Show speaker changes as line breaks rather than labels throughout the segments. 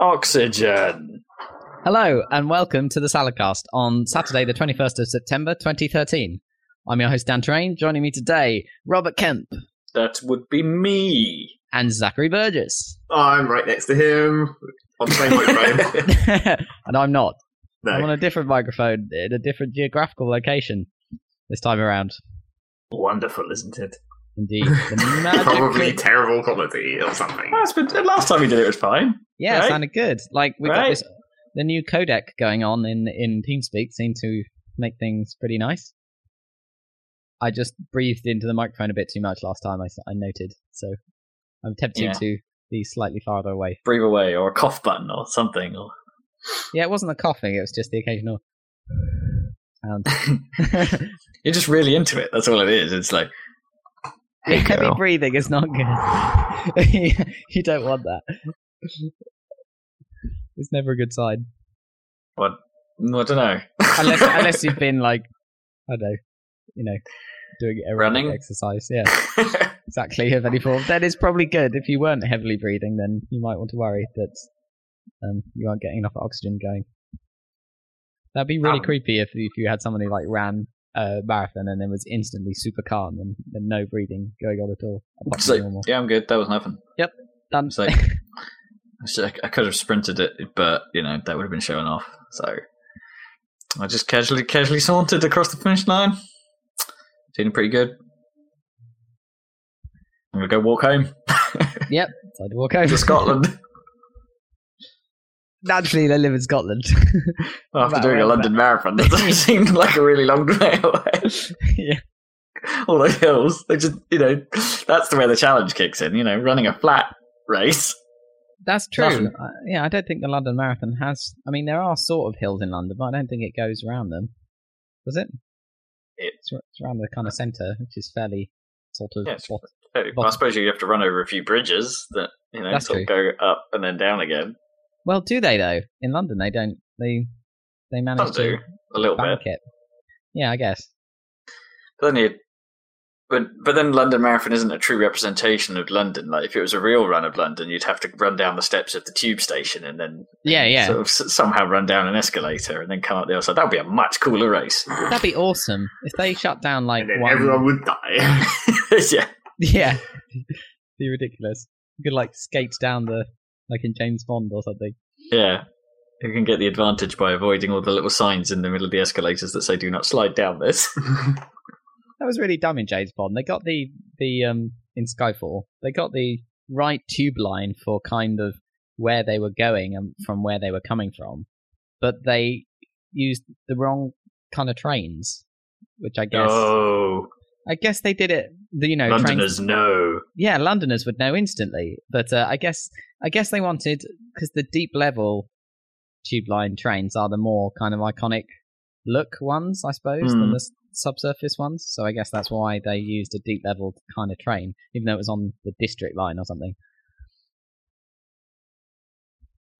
Oxygen.
Hello and welcome to the Saladcast on Saturday, the 21st of September 2013. I'm your host, Dan Train. Joining me today, Robert Kemp
That would be me.
and Zachary Burgess.
I'm right next to him on the same microphone.
and I'm not. I'm on
no,
a different microphone in a different geographical location this time around.
Wonderful, isn't it?
Indeed. The
probably
magic.
terrible quality or something.
Well, it's been, the last time we did it was fine.
Yeah,
right?
sounded good. Like, we got
Right.
this. The new codec going on in, in TeamSpeak seemed to make things pretty nice. I just breathed into the microphone a bit too much last time, I, s- I noted. So I'm tempted
Yeah.
to be slightly farther away.
Breathe away, or a cough button, or something. Or
Yeah, it wasn't the coughing, it was just the occasional sound.
you're just really into it. That's all it is. It's like Hey,
Heavy
girl.
breathing is not good. you don't want that. It's never a good sign.
mm, I don't know.
Unless unless you've been like I don't know, you know, doing aerobic
Running?
exercise. Yeah, exactly of any form. Then it's probably good. If you weren't heavily breathing then you might want to worry that um you aren't getting enough oxygen going. That'd be really
Um.
creepy if if you had someone who like ran a marathon and then was instantly super calm and, and no breathing going on at all. apart
It's
from
like,
normal.
yeah, I'm good. That was nothing.
Done.
It's like it's like I could have sprinted it, but you know that would have been showing off. So I just casually, casually sauntered across the finish line. Feeling pretty good. I'm gonna go walk home
So I'd walk over.
to Scotland
Naturally, they live in Scotland.
after
Right,
doing a
right,
London marathon. That doesn't seem like a really long way away.
yeah.
All those hills, they just you know that's where the challenge kicks in. You know, running a flat race.
That's true.
Nothing.
Uh, yeah, I don't think the London Marathon has. I mean, there are sort of hills in London, but I don't think it goes around them. Does it?
It-
It's, ar- it's around the kind of centre, which is fairly sort of.
Yeah, it's-
bot-
Uh, I suppose you have to run over a few bridges that you know
That's
sort of go up and then down again.
Well, do they though? In London, they don't. They they
Some
manage
do
to
a little bit.
bank it. Yeah, I guess.
But then you, but but then London Marathon isn't a true representation of London. Like if it was a real run of London, you'd have to run down the steps of the tube station and then
Yeah, yeah.
sort of s- somehow run down an escalator and then come up the other side. That would be a much cooler race.
That'd be awesome if they shut down like
And then
one.
everyone would die.
yeah,
Yeah, be ridiculous. You could like skate down the like in James Bond or something.
yeah. You can get the advantage by avoiding all the little signs in the middle of the escalators that say "Do not slide down this."
That was really dumb in James Bond. They got the the um in Skyfall. They got the right tube line for kind of where they were going and from where they were coming from, but they used the wrong kind of trains, which I guess
Oh,
I guess they did it. The, you know, trains
Londoners no.
yeah, Londoners would know instantly. But uh, I guess I guess they wanted because the deep level tube line trains are the more kind of iconic look ones, I suppose, than
Hmm.
the s- subsurface ones. So I guess that's why they used a deep level kind of train, even though it was on the district line or something.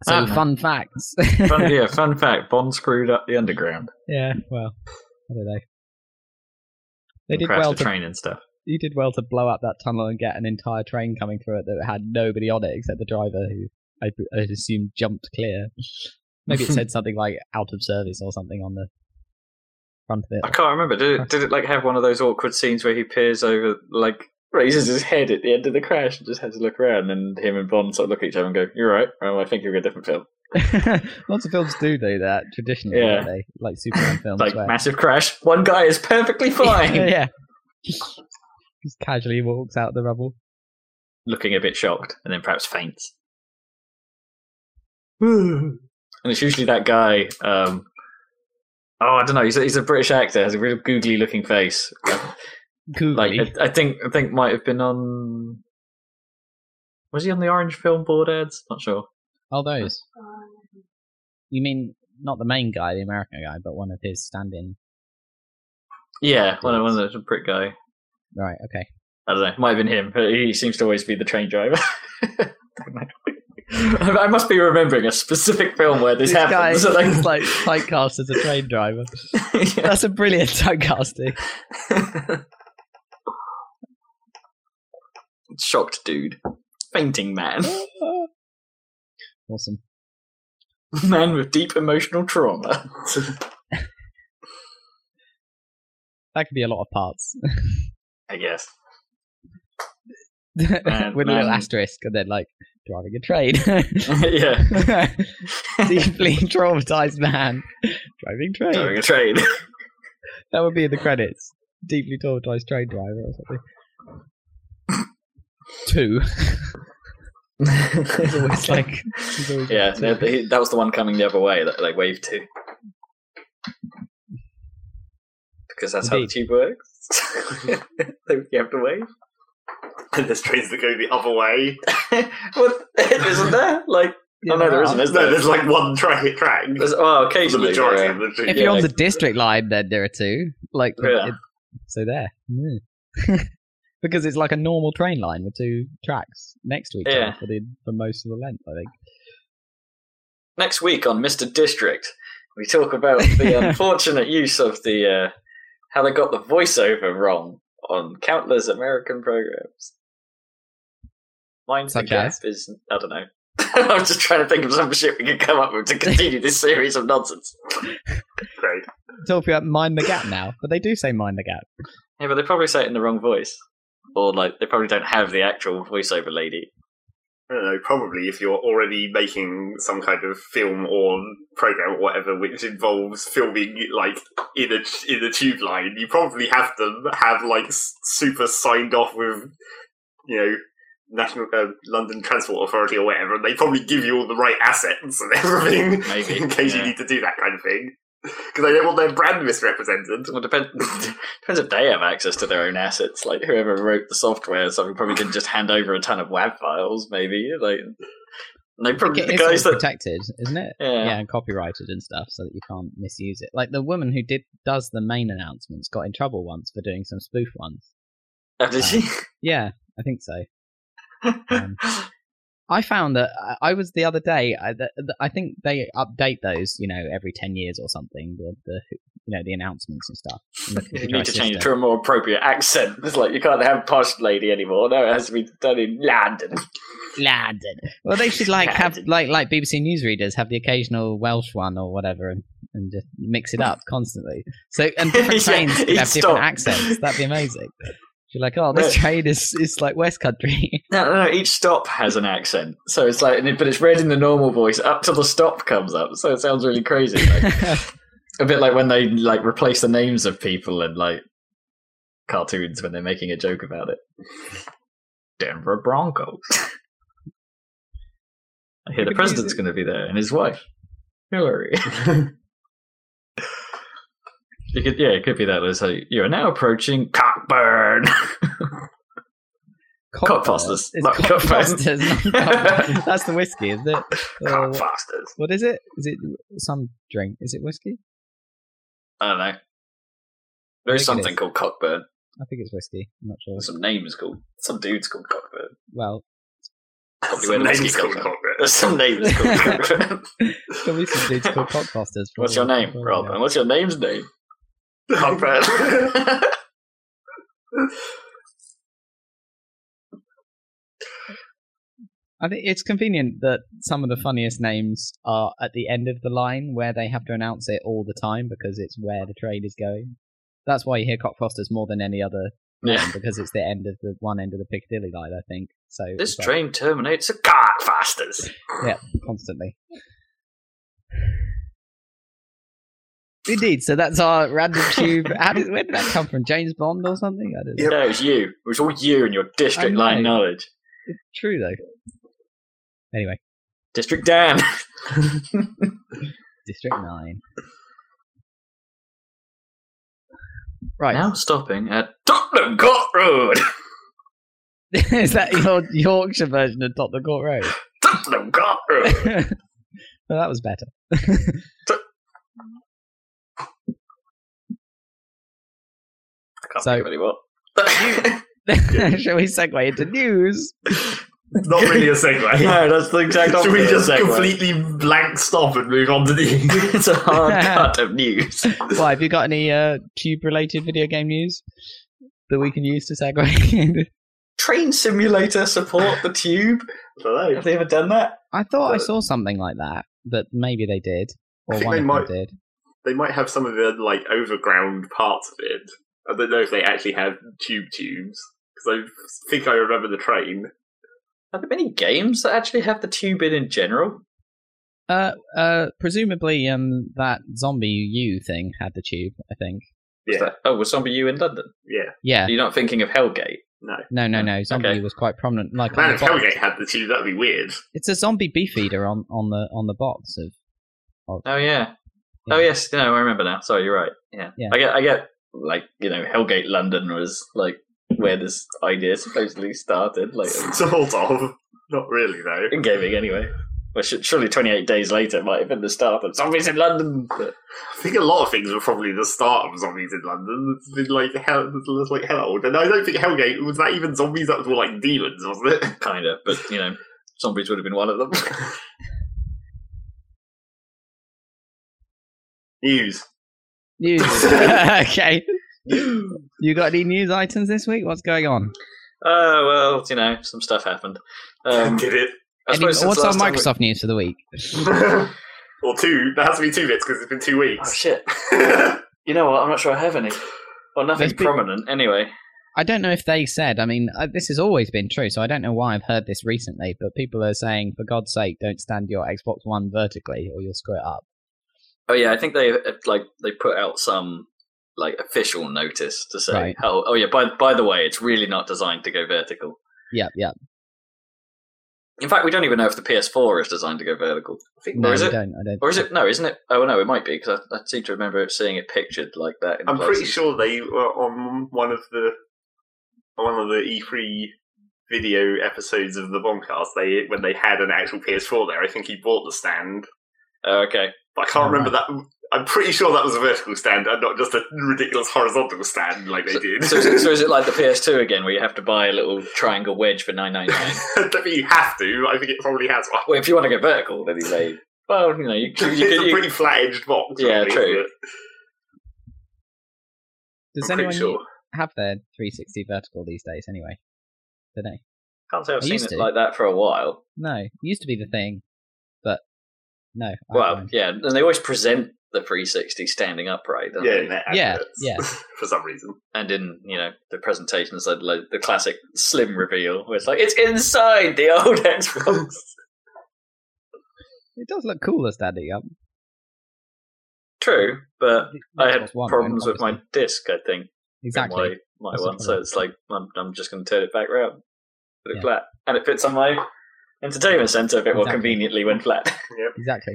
So
Ah.
fun facts.
Fun, yeah, fun fact: Bond screwed up the underground,
yeah, well, I don't know. They did
crashed
well
the
to
train and stuff.
you did well to blow up that tunnel and get an entire train coming through it that had nobody on it except the driver who I, I assume jumped clear. Maybe it said something like out of service or something on the front of
I
it.
can't remember. Did it, did it like have one of those awkward scenes where he peers over, like raises his head at the end of the crash and just has a look around, and him and Bond sort of look at each other and go, "You're right. Well, I think you're a different film."
Lots of films do do that traditionally,
Yeah.
don't they? Like Superman films.
Like
where...
massive crash. One guy is perfectly fine,
yeah. Just casually walks out the rubble.
looking a bit shocked, and then perhaps faints. and it's usually that guy. Um, oh, I don't know. He's a, he's a British actor. Has a real googly looking face.
Googly.
like I, I think I think might have been on. Was he on the Orange Film Board ads? Not sure.
Oh, those. You mean not the main guy, the American guy, but one of his stand-in.
Yeah, one of one of the prick guy.
Right, okay.
I don't know. Might have been him, but he seems to always be the train driver. Don't know. I I must be remembering a specific film where this, happens. so
guy
like-
is like typecast as a train driver. That's a brilliant typecasting.
Yeah. Shocked dude. fainting man.
Awesome.
Man with deep emotional trauma.
That could be a lot of parts
I guess.
with
Man-
a little
man-
asterisk, and then like driving a train.
yeah.
Deeply traumatized man driving train.
Driving a train.
That would be in the credits. Deeply traumatized train driver or something. Two. It's always like. it's always
yeah,
like two.
no, he- that was the one coming the other way, that, like wave two. Because that's how the
Indeed.
tube works. They- you have to wave.
And there's trains that go the other way.
well, isn't there? Like,
Yeah,
oh no,
there
there
are.
isn't, is
No,
there?
there's like one train track.
There's- oh,
The
occasionally.
majority
yeah.
of the two.
If you're on
yeah.
the district line, then there are two. Like,
Yeah.
it- so there. Yeah. because it's like a normal train line with two tracks next to each
Yeah.
other for, the, for most of the length, I think.
Next week on Mr. District, we talk about the unfortunate use of the uh, how they got the voiceover wrong on countless American programs. Mine's the
Such as?
guess is I don't know. I'm just trying to think of some shit we can come up with to continue this series of nonsense.
Great.
Talking about Mind the Gap now, but they do say Mind the Gap.
Yeah, but they probably say it in the wrong voice, or like they probably don't have the actual voiceover lady.
I don't know, probably if you're already making some kind of film or program or whatever, which involves filming like in a in a tube line, you probably have to have like s- super signed off with, you know, National uh, London Transport Authority or whatever. And they probably give you all the right assets and everything
Maybe,
in case
yeah.
you need to do that kind of thing, because they don't want their brand misrepresented.
Well, depend- depends if they have access to their own assets. Like whoever wrote the software, something probably didn't just hand over a ton of WAV files. Maybe like and they probably
It-
the
It's all
guys that
protected, isn't it?
yeah,
yeah, and copyrighted and stuff, so that you can't misuse it. Like the woman who did does the main announcements got in trouble once for doing some spoof ones. Uh,
Oh, did she?
Yeah, I think so. Um, I found that I- I was the other day. I, the, the, I think they update those, you know, every ten years or something. The, the you know the announcements and stuff. and the
you need to
computerised
change it
system.
to a more appropriate accent. It's like you can't have posh lady anymore. No, it has to be done in London.
London. Well, they should like have
London.
like like BBC newsreaders have the occasional Welsh one or whatever, and, and just mix it up constantly. So and different
Yeah,
trains could
each
have
stop.
different accents. That'd be amazing. You're like, oh, this
No.
train is is like West Country.
No, no, no. Each stop has an accent, so it's like, and it- but it's read in the normal voice up till the stop comes up. So it sounds really crazy. Like, a bit like when they like replace the names of people in like cartoons when they're making a joke about it. Denver Broncos. I hear the
could
president's
use it.
going to be there and his wife, Hillary. you could, yeah, it could be that. Let's say you are now approaching Cockburn. Cockfosters.
It's
No,
Cockfosters.
Cockburn.
not Cockburn. That's the whiskey, isn't it? Or
Cock
what-
bastards.
what is it? Is it some drink? Is it whiskey?
I don't know. There's
it
something
is.
called Cockburn.
I think it's whiskey. I'm not sure.
There's some names called some dudes called Cockburn.
Well,
Probably where
Some
the whiskey
names
comes
called
from.
Cockburn.
There's some names called Cockburn.
there'll be some dudes called Cockfosters.
What's your name, Rob? And what's your name's name?
Cockburn.
I think it's convenient that some of the funniest names are at the end of the line where they have to announce it all the time because it's where the trade is going. That's why you hear Cockfosters more than any other
Yeah.
line, because it's the end of the one end of the Piccadilly line, I think. So
This
it's like
train terminates at Cartfasters.
constantly. Indeed, so that's our random tube. How did, where did that come from? James Bond or something? I don't know.
Yeah, That was you. It was all you and your district
I
line
know.
knowledge.
It's true though. Anyway,
District Dan.
District Nine. Right,
Now stopping at Tottenham Court Road.
is that your Yorkshire version of Tottenham Court Road?
Tottenham Court Road.
well, that was better.
I can't
So-
think of any more.
Shall we segue into news?
Not really a segue.
no, that's the exact
Should
opposite.
we
of
just
segue.
completely blank stop and move on to the
it's a hard cut of news.
Why have you got any uh, tube-related video game news that we can use to segue?
train simulator support the tube?
I don't know.
Have they ever done that?
I thought I
Uh,
saw something like that, but maybe they did,
I
or
think
one
they
of
might-
them did.
They might have some of the like overground parts of it. I don't know if they actually have tube tubes because I think I remember the train.
Are there many games that actually have the tube in in general?
Uh, uh, presumably, um, that zombie you thing had the tube. I think.
Was
Yeah.
that- oh, was Zombie U in London?
Yeah,
Yeah.
You're not thinking of Hellgate.
No, no, no. Zombie
Okay.
U was quite prominent. Like on
man,
the
if
box.
Hellgate had the tube, that'd be weird.
It's a zombie beefeater on on the on the box of.
Oh yeah.
Yeah.
Oh yes. No, I remember now. Sorry, you're right. Yeah.
Yeah.
I get. I get. Like you know, Hellgate London was like where this idea supposedly started. Like um,
Sort of. Not really though.
in gaming, anyway. Well, sh- surely 28 days later might have been the start of zombies in London. But
I think a lot of things were probably the start of zombies in London. It's been like hell, it's like hell. And I don't think Hellgate was that even zombies. That was more like demons, wasn't it?
kind of. But you know, zombies would have been one of them.
News.
News. okay. You got any news items this week? What's going on?
Oh well, you know, some stuff happened. Um,
Did it?
I
Any,
suppose
what's
since
our
last time we-
Microsoft news for the week?
or two? That has to be two bits because it's been two
Oh
weeks.
shit! You know what? I'm not sure I have any. Well, nothing
There's been-
prominent, anyway.
I don't know if they said. I mean, uh, this has always been true, so I don't know why I've heard this recently. But people are saying, for God's sake, don't stand your Xbox One vertically, or you'll screw it up.
Oh yeah, I think they uh, like they put out some like official notice to say,
Right.
oh, oh yeah, by by the way, it's really not designed to go vertical.
Yep, yep.
In fact, we don't even know if the PS4 is designed to go vertical,
I think
No,
is
I
it?
don't. I don't.
or is it? No, isn't it? Oh no, it might be because I, I seem to remember it- seeing it pictured like that. In
I'm pretty
places.
sure they were on one of the on one of the E3 video episodes of the Bombcast. They when they had an actual PS4 there. I think he bought the stand,
Oh, okay,
but I can't
Oh,
remember
Ah.
that. I'm pretty sure that was a vertical stand and not just a ridiculous horizontal stand like they did.
so, so, so is it like the PS2 again, where you have to buy a little triangle wedge for nine nine nine?
I don't think you have to. I think it probably has one.
Well, if you want to go vertical, then you say, well, you know, you, you, you,
it's a
you,
pretty flat-edged box.
Yeah,
really,
true.
isn't it?
Does
I'm
anyone
pretty sure.
have their 360 vertical these days? Anyway, do they?
can't say I've
I
seen
used
it
to.
like that for a while.
No, it used to be the thing, but no. I
Well,
haven't.
yeah, and they always present the 360 standing upright, don't
Yeah,
they?
in their
Yeah,
adverts,
yeah.
for some reason.
And in you know the presentations, like, like the classic slim reveal, where it's like it's inside the old Xbox.
it does look cooler standing up.
True, but Uh, I had
um, Xbox One,
problems with my
obviously.
disc. I think
exactly.
in my, my
That's the
one, so
problem.
it's like I'm, I'm just going to turn it back round, put it
Yeah.
flat, and it fits on my entertainment center a bit more
Exactly.
conveniently when flat.
Exactly.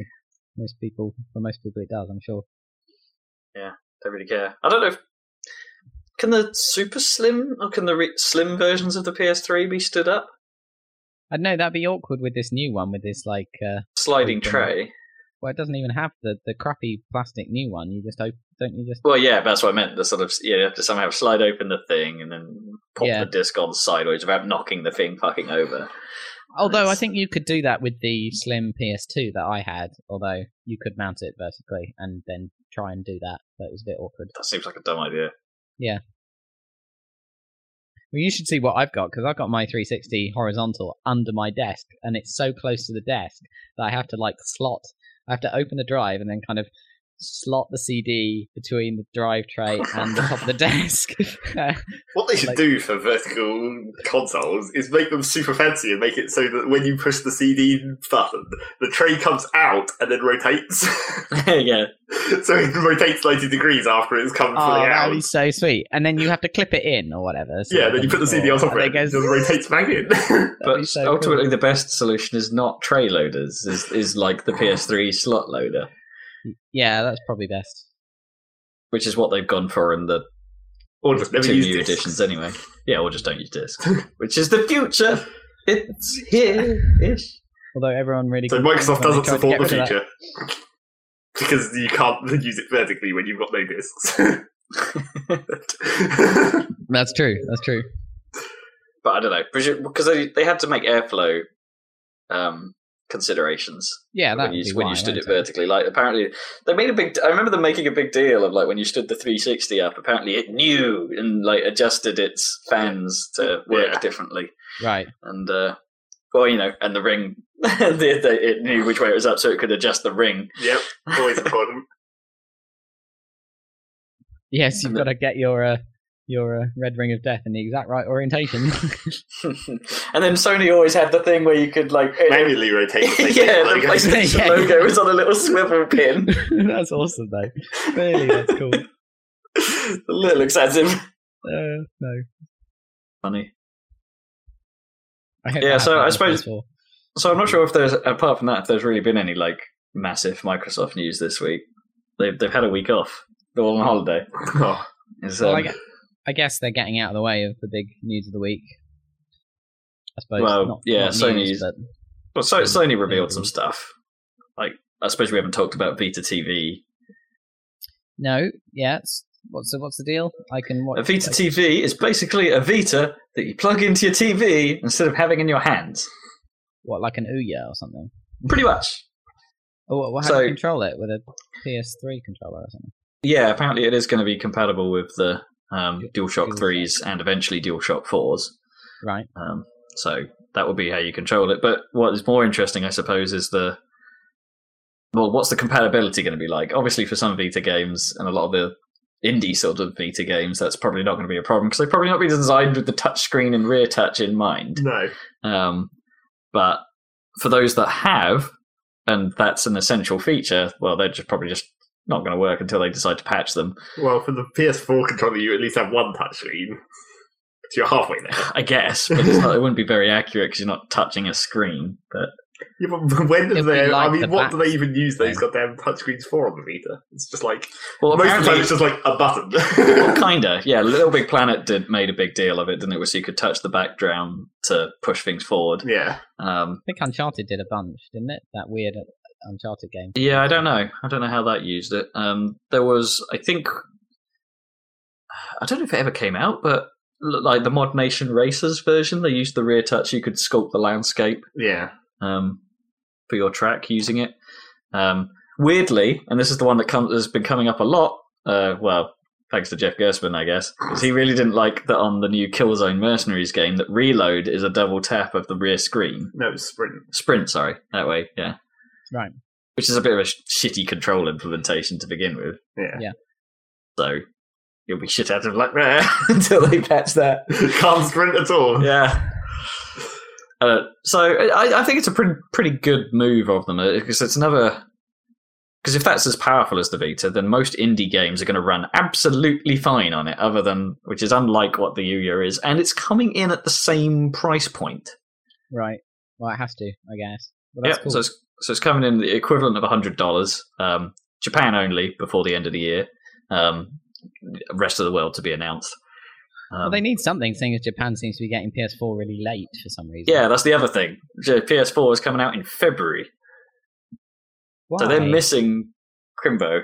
Most people, for most people, it does. I'm sure.
don't really care. I don't know. if... Can the super slim or can the re- slim versions of the PS3 be stood up?
I know that'd be awkward with this new one, with this like, uh,
Sliding
Open.
tray.
well, it doesn't even have the the crappy plastic new one. You just open, don't you just?
Well, yeah, that's what I meant. The sort of yeah, you have to somehow slide open the thing and then pop
Yeah.
the disc on sideways without knocking the thing fucking over.
Oh, Although I
Nice.
think you could do that with the slim PS2 that I had. Although you could mount it vertically and then try and do that, but it was a bit awkward.
That seems like a dumb idea.
Well, you should see what I've got because I've got my 360 horizontal under my desk, and it's so close to the desk that I have to like slot. I have to open the drive and then kind of slot the CD between the drive tray and the top of the desk.
What they should
Like-
do for vertical consoles is make them super fancy and make it so that when you push the CD button, the tray comes out and then rotates.
yeah,
so it rotates 90 degrees after it's come
oh,
fully out.
that'd be so sweet. And then you have to clip it in or whatever. so
Yeah,
it
then you put the
doesn't
CD on
fall.
top of
And
it, and it
goes-
just rotates back in.
That'd be
but
so cool.
ultimately the best solution is not tray loaders. Is is like the PS3 slot loader,
Yeah, that's probably best.
which is what they've gone for in the
or just never
two
use
new
discs.
editions anyway. Yeah, or just don't use discs, which is the future. It's here ish.
Although everyone really
So
complains when
Microsoft
they
doesn't
try to
support
get
the
rid of that.
future. Because you can't use it vertically when you've got no discs.
That's true. That's true.
But I don't know because they they had to make airflow um, considerations
Yeah, that
when you,
would be
when
why,
you stood it
wouldn't it?
vertically. Like apparently they made a big. I remember them making a big deal of like when you stood the 360 up. Apparently it knew and like adjusted its fans to work
Yeah.
differently.
Right.
And uh, well, you know, and the ring, the, the, it knew which way it was up, so it could adjust the ring.
Yep, always important.
Yes, you've
And
got to get your uh, your uh, red ring of death in the exact right orientation.
and then Sony always had the thing where you could like it-
Manually rotate the PlayStation
yeah, the
logo.
PlayStation
Yeah.
logo was on a little swivel pin.
that's awesome, though. Really, that's cool.
a little excessive.
Uh, no.
Funny.
I hope
Yeah,
that
so
happened
I
on
suppose-
PS4.
So I'm not sure if there's apart from that if there's really been any like massive Microsoft news this week. They've they've had a week off. They're all on holiday.
Oh,
It's,
Well,
um,
I, gue- I guess they're getting out of the way of the big news of the week. I suppose.
Well,
not,
yeah,
not
Sony's-
news, but
well,
Mm.
so, Sony revealed some stuff. Like I suppose we haven't talked about Vita TV.
no, yeah. It's, what's the what's the deal? I can watch.
A Vita TV is basically a Vita that you plug into your TV instead of having in your hands.
What like an Ouya or something?
Pretty
Mm.
much.
Oh, well, how do
So-
you control it with a PS3 controller or something?
Yeah, apparently it is going to be compatible with the um, DualShock
DualShock.
3s and eventually DualShock 4s.
Right.
Um, so that would be how you control it. But what is more interesting, I suppose, is the well, what's the compatibility going to be like? Obviously, for some Vita games and a lot of the indie sort of Vita games, that's probably not going to be a problem because they've probably not been designed with the touchscreen and rear touch in mind.
no.
Um, but for those that have, and that's an essential feature, well, they're just probably just not going to work until they decide to patch them.
Well, for the PS4 controller, you at least have one touchscreen. So you're halfway there.
I guess, but it's not, it wouldn't be very accurate because you're not touching a screen. But
Yeah, but when
It'd
are
be
they?
like
I mean,
the
what do
back
they even use those
thing.
goddamn touchscreens for on the Vita? It's just like
well,
most of the time,
apparently-
it's just like a button.
well, kinda, yeah. Little Big Planet did made a big deal of it, didn't it? Where so you could touch the background to push things forward.
yeah,
Um,
I think Uncharted did a bunch, didn't it? That weird uh, Uncharted game.
yeah, I don't know. I don't know how that used it. Um, there was, I think, I don't know if it ever came out, but l- like the Mod Nation Racers version, they used the rear touch. You could sculpt the landscape
yeah.
um, for your track using it. Um, weirdly, and this is the one that comes has been coming up a lot. Uh, well, thanks to Jeff Gersman, I guess, because he really didn't like that on the new Killzone Mercenaries game that reload is a double tap of the rear screen
No it's sprint.
sprint. Sorry, that way, yeah,
Right.
Which is a bit of a sh- shitty control implementation to begin with.
Yeah,
So you'll be shit out of luck there until they patch that.
can't sprint at all.
Yeah. Uh, so I, I think it's a pretty pretty good move of them because it's another because if that's as powerful as the Vita, then most indie games are going to run absolutely fine on it. Other than which is unlike what the Uya is, and it's coming in at the same price point.
Right. Well, it has to, I guess. Well, that's
Yeah,
cool.
so it's so it's coming in the equivalent of hundred dollars. Um, Japan only before the end of the year. Um, rest of the world to be announced.
well,
Um,
they need something, seeing as Japan seems to be getting PS4 really late for some reason.
yeah, that's the other thing. PS4 is coming out in February.
Why?
So they're missing Crimbo.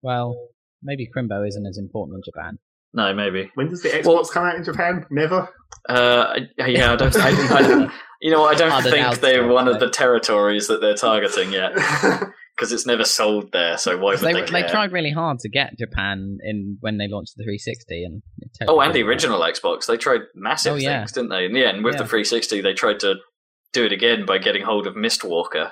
Well, maybe Crimbo isn't as important in Japan.
No, maybe.
When does the Xbox
Well-
come out in Japan? Never.
Uh, I- yeah, I don't. I, I, you know, what, I don't
Other than
think they're
Alstom,
one of
right?
the territories that they're targeting yet because it's never sold there. So why would
They,
they?
they,
care?
tried really hard to get Japan in when they launched the 360, and it totally
Oh, and the
didn't work.
original Xbox, they tried massive
Oh, yeah.
things, didn't they? In the end, with
Yeah.
the 360, they tried to do it again by getting hold of Mistwalker.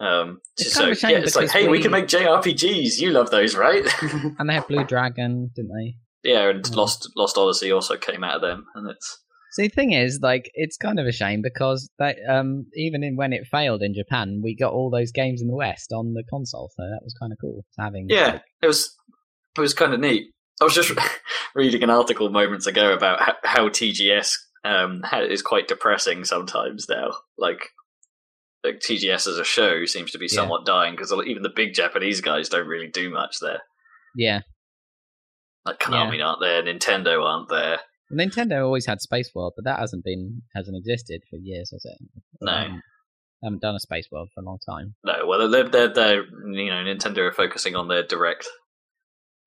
Um,
It's
so
kind of a shame
yeah, it's like,
because
hey, we
we-
can make JRPGs. You love those, right?
And they had Blue Dragon, didn't they?
yeah, and
Mm.
Lost Lost Odyssey also came out of them, and it's
So the thing is, like, it's kind of a shame because that um, even in, when it failed in Japan, we got all those games in the West on the console, so that was kind of cool having.
Yeah, it was it was kind of neat. I was just reading an article moments ago about how, how TGS um, ha- is quite depressing sometimes now. Like, like TGS as a show seems to be
Yeah.
somewhat dying because even the big Japanese guys don't really do much there.
yeah.
Like Konami aren't there, Nintendo aren't there.
Nintendo always had Space World, but that hasn't been hasn't existed for years, has it?
No.
Um, haven't done a Space World for a long time.
No, well they're they're, they're you know Nintendo are focusing on their direct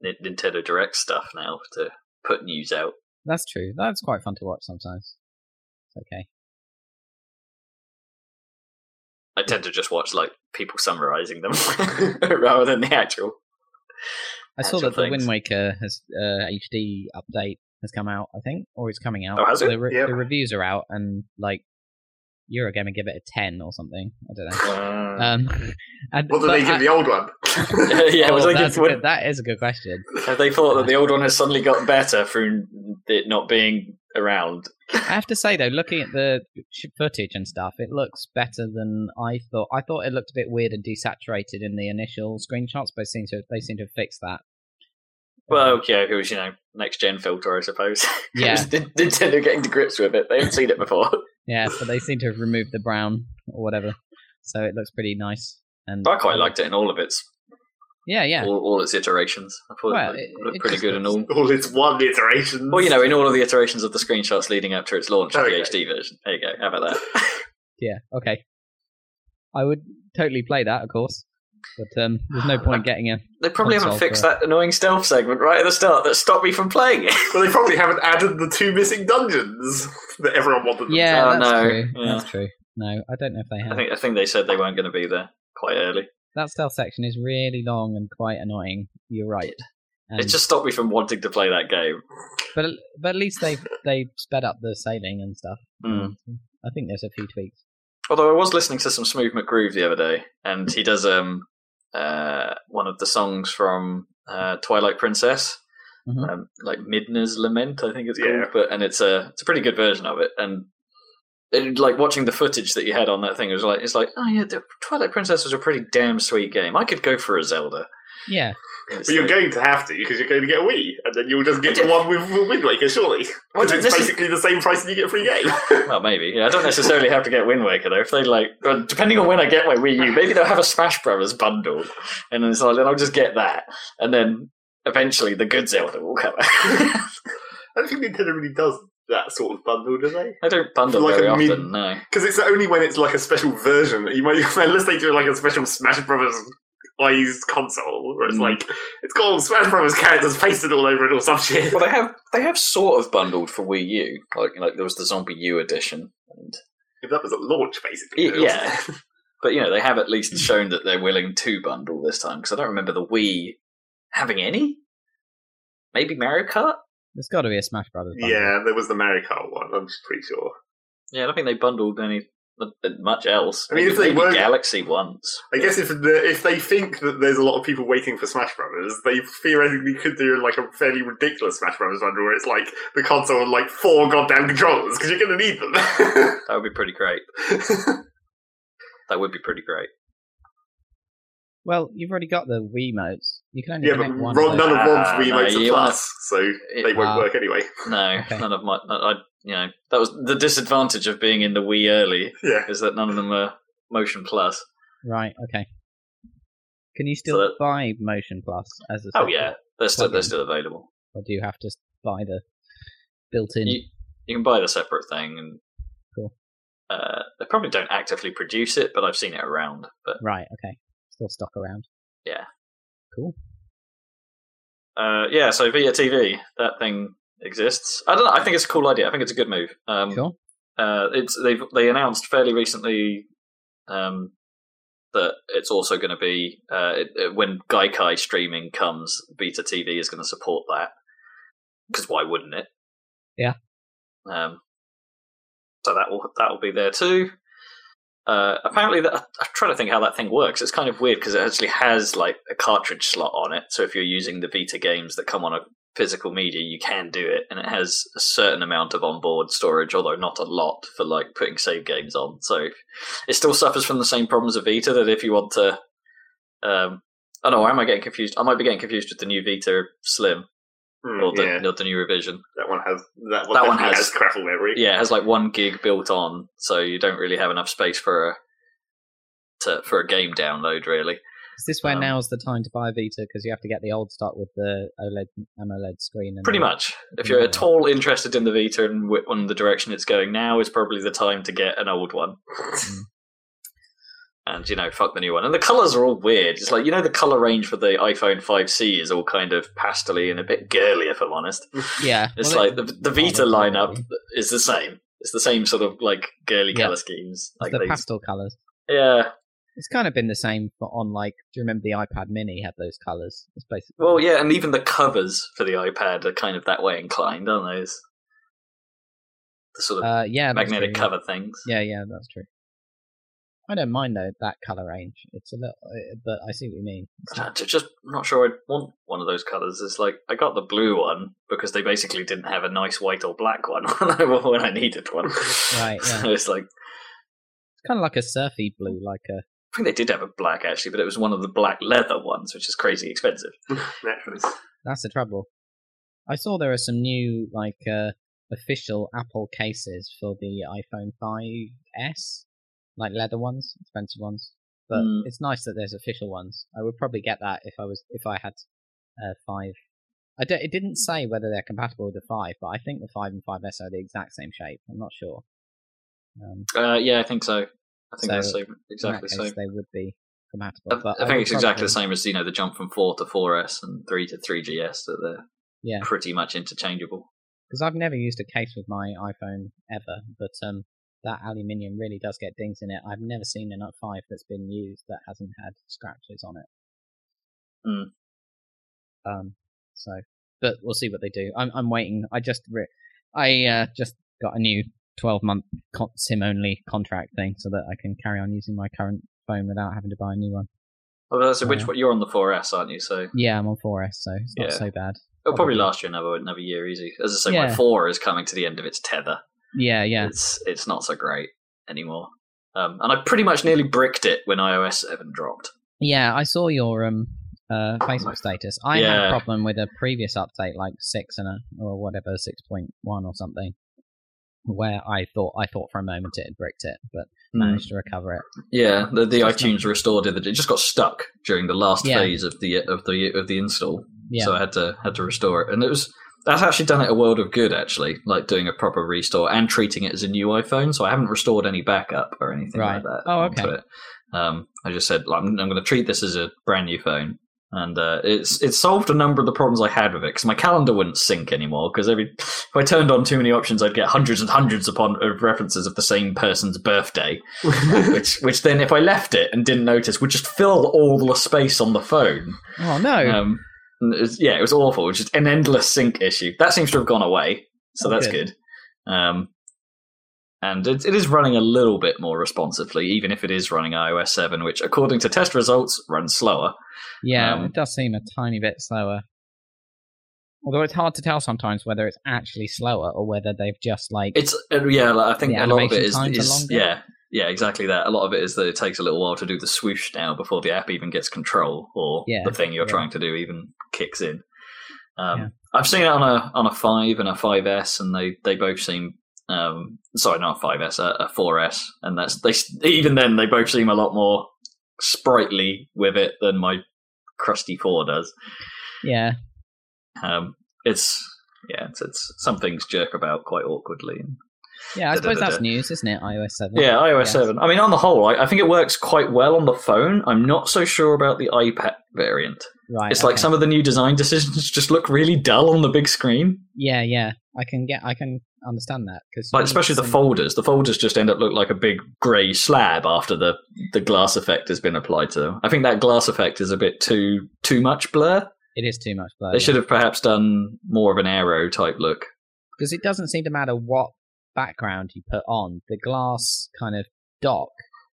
Ni- Nintendo Direct stuff now to put news out.
That's true. That's quite fun to watch sometimes. It's okay.
tend to just watch like people summarizing them rather than the actual.
I saw
actual
that the
things.
Wind Waker has uh, HD update has come out, I think, or it's coming out.
Oh, has
So
it?
The, re-
Yeah.
the reviews are out, and like Eurogamer give it a ten or something. I don't know. Um, and,
What do
but
they give
I-
the old one?
yeah,
oh,
was I
that's a
good-
good, that is a good question.
have they thought that the old one has suddenly got better through it not being around?
I have to say though, looking at the sh- footage and stuff, it looks better than I thought. I thought it looked a bit weird and desaturated in the initial screenshots, but it seems to they seem to have fixed that.
Well, okay, it was you know next gen filter, I suppose. It
Mm. Yeah.
was Nin- Nintendo getting to grips with it. They haven't seen it before.
yeah, but they seem to have removed the brown or whatever, so it looks pretty nice. And
But I quite liked it in all of its
Yeah, yeah.
all, all its iterations. I thought
Well,
it
it-
looked
it
pretty
just
good in
looks-
all.
All its one iteration.
Well, you know, in all of the iterations of the screenshots leading up to its launch of
Okay.
the HD version. There you go. How about that?
Yeah, okay. I would totally play that, of course, but um, there's no point getting a.
They probably
Console
haven't fixed
for-
that annoying stealth segment right at the start that stopped me from playing it.
Well, they probably haven't added the two missing dungeons that everyone wanted. them
Yeah,
Oh,
that's
no.
true.
Yeah.
That's true. No, I don't know if they
I
have.
think I think they said they weren't going to be there quite early.
That stealth section is really long and quite annoying. You're right. And,
It just stopped me from wanting to play that game.
but but at least they they sped up the sailing and stuff.
Hmm.
I think there's a few tweaks.
Although I was listening to some Smooth McGroove the other day, and he does um uh one of the songs from uh, Twilight Princess,
Mhm.
um, like Midna's Lament, I think it's called.
Yeah.
But and it's a it's a pretty good version of it. And it, like watching the footage that you had on that thing, it was like it's like oh yeah, the Twilight Princess was a pretty damn sweet game. I could go for a Zelda.
Yeah,
It's
But you're
like-
going to have to because you're going to get a Wii, and then you'll just get the one with with Wind Waker, surely.
Well,
Because it's
this is-
basically the same price and you get a free game.
Well, maybe. Yeah, I don't necessarily have to get Wind Waker though. If they like, well, depending on when I get my Wii U, maybe they'll have a Smash Brothers bundle, and then it's like, then I'll just get that, and then eventually the good Zelda will come. out.
I don't think Nintendo really does that sort of bundle, do they?
I don't bundle
Like a
very often.
mid-
No,
Because it's only when it's like a special version. that You might unless they do like a special Smash Brothers eyes console, where it's
Mm.
like it's got all Smash Brothers characters pasted all over it or some shit.
well, they have they have sort of bundled for Wii U. Like, like there was the Zombie U edition, and
If that was at launch, basically.
Y- yeah. but you know they have at least shown that they're willing to bundle this time because I don't remember the Wii having any. Maybe Mario Kart.
there's got to be a Smash Brothers. bundle.
Yeah, there was the Mario Kart one. I'm pretty sure.
Yeah, I don't think they bundled any uh, much else.
I mean, if
Maybe-
they
maybe
were-
Galaxy once,
I guess if the, if they think that there's a lot of people waiting for Smash Brothers, they theoretically could do like a fairly ridiculous Smash Brothers bundle where it's like the console and like four goddamn controllers because you're going to need them.
that would be pretty great. That would be pretty great.
Well, you've already got the Wii modes. You can only
yeah, but
connect one.
Ron,
of
none
those.
of Ron's
Ah, no,
Wiimotes
you
are
wanna-
plus, so
It-
they won't
Ah.
work anyway.
no,
Okay.
none of my. I, I- you know, that was the disadvantage of being in the Wii early
Yeah.
is that none of them were Motion Plus.
Right. Okay. Can you still
So that-
buy Motion Plus as a?
Oh
separate,
yeah, they're still they're still available.
Or do you have to buy the built-in?
You, you can buy the separate thing, and
Cool.
uh, they probably don't actively produce it, but I've seen it around. But
Right. Okay. Still stock around.
uh, yeah, so Vita TV, that thing exists. I don't know. I think it's a cool idea. I think it's a good move. Um,
Sure.
uh, it's they've they announced fairly recently um, that it's also going to be uh, it, it- when Gaikai streaming comes, Beta TV is going to support that because why wouldn't it?
Yeah.
Um, so that will that will be there too. Uh, apparently, that, I'm trying to think how that thing works. It's kind of weird because it actually has like a cartridge slot on it. So if you're using the Vita games that come on a physical media, you can do it, and it has a certain amount of onboard storage, although not a lot for like putting save games on. So it still suffers from the same problems of Vita. That if you want to, um, oh no, why am I getting confused? I might be getting confused with the new Vita Slim
Mm,
or the,
yeah.
or the new revision.
That one has that one,
That one
definitely has,
has-
crackle memory.
Yeah, it has like one gig built on, so you don't really have enough space for a to, for a game download really.
Is this where
Um,
now's the time to buy a Vita because you have to get the old stock with the E OLED AMOLED screen? And
Pretty
the-
much, if you're at all interested in the Vita and w- on the direction it's going now, is probably the time to get an old one. and you know, fuck the new one. And the colors are all weird. It's like you know, the color range for the iPhone 5C is all kind of pastely and a bit girly, if I'm honest.
Yeah.
It's
well,
like the,
it-
the
oh,
Vita
that's
lineup
lovely.
is the same. It's the same sort of like girly
Yeah.
color schemes.
It's
Like
the
they-
pastel colours.
yeah,
It's kind of been the same for on like. Do you remember the iPad Mini had those colors? It's basically
Well, yeah, and even the covers for the iPad are kind of that way inclined, aren't they? It's The sort of
uh, yeah, that's
magnetic
true.
cover things.
Yeah, yeah, that's true. I don't mind though that color range. It's a little, uh, but I see what you mean. It's
I'm
not-
just not sure I'd want one of those colours. It's like I got the blue one because they basically didn't have a nice white or black one when I needed one.
Right, yeah.
So it's like
It's kind of like a surfy blue, like uh, a
I think they did have a black actually, but it was one of the black leather ones, which is crazy expensive.
Naturally.
That's the trouble. I saw there are some new like uh, official Apple cases for the iPhone 5s, like leather ones, expensive ones. But
Hmm.
it's nice that there's official ones. I would probably get that if I was if I had uh, five. I don't, it didn't say whether they're compatible with the five, but I think the five and 5s are the exact same shape. I'm not sure. Um,
Uh, yeah, I think so. I think
So,
that's so,
in that
exactly
case,
so.
they would be compatible.
I,
but
I think
would
it's exactly the
probably-
same as you know the jump from four to 4S and three to 3GS that they're
Yeah.
pretty much interchangeable.
because I've never used a case with my iPhone ever, but um, that aluminium really does get dings in it. I've never seen an up five that's been used that hasn't had scratches on it.
Mm.
Um, so, but we'll see what they do. I'm I'm waiting. I just re- I uh, just got a new 12 month con- SIM only contract thing so that I can carry on using my current phone without having to buy a new one.
Although Oh, that's which
Yeah.
one you're on the 4S, aren't you? So
Yeah, I'm on 4S, so it's not
Yeah.
so bad.
it'll probably
Probably.
last you another another year easy. As I say, my
Yeah.
four is coming to the end of its tether.
Yeah, yeah.
It's it's not so great anymore. Um, and I pretty much nearly bricked it when iOS seven dropped.
Yeah, I saw your um uh Facebook status. I had a
Yeah.
problem with a previous update, like six and a or whatever, six point one or something, where I thought I thought for a moment it had bricked it, but
Hmm.
managed to recover it.
Um, Yeah, the, the
Just
iTunes Restore did that. It just got stuck during the last
Yeah.
phase of the of the of the install.
Yeah,
So I had to had to restore it, and it was that's actually done it a world of good. Actually, like doing a proper restore and treating it as a new iPhone. So I haven't restored any backup or anything
Right.
like that.
Oh,
onto
okay.
it. Um, I just said like, I'm, I'm going to treat this as a brand new phone, and uh, it's it solved a number of the problems I had with it because my calendar wouldn't sync anymore. Because every if I turned on too many options, I'd get hundreds and hundreds upon of references of the same person's birthday which which then if I left it and didn't notice would just fill all the space on the phone.
Oh no.
Um, and it was- yeah, it was awful. It was just an endless sync issue. That seems to have gone away, so
Oh,
that's
good.
good. Um, and it, it is running a little bit more responsively, even if it is running iOS seven, which according to test results runs slower.
yeah,
um,
it does seem a tiny bit slower. Although it's hard to tell sometimes whether it's actually slower or whether they've just like
It's uh, yeah, like, I think a
The
lot of it
animation
is,
times are
is
longer?
yeah. Yeah, exactly that. A lot of it is that it takes a little while to do the swoosh now before the app even gets control or
Yeah,
the thing you're
yeah.
trying to do even kicks in. Um,
Yeah.
I've seen it on a on a five and a 5S, and they they both seem um, sorry, not a 5S, a, a 4S, and that's they s- even then they both seem a lot more sprightly with it than my crusty four does.
yeah,
Um, it's yeah, it's, it's some things jerk about quite awkwardly. And,
yeah. I suppose that's
Da-da-da-da.
news, isn't it? iOS seven.
yeah, iOS
Yes.
7. I mean, on the whole, I, I think it works quite well on the phone. I'm not so sure about the iPad variant.
right.
It's like
okay.
some of the new design decisions just look really dull on the big screen.
Yeah, yeah. I can get. I can understand that because
Like, especially the folders. The folders just end up look like a big grey slab after the, the glass effect has been applied to them. I think that glass effect is a bit too too much blur.
It is too much blur.
They should have perhaps done more of an arrow type look.
because it doesn't seem to matter what background you put on the glass kind of dock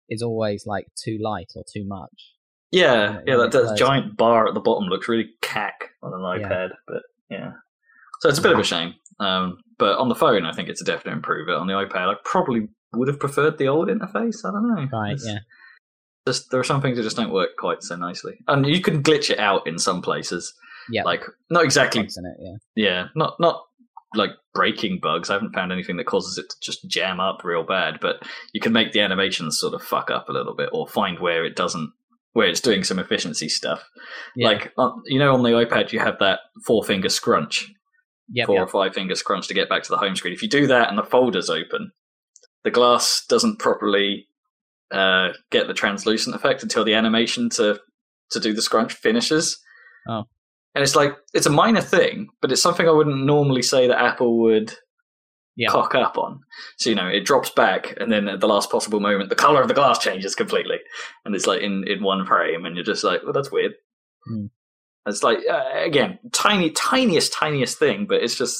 is always like too light or too much
Yeah,
Yeah,
yeah, that,
it does.
that giant bar at the bottom looks really cack on an
Yeah.
iPad, but yeah. So it's a bit of a shame. Um, but on the phone, I think it's a definite improvement. On the iPad, I probably would have preferred the old interface. I don't know.
right
It's
yeah
Just, there are some things that just don't work quite so nicely. And you can glitch it out in some places.
yeah
Like, not exactly,
bugs in it yeah
yeah, not, not like breaking bugs. I haven't found anything that causes it to just jam up real bad, but you can make the animations sort of fuck up a little bit or find where it doesn't, where it's doing some efficiency stuff.
yeah
Like on, you know, on the iPad, you have that four finger scrunch,
yep,
four
yep.
or five finger scrunch to get back to the home screen. If you do that and the folder's open, the glass doesn't properly uh, get the translucent effect until the animation to to do the scrunch finishes.
Oh.
and it's like it's a minor thing, but it's something I wouldn't normally say that Apple would
Yeah.
cock up on. So you know, it drops back, and then at the last possible moment, the color of the glass changes completely, and it's like in in one frame, and you're just like, well, that's weird.
Hmm.
It's like uh, again, tiny, tiniest, tiniest thing, but it's just.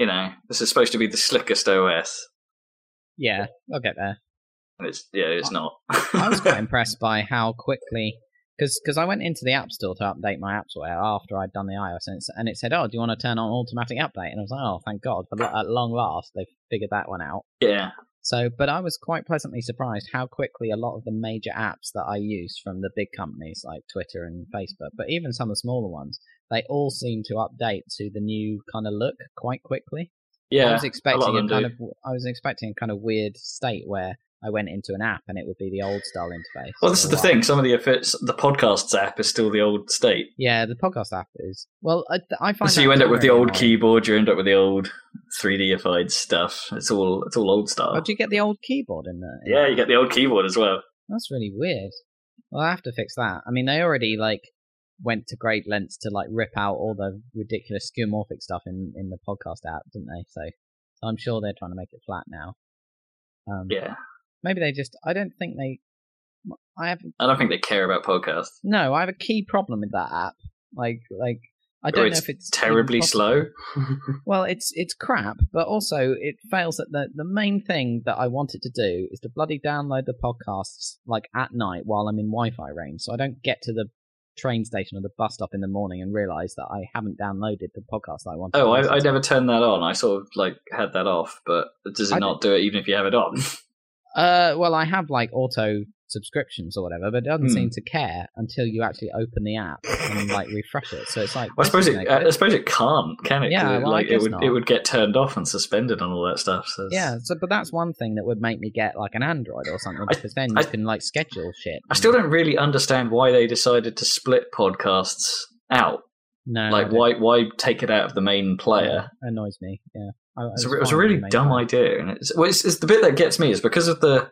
You know, this is supposed to be the slickest OS,
Yeah, I'll get there.
and it's yeah, it's not.
I was quite impressed by how quickly, because I went into the App Store to update my appsware after I'd done the iOS, and it, s- and it said, "Oh, do you want to turn on automatic update?" And I was like, "Oh, thank God!" But at long last, they've figured that one out.
yeah,
So, but I was quite pleasantly surprised how quickly a lot of the major apps that I use from the big companies like Twitter and Facebook, but even some of the smaller ones, they all seem to update to the new kind of look quite quickly. I
yeah,
was expecting a
them
kind
do.
of I was expecting a kind of weird state where I went into an app and it would be the old style interface.
Well, this
or
is the
what.
thing. Some of the effects, the podcasts app is still the old state.
Yeah, the podcast app is. Well, I, I find
so
that
you end up with the
very
old
annoying.
keyboard. You end up with the old 3D-ified stuff. It's all it's all old style.
Oh, do you get the old keyboard in there?
yeah, you get the old keyboard as well.
That's really weird. Well, I have to fix that. I mean, they already like went to great lengths to like rip out all the ridiculous skeuomorphic stuff in in the podcast app, didn't they? So, so I'm sure they're trying to make it flat now. Um,
Yeah,
Maybe they just. I don't think they. I have
I don't think they care about podcasts.
no. I have a key problem with that app. Like like. I don't know
it's
if it's even
Terribly
possible.
slow.
Well, it's it's crap, but also it fails at the the main thing that I want it to do is to bloody download the podcasts like at night while I'm in Wi-Fi range, so I don't get to the train station or the bus stop in the morning and realize that I haven't downloaded the podcast that I wanted.
Oh,
to
I,
listen
I
to.
never turned that on. I sort of like had that off, but does it
I
not do it even if you have it on?
Uh, well, I have like auto subscriptions or whatever, but it doesn't
Hmm.
seem to care until you actually open the app and like refresh it. So it's like
I
this
suppose
is
it. uh,
no
I
good.
suppose it can't, can it? 'Cause
Yeah,
it,
well, I
like, it
guess
would
not.
it would get turned off and suspended on all that stuff. So it's-
yeah, so but that's one thing that would make me get like an Android or something
I-
because then
I-
you can like schedule shit.
I still don't really understand why they decided to split podcasts out.
no I
like,
don't.
why why take it out of the main player?
Yeah, annoys me. Yeah, I, I
It's a,
was
it was a
fine
really
with the main
dumb
guy.
idea, and it's, well, it's, it's the bit that gets me is because of the.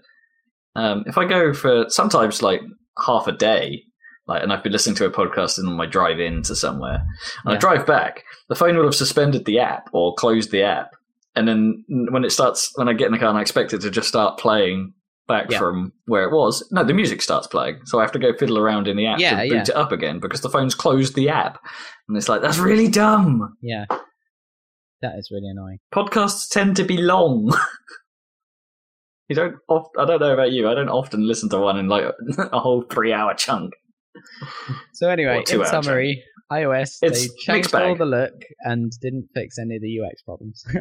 Um, if I go for sometimes like half a day, like, and I've been listening to a podcast and on my drive in to somewhere, and I
Yeah.
drive back, the phone will have suspended the app or closed the app, and then when it starts, when I get in the car and I expect it to just start playing back
Yeah.
from where it was, no, the music starts playing, so I have to go fiddle around in the app
Yeah,
to boot
yeah.
it up again because the phone's closed the app, and it's like that's really dumb.
Yeah, that is really annoying.
podcasts tend to be long. you don't. Oft, I don't know about you. I don't often listen to one in like a whole three-hour chunk.
So anyway,
Or two
in
hours,
summary, iOS
It's
they
mixed
changed all
bag.
the look and didn't fix any of the UX problems.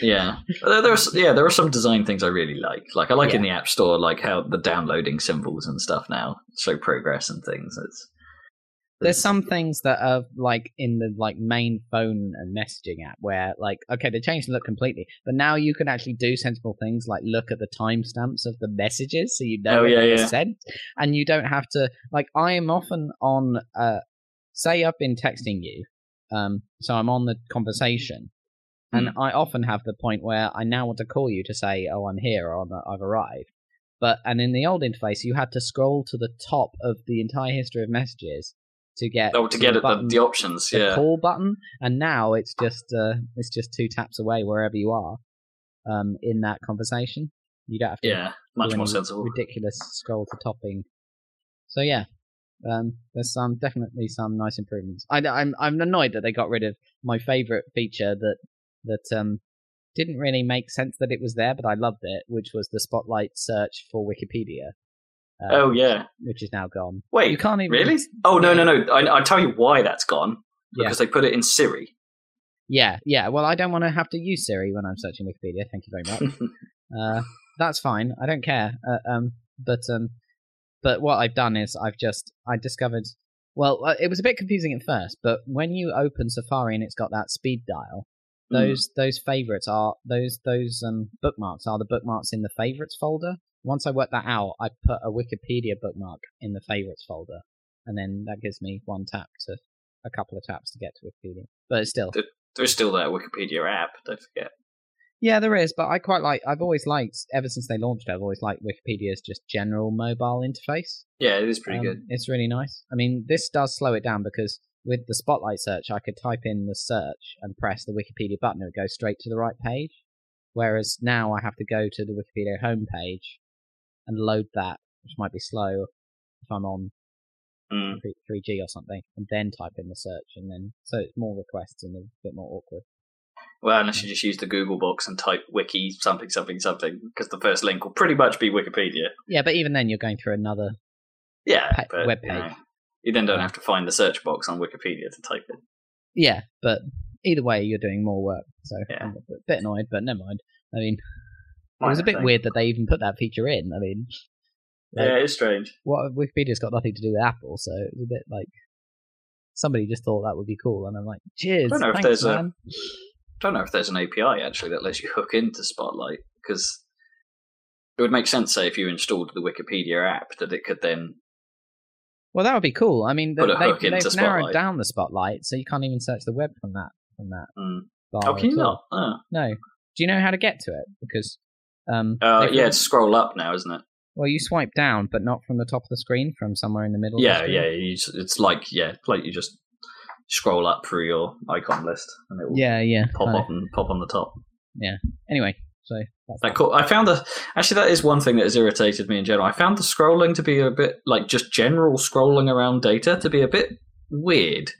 Yeah, there, there's yeah there are some design things I really like. Like I like in the App Store, like how the downloading symbols and stuff now show progress and things. It's
There's some things that are like in the like main phone and messaging app where like okay they changed the look completely, but now you can actually do sensible things like look at the timestamps of the messages so you know
Oh,
when
yeah,
it was
yeah.
sent, and you don't have to like I am often on uh say I've been texting you, um so I'm on the conversation, and
Mm.
I often have the point where I now want to call you to say oh I'm here or "I'm- I've arrived. But and in the old interface, you had to scroll to the top of the entire history of messages to get
oh to get
the
at the,
button-
the options.
the
Yeah,
call button, and now it's just uh, it's just two taps away wherever you are um, in that conversation. You don't have to
yeah, much
do
more
any
sensible.
ridiculous scroll to topping. So yeah, um, there's some definitely some nice improvements. I, I'm I'm annoyed that they got rid of my favorite feature that that um didn't really make sense that it was there, but I loved it, which was the spotlight search for Wikipedia. uh,
Oh yeah.
which is now gone. You
Wait,
can't even
really? Oh no no no! I, I'll tell you why that's gone
Yeah.
because they put it in Siri.
Yeah, yeah. Well, I don't want to have to use Siri when I'm searching Wikipedia. Thank you very much. Uh, that's fine. I don't care. Uh, um, but um, but what I've done is I've just I discovered. Well, uh, it was a bit confusing at first, but when you open Safari and it's got that speed dial,
Mm.
those those favorites are those those um bookmarks are the bookmarks in the favorites folder. Once I worked that out, I put a Wikipedia bookmark in the favorites folder, and then that gives me one tap to a couple of taps to get to Wikipedia. But it's still,
There's still that Wikipedia app. Don't forget.
Yeah, there is, but I quite like. I've always liked ever since they launched it. I've always liked Wikipedia's just general mobile interface.
Yeah, it is pretty
Um,
good.
It's really nice. I mean, this does slow it down because with the spotlight search, I could type in the search and press the Wikipedia button, it would go straight to the right page. Whereas now I have to go to the Wikipedia homepage and load that, which might be slow if I'm on
Mm.
3G or something, and then type in the search, and then so it's more requests and a bit more awkward.
Well, unless you just use the Google box and type wiki something something something, because the first link will pretty much be Wikipedia.
Yeah, but even then, you're going through another.
Yeah,
Pa-
but,
web
you, know,
page.
you then don't have to find the search box on Wikipedia to type it.
Yeah, but either way, you're doing more work. So
Yeah.
I'm a bit- bit annoyed, but never mind. I mean, it
Minor
was a bit
thing.
weird that they even put that feature in. I mean, like,
Yeah, it's strange.
what Wikipedia's got nothing to do with Apple, so it was a bit like somebody just thought that would be cool, and I'm like, cheers,
know if
thanks,
there's a-
man.
don't know if there's an API actually that lets you hook into Spotlight because it would make sense, say, if you installed the Wikipedia app, that it could then.
Well, that would be cool. I mean,
Put a
they,
hook
they've
into
they've narrowed
Spotlight.
down the spotlight, so you can't even search the web from that from that.
Mm.
bar
Oh, can you
at all.
not? Oh.
No. Do you know how to get to it? Because um,
Uh,
if
yeah,
you-
it's scroll up now, isn't it?
well, you swipe down, but not from the top of the screen, from somewhere in the middle. of
Yeah,
the
yeah.
screen.
You, s- it's like yeah, like you just scroll up through your icon list and it will
yeah, yeah.
pop
I know.
up and pop on the top.
Anyway, so that's
That cool. I found the actually that is one thing that has irritated me in general. I found the scrolling to be a bit like just general scrolling around data to be a bit weird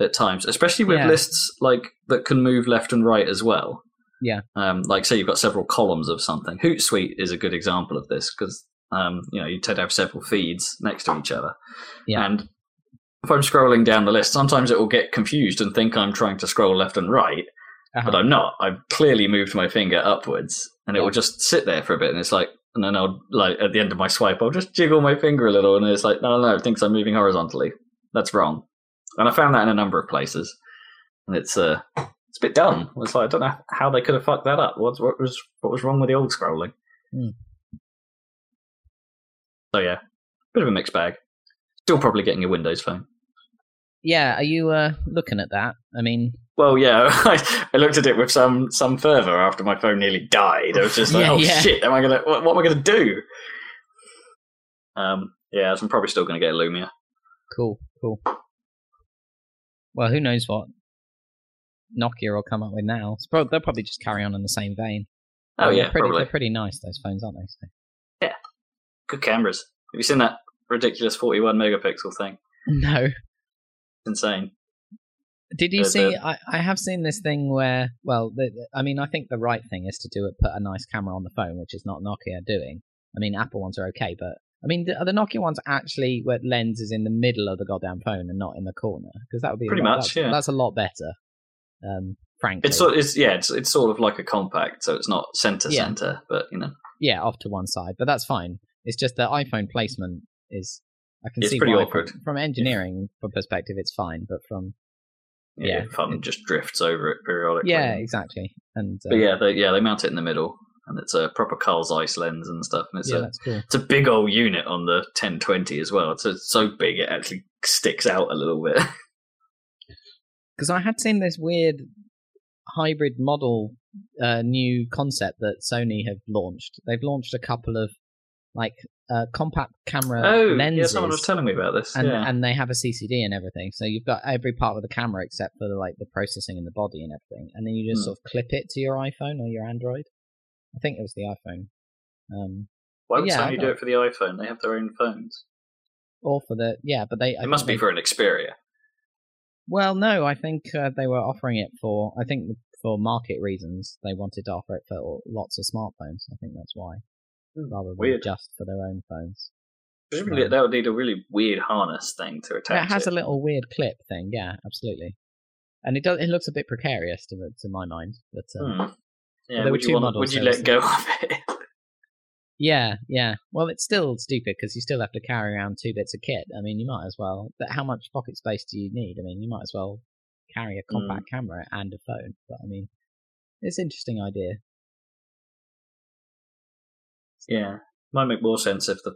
at times, especially with
Yeah.
lists like that can move left and right as well.
Yeah.
Um, like say you've got several columns of something. Hootsuite is a good example of this because um, you know you tend to have several feeds next to each other.
Yeah.
And if I'm scrolling down the list, sometimes it will get confused and think I'm trying to scroll left and right
Uh-huh.
but I'm not. I've clearly moved my finger upwards, and it
Yeah.
will just sit there for a bit, and it's like, and then I'll like at the end of my swipe, I'll just jiggle my finger a little, and it's like, no, no, it thinks I'm moving horizontally. That's wrong. And I found that in a number of places, and it's uh, it's a bit dumb. It's like I don't know how they could have fucked that up. What what was what was wrong with the old scrolling?
Hmm.
So yeah, bit of a mixed bag. Still probably getting a Windows phone.
yeah. Are you uh, looking at that? I mean,
Well, yeah, I, I looked at it with some some fervor after my phone nearly died. I was just like,
Yeah,
"Oh
yeah.
shit, am I gonna? What, what am I gonna do?" Um, yeah, so I'm probably still gonna get a Lumia.
cool, cool. Well, who knows what Nokia will come up with now? It's prob- they'll probably just carry on in the same vein.
Oh
They're
yeah,
pretty,
probably
They're pretty nice those phones, aren't they? So.
good cameras. Have you seen that ridiculous 41 megapixel thing?
No.
It's insane.
Did you
Uh,
see?
the-
I, I have seen this thing where, well, the, the- I mean, I think the right thing is to do it, put a nice camera on the phone, which is not Nokia doing. I mean, Apple ones are okay, but I mean, the, are the Nokia ones actually where lens is in the middle of the goddamn phone and not in the corner? Because that would be a
Pretty
lot-
much,
that's,
yeah.
That's a lot better. Um, frankly,
It's sort, it's yeah, it's it's sort of like a compact, so it's not center
Yeah.
center, but you know,
yeah, off to one side, but that's fine. It's just the iPhone placement is. I can
It's
see
pretty
why
awkward.
From, from engineering perspective, it's fine, but from
yeah,
Yeah.
your phone just drifts over it periodically.
yeah, exactly, and uh,
but yeah, they, yeah, they mount it in the middle, and it's a proper Carl's Ice lens and stuff, and it's
yeah,
a
that's cool.
It's a big old unit on the 1020 as well. It's, it's so big it actually sticks out a little
Uh,
bit.
because I had seen this weird hybrid model uh, new concept that Sony have launched. They've launched a couple of like uh, compact camera
oh, yeah,
lenses,
someone was telling me about this.
and
yeah.
and they have a CCD and everything. So you've got every part of the camera except for the, like the processing and the body and everything, and then you just
Hmm.
sort of clip it to your iPhone or your Android. I think it was the iPhone, um,
Why would
yeah, I
Sony do
know.
it for the iPhone? They have their own phones.
or for the yeah, but they I
it must be
think they-
for an Xperia.
Well, no, I think uh, they were offering it for. I think for market reasons, they wanted to offer it for lots of smartphones. I think that's why,
Hmm,
rather than
weird.
just for their own phones.
Presumably,
Um,
that would need a really weird harness thing to
But
attach.
it has
it.
a little weird clip thing, yeah, absolutely. And it does. It looks a bit precarious to, to my mind, but um,
Hmm. Yeah,
there were
would,
two
you wanna-
models,
would you
so
let
it's-
go of it?
yeah, yeah. Well, it's still stupid because you still have to carry around two bits of kit. I mean, you might as well. But how much pocket space do you need? I mean, you might as well carry
Hmm.
a compact camera and a phone. But I mean, it's an interesting idea.
yeah. Might make more sense if the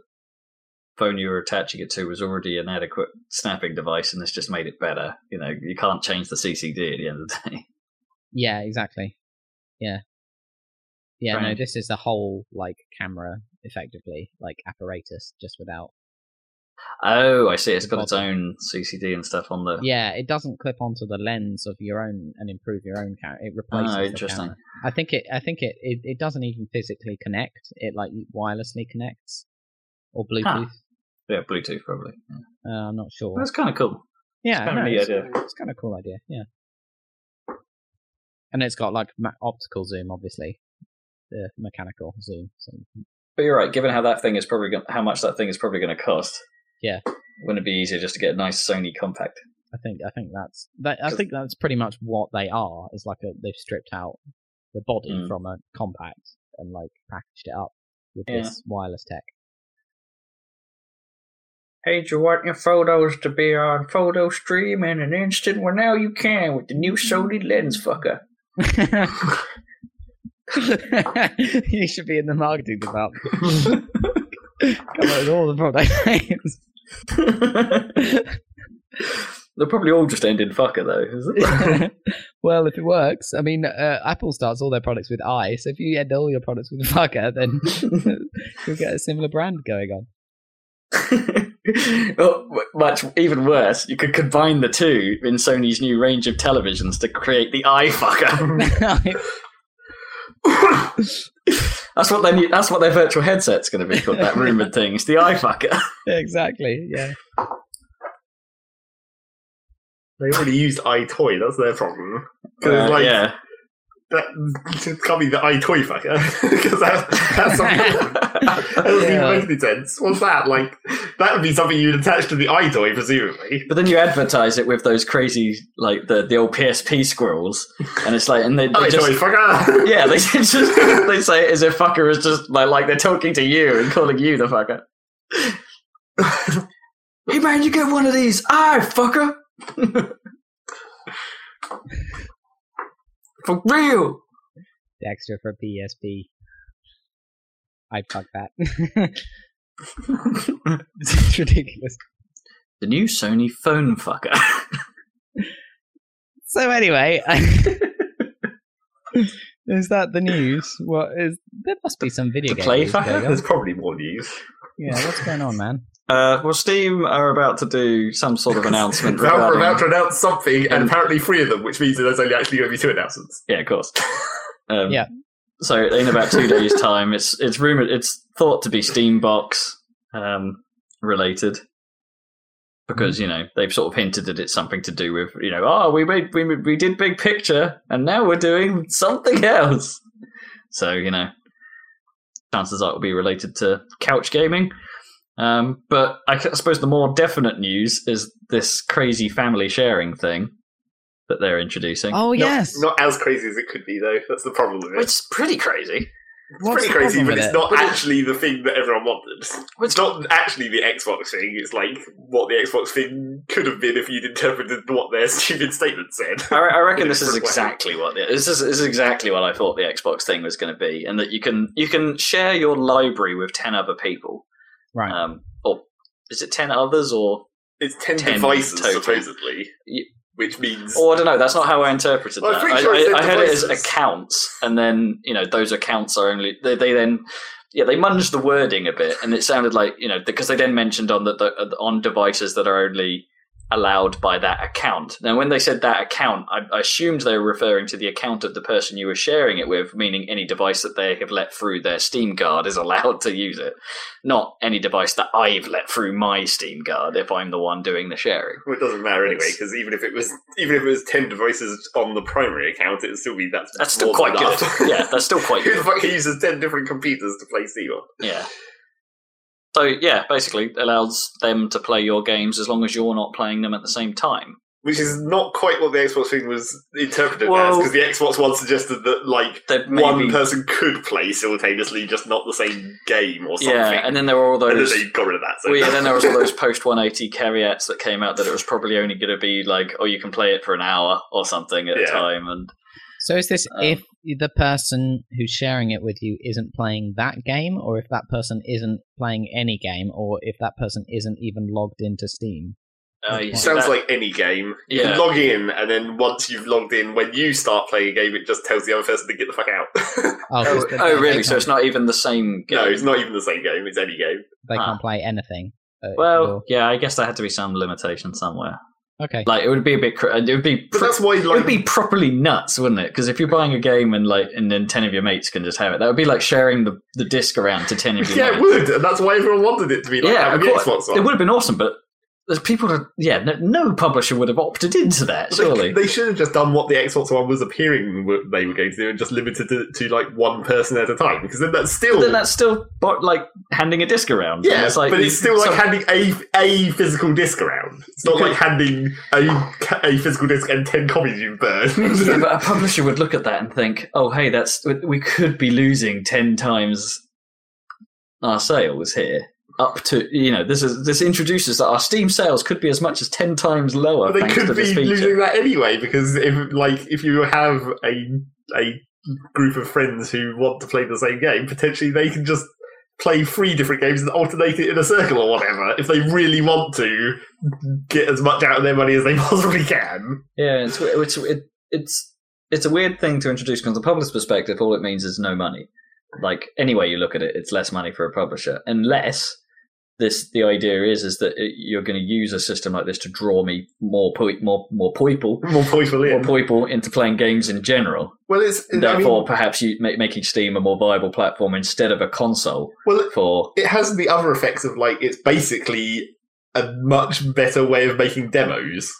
phone you were attaching it to was already an adequate snapping device and this just made it better. You know, you can't change the CCD at the end of the day.
Yeah, exactly. Yeah. Yeah, no,
Right.
this is the whole like camera effectively, like apparatus, just without
Oh, I see. It's got its
Bottom.
own CCD and stuff on the.
Yeah, it doesn't clip onto the lens of your own and improve your own camera. It replaces
Oh,
the
interesting.
camera. I think it. I think it, it. It doesn't even physically connect. It like wirelessly connects or Bluetooth.
Yeah, Bluetooth probably. Yeah.
Uh, I'm not sure.
That's kind of cool.
yeah,
kinda
no,
neat
it's,
idea.
it's kind of cool idea. Yeah, and it's got like ma- optical zoom, obviously, the mechanical zoom. So
But you're right. Given how that thing is probably gonna, how much that thing is probably going to cost.
Yeah.
Wouldn't it be easier just to get a nice Sony compact?
I think I think that's that, I think that's pretty much what they are. Is like a, they've stripped out the body
Mm.
from a compact and like packaged it up with
Yeah.
this wireless tech.
Hey, do you want your photos to be on photo stream in an instant? Well, now you can with the new Sony lens fucker.
you should be in the marketing department. Come up with all the product names.
They'll probably all just end in fucker though. isn't it?
well, if it works, I mean, uh, Apple starts all their products with I. So if you end all your products with fucker, then you'll get a similar brand going on.
well, w- much even worse, you could combine the two in Sony's new range of televisions to create the iFucker. that's what their new, that's what their virtual headset's going to be called. That rumored thing, it's the iFucker.
exactly. Yeah.
They already used iToy, that's their problem. Because,
Uh,
like,
yeah,
that it can't be the iToy fucker. Because that, that's something that would
Yeah.
be most intense. What's that? Like, that would be something you'd attach to the iToy, presumably.
but then you advertise it with those crazy like the the old PSP squirrels, and it's like and they, they
iToy
just.
fucker!
Yeah, they just they say it as if fucker is just like like they're talking to you and calling you the fucker. hey man, you get one of these, I fucker. For real.
Dexter for PSP. I fuck that. it's ridiculous.
The new Sony phone fucker.
So anyway, is that the news? What is? There must be some video
the
game
play
news
fucker?
going on.
There's probably more news.
Yeah, what's going on, man?
Uh, well, Steam are about to do some sort of announcement
Now we're about
regarding.
to announce something,
Um,
and apparently three of them, which means that there's only actually going to be two announcements.
Yeah, of course. Um,
Yeah.
So in about two days' time, it's it's rumored, it's thought to be Steambox um, related
Mm-hmm.
because you know they've sort of hinted that it's something to do with you know oh we made we we did big picture and now we're doing something else. So you know, chances are it'll be related to couch gaming. Um, but I c- I suppose the more definite news is this crazy family sharing thing that they're introducing.
Oh
Not-
yes,
Not, as crazy as it could be, though. That's the problem with it. It's
It's pretty crazy.
What's
pretty
the
crazy,
problem
but
with
it's
it?
not
But it-
actually the thing that everyone wanted. It's not actually the Xbox thing. It's like what the Xbox thing could have been if you'd interpreted what their stupid statement said.
I, I reckon this
It's
is
pretty
exactly what the, this is. This is exactly what I thought the Xbox thing was going to be, and that you can you can share your library with ten other people.
Right.
Um, or is it ten others or?
It's ten,
10
devices
total.
supposedly,
Y-
which means
Or Oh, I don't know. That's not how I interpreted
Well, I'm
that.
pretty
I,
sure it's
I, I
their
had it as
devices.
accounts, and then you know those accounts are only they, they then yeah they munged the wording a bit, and it sounded like you know because they then mentioned on that the, on devices that are only allowed by that account. Now, when they said that account, I, I assumed they were referring to the account of the person you were sharing it with, meaning any device that they have let through their Steam Guard is allowed to use it, not any device that I've let through my Steam Guard if I'm the one doing the sharing.
Well, it doesn't matter anyway,
It's-
because even if it was even if it was ten devices on the primary account, it'd still be that's
That's still
more than
quite good.
enough.
Yeah, that's still quite
Who
good.
the fuck uses ten different computers to play Steam on?
Yeah. So yeah, basically allows them to play your games as long as you're not playing them at the same time.
Which is not quite what the Xbox thing was interpreted
Well-
as, because the Xbox one suggested that like
That
one
maybe-
person could play simultaneously, just not the same game or something.
Yeah, and then there were all
And
those.
then they got rid of that. So
Well, yeah, then there was all those post 180 caveats that came out that it was probably only going to be like, oh, you can play it for an hour or something at a
Yeah.
time, and
So is this
Um,
if the person who's sharing it with you isn't playing that game, or if that person isn't playing any game, or if that person isn't even logged into Steam?
uh,
It
you
It
see
sounds
that-
like any game. You
Yeah.
can log in, and then once you've logged in, when you start playing a game, it just tells the other person to get the fuck out.
'cause
Oh,
they-
oh,
they
really? So
can't-
it's not even the same
no,
game.
it's not even the same game. It's any game.
they
Ah.
can't play anything Uh,
Well, yeah, I guess there had to be some limitation somewhere.
you're- okay.
Like it would be a bit, cr- it would be,
But
pr-
that's why,
it would
like,
be properly nuts, wouldn't it? Because if you're buying a game and like, and then ten of your mates can just have it, that would be like sharing the, the disc around to ten of your
yeah, it
mates.
would, and that's why everyone wanted it to be like
Yeah,
that
of
with the
course.
Xbox
It
One.
would have been awesome, but there's people that, yeah, no, no publisher would have opted into that,
But they-
surely.
They, should have just done what the Xbox One was appearing w- they were going to do, and just limited it to like one person at a time. Because then that's still
But then that's still bo- like handing a disc around.
yeah,
And it's like
but it's still like
some-
handing a a physical disc around. It's not like handing a a physical disc and ten copies you've
Yeah,
burned.
but a publisher would look at that and think, "Oh, hey, that's we- we could be losing ten times our sales here." Up to you know, this is this introduces that our Steam sales could be as much as ten times lower.
But they
thanks to
could be
this feature.
losing that anyway because if like if you have a a group of friends who want to play the same game, potentially they can just play three different games and alternate it in a circle or whatever if they really want to get as much out of their money as they possibly can.
Yeah, it's it's it, it's it's a weird thing to introduce because, from the publisher's perspective, all it means is no money. Like any way you look at it, it's less money for a publisher, unless this the idea is is that it, you're going to use a system like this to draw me more poi- more more people
More pointfully.
more people into playing games in general.
well, it's I mean,
Therefore, perhaps you make, making Steam a more viable platform instead of a console
well,
for.
it has the other effects of like it's basically a much better way of making demos.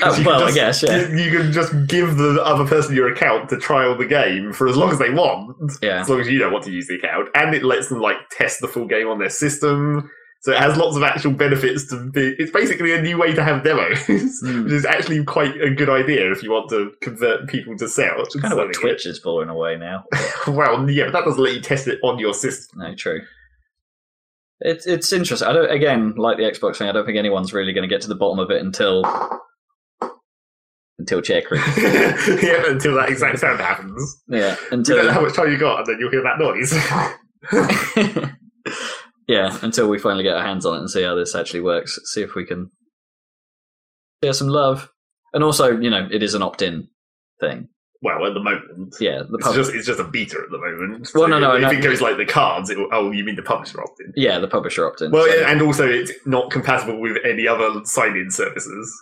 'Cause
Oh,
you can
well, I
just-
guess yeah,
You, you can just give the other person your account to trial the game for as long as they want,
yeah.
as long as you don't want to use the account, and it lets them like test the full game on their system. So it has lots of actual benefits to be. It's basically a new way to have demos,
Hmm.
which is actually quite a good idea if you want to convert people to sell.
It's kind of what Twitch is for in a way now.
Well, yeah, but that doesn't let you test it on your system.
No, true. It's it's interesting. I don't again like the Xbox thing. I don't think anyone's really going to get to the bottom of it until until checkering.
yeah, until that exact sound happens.
Yeah,
You don't know
until
how much time you got, and then you'll hear that noise.
yeah, until we finally get our hands on it and see how this actually works. See if we can share some love. And also, you know, it is an opt-in thing.
well, at the moment.
Yeah, the
It's
pub-
just it's just a beta at the moment.
Well, no, no,
If
no.
it goes like the cards, it will, oh, you mean the publisher opt-in?
yeah, the publisher opt-in.
Well,
so-
yeah, and also it's not compatible with any other sign-in services.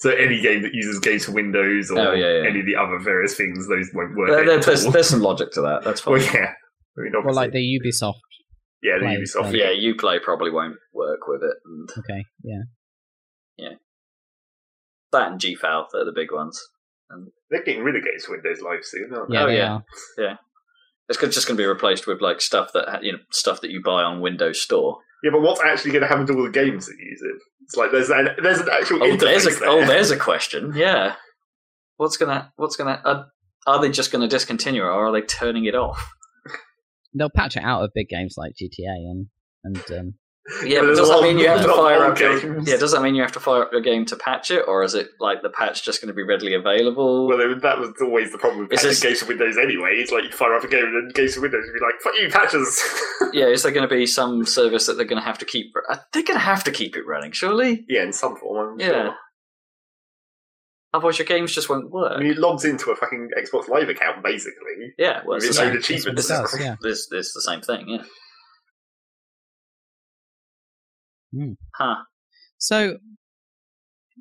So any game that uses Games for Windows or
Oh, yeah, yeah.
any of the other various things, those won't work.
There-
at
there- there's,
all.
there's some logic to that. That's fine.
well, yeah. I mean,
Well, like
obviously,
the Ubisoft.
yeah, the
play,
Ubisoft.
play.
yeah, UPlay probably won't work with it. And
Okay, yeah.
that and GFAL, they're the big ones.
They're getting rid of Games for Windows Live soon, aren't they?
Yeah,
Oh,
they
yeah.
are.
It's go- just going to be replaced with like stuff that ha- you know stuff that you buy on Windows Store.
Yeah, but what's actually going to happen to all the games that use it? It's like there's an, there's an actual
Oh, there's
interface
a
there.
oh, there's a question. Yeah, what's gonna what's gonna uh, are they just going to discontinue it or are they turning it off?
They'll patch it out of big games like GTA and and um,
Yeah, but
But there's
does
a
that
lot
mean
of-
you have
there's
to
a lot
fire
more
up? Your,
games.
yeah, does that mean you have to fire up your game to patch it, or is it like the patch just going to be readily available?
Well, then that was always the problem with
It's
patching
just-
Games for Windows anyway. It's like you fire up a game and then Games for Windows would be like, fuck you, patches!
yeah, is there going to be some service that they're going to have to keep? Are they going to have to keep it running? Surely,
yeah, in some form, I'm
Yeah.
sure.
otherwise your games just won't work.
I mean, it logs into a fucking Xbox Live account, basically.
yeah, well, it's
With
the
its
same-
own
it
achievements.
does, yeah.
It's, it's the same thing, yeah.
Hmm.
Huh.
So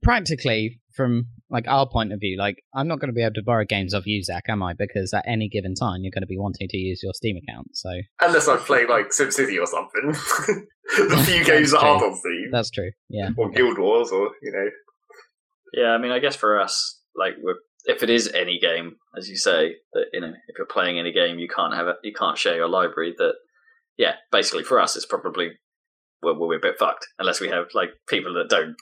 practically, from like our point of view, like I'm not going to be able to borrow games off you, Zach, am I? Because at any given time, you're going to be wanting to use your Steam account. So
Unless I'm playing, like, SimCity or something. the few
That's
games that aren't
true.
on Steam.
that's true. Yeah.
Or Guild Wars, or, you know.
Yeah, I mean, I guess for us, like, we're, if it is any game, as you say, that you know, if you're playing any game, you can't have it, you can't share your library. That, yeah, basically for us, it's probably well, we're a bit fucked unless we have like people that don't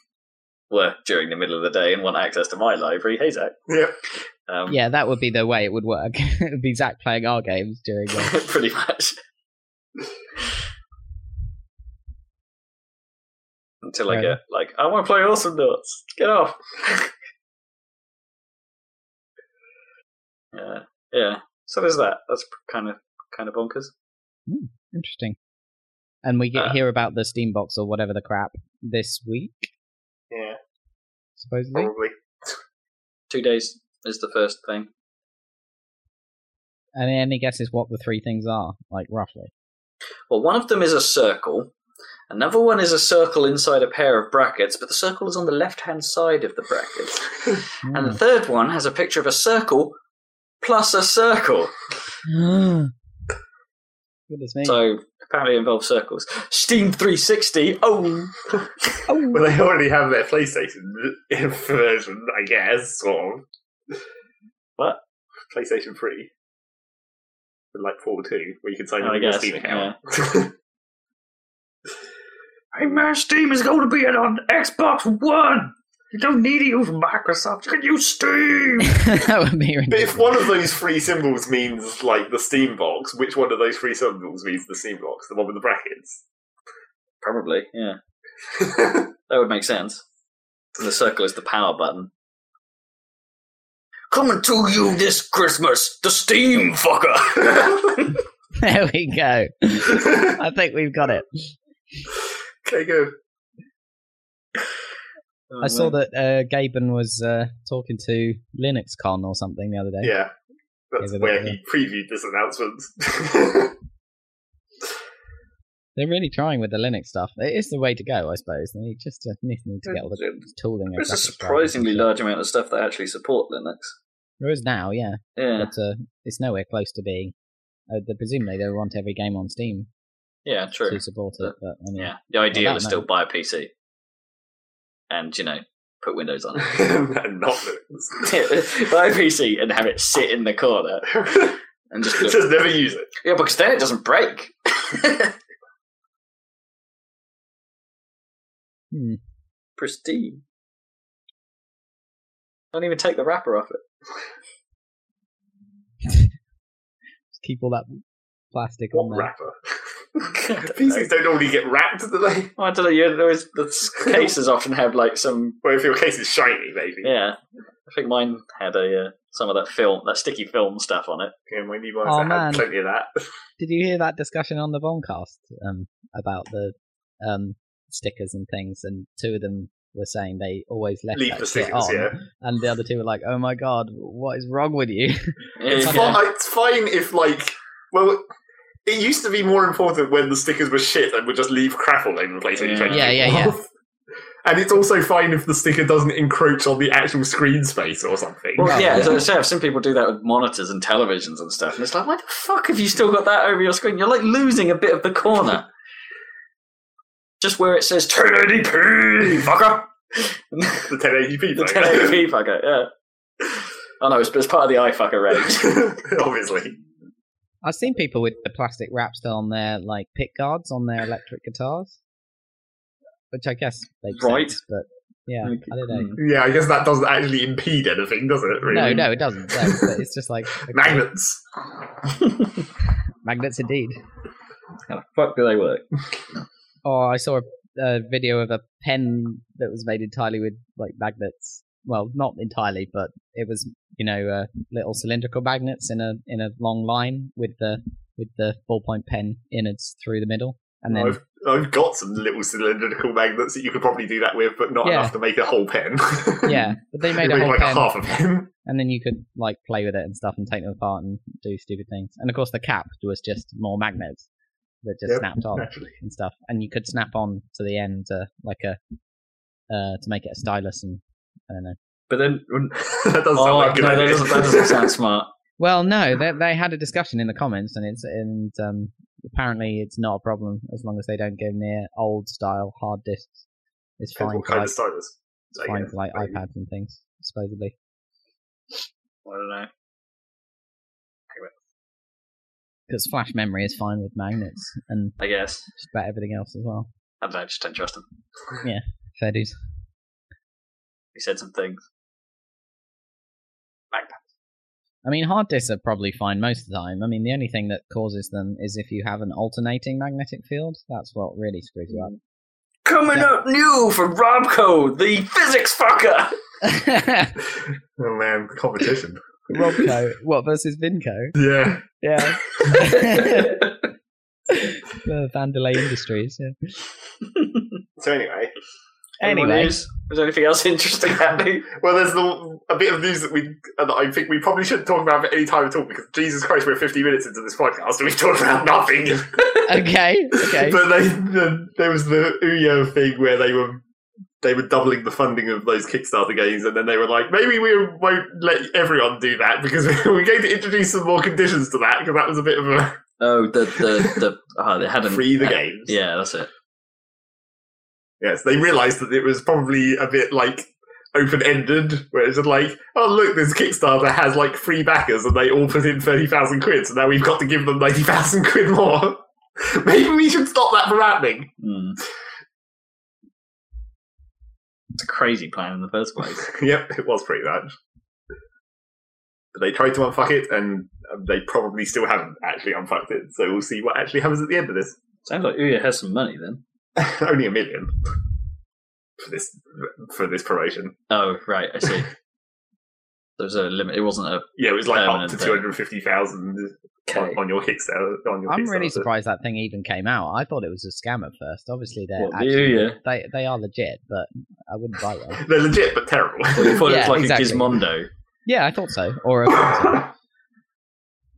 work during the middle of the day and want access to my library. Hey, Zach.
Yeah.
Um,
Yeah, that would be the way it would work. it would be Zach playing our games during. The...
pretty much. Until I
Fair
get like, I want to play Awesome Nuts. Get off. yeah, Uh, yeah. So there's that. That's kind of kind of bonkers.
Interesting. And we get
Uh,
hear about the Steam box or whatever the crap this week,
Yeah,
supposedly.
probably.
Two days is the first thing.
And any guesses what the three things are, like roughly?
Well, one of them is a circle, Another one is a circle inside a pair of brackets, but the circle is on the left hand side of the brackets. And
Hmm.
the third one has a picture of a circle plus a circle.
Mm. Goodness me.
So apparently it involves circles. Steam 360. Oh,
Oh.
Well, they already have their PlayStation version, I guess, or
What?
PlayStation Three, With, like Portal Two, where you can sign
Oh,
up
I
your
guess,
Steam account.
hey man, Steam is going to be on Xbox One. You don't need to use Microsoft. You can use Steam.
that would be
but
ridiculous.
if one of those three symbols means like the Steam box, which one of those three symbols means the Steam box? The one with the brackets.
Probably, yeah. That would make sense. And the circle is the power button. Coming to you this Christmas, the Steam fucker.
There we go.
okay,
I think we've got it.
good.
I saw that uh, Gaben was uh, talking to LinuxCon or something the other day.
Yeah, that's
Yeah, but-
where he previewed this announcement.
They're really trying with the Linux stuff. It is the way to go, I suppose. They just uh, need need to get all the tooling. and
There's a
graphics
surprisingly
drivers
large amount of stuff that actually support Linux.
and shit. There is now, yeah,
Yeah,
but uh, it's nowhere close to being. Uh, they, presumably, they want every game on Steam
yeah, true.
to support it. But um, anyway.
Yeah, the idea
that
was still buy a PC and you know put Windows on it.
and not Linux.
buy a PC and have it sit in the corner and just look.
Just never use it.
yeah, because then it doesn't break.
Hmm.
Pristine. Don't even take the wrapper off it.
Just keep all that plastic on
What
there.
wrapper?
I don't know.
PCs don't normally get wrapped, do they?
Oh, I don't know. You always, the cases often have like some.
Well, if your case is shiny, maybe.
Yeah, I think mine had a uh, some of that film, that sticky film stuff on it.
Yeah, my new ones
Oh,
that
man.
had plenty of that.
Did you hear that discussion on the Bombcast um, about the um, stickers and things? And two of them were saying they always left
Leave
that
the
shit
stickers,
on,
yeah.
and the other two were like, "Oh my god, what is wrong with you?"
It's,
Yeah.
fi- it's fine if, like, well, it used to be more important when the stickers were shit and would just leave crap all over the place. when you
Yeah.
tried to
Yeah,
take
yeah,
them
yeah.
off. And it's also fine if the sticker doesn't encroach on the actual screen space or something.
Well,
Right,
yeah,
yeah.
as I say, I've seen people do that with monitors and televisions and stuff, and it's like, why the fuck have you still got that over your screen? You're like losing a bit of the corner. Just where it says 1080p, fucker!
The 1080p
the
though.
1080p fucker, yeah. Oh no, it's, it's part of the iFucker range.
Obviously.
I've seen people with the plastic wrap still on their like pick guards on their electric guitars, which I guess makes
Right.
sense, but yeah, I don't know.
Yeah, I guess that doesn't actually impede anything, does it?
No,
hmm. Really?
no, it doesn't. No, but it's just like okay,
Magnets.
magnets, indeed.
How the fuck do they work?
Oh, I saw a, a video of a pen that was made entirely with like magnets. Well, not entirely, but it was you know uh, little cylindrical magnets in a in a long line with the with the ballpoint pen innards through the middle, and then
I've, I've got some little cylindrical magnets that you could probably do that with, but not
Yeah.
enough to make a whole pen.
yeah, but they
You
made a
make,
whole
like
pen,
a half a pen.
and then you could like play with it and stuff and take them apart and do stupid things. And of course, the cap was just more magnets that just
Yep.
snapped on.
Naturally.
and stuff, and you could snap on to the end uh, like a uh, to make it a stylus and I don't know.
But then. wouldn't-
that doesn't sound
Oh,
like a good
no, that
idea.
doesn't, that doesn't sound smart.
Well, no, they they had a discussion in the comments, and it's and um, apparently it's not a problem as long as they don't go near old style hard discs. It's
Depends
fine
what
for
kind
like,
of stylus. I
fine
guess,
for like
maybe.
iPads and things, supposedly.
I don't know.
Because flash memory is fine with magnets and
I guess.
just about everything else as well.
I don't know, just don't trust him.
Fair dues.
He said some things.
I mean, hard disks are probably fine most of the time. I mean, the only thing that causes them is if you have an alternating magnetic field. That's what really screws you up.
Coming
Yeah.
up new from Robco, the physics fucker!
Robco,
Oh man, competition.
what versus Vinco?
yeah.
Yeah, the Vandalay Industries. Yeah.
So anyway,
Anyone
Anyway.
is? Is there anything else interesting happening?
Well, there's the, a bit of news that we that I think we probably shouldn't talk about at any time at all because Jesus Christ, we're 50 minutes into this podcast and we've talked about nothing.
Okay, okay.
but they, the, there was the Uyo thing where they were they were doubling the funding of those Kickstarter games, and then they were like, maybe we won't let everyone do that because we're going to introduce some more conditions to that because that was a bit of a
Oh, the the the oh, they hadn't
free the
uh,
games.
Yeah, that's it.
Yes, they realised that it was probably a bit like open ended, where it's just like, oh look, this Kickstarter has like three backers and they all put in thirty thousand quid, so now we've got to give them ninety thousand quid more. Maybe we should stop that from happening.
Mm. It's a crazy plan in the first place.
yep, it was pretty much. But they tried to unfuck it, and um, they probably still haven't actually unfucked it. So we'll see what actually happens at the end of this.
Sounds like Uya has some money then.
Only a million for this for this promotion.
Oh, right, I see. there was a limit. It wasn't a
Yeah, it was like up
Permanent
to
thing.
two hundred fifty thousand
K.
on, on your Kickstarter. On your
I'm really
Kickstarter.
surprised that thing even came out. I thought it was a scam at first. Obviously, they're
What, the
actually,
Ouya?
they they are legit, but I wouldn't buy one.
They're legit but terrible.
Well, you thought it
Yeah,
was like
exactly.
a Gizmondo.
yeah, I thought so. Or a Phantom. do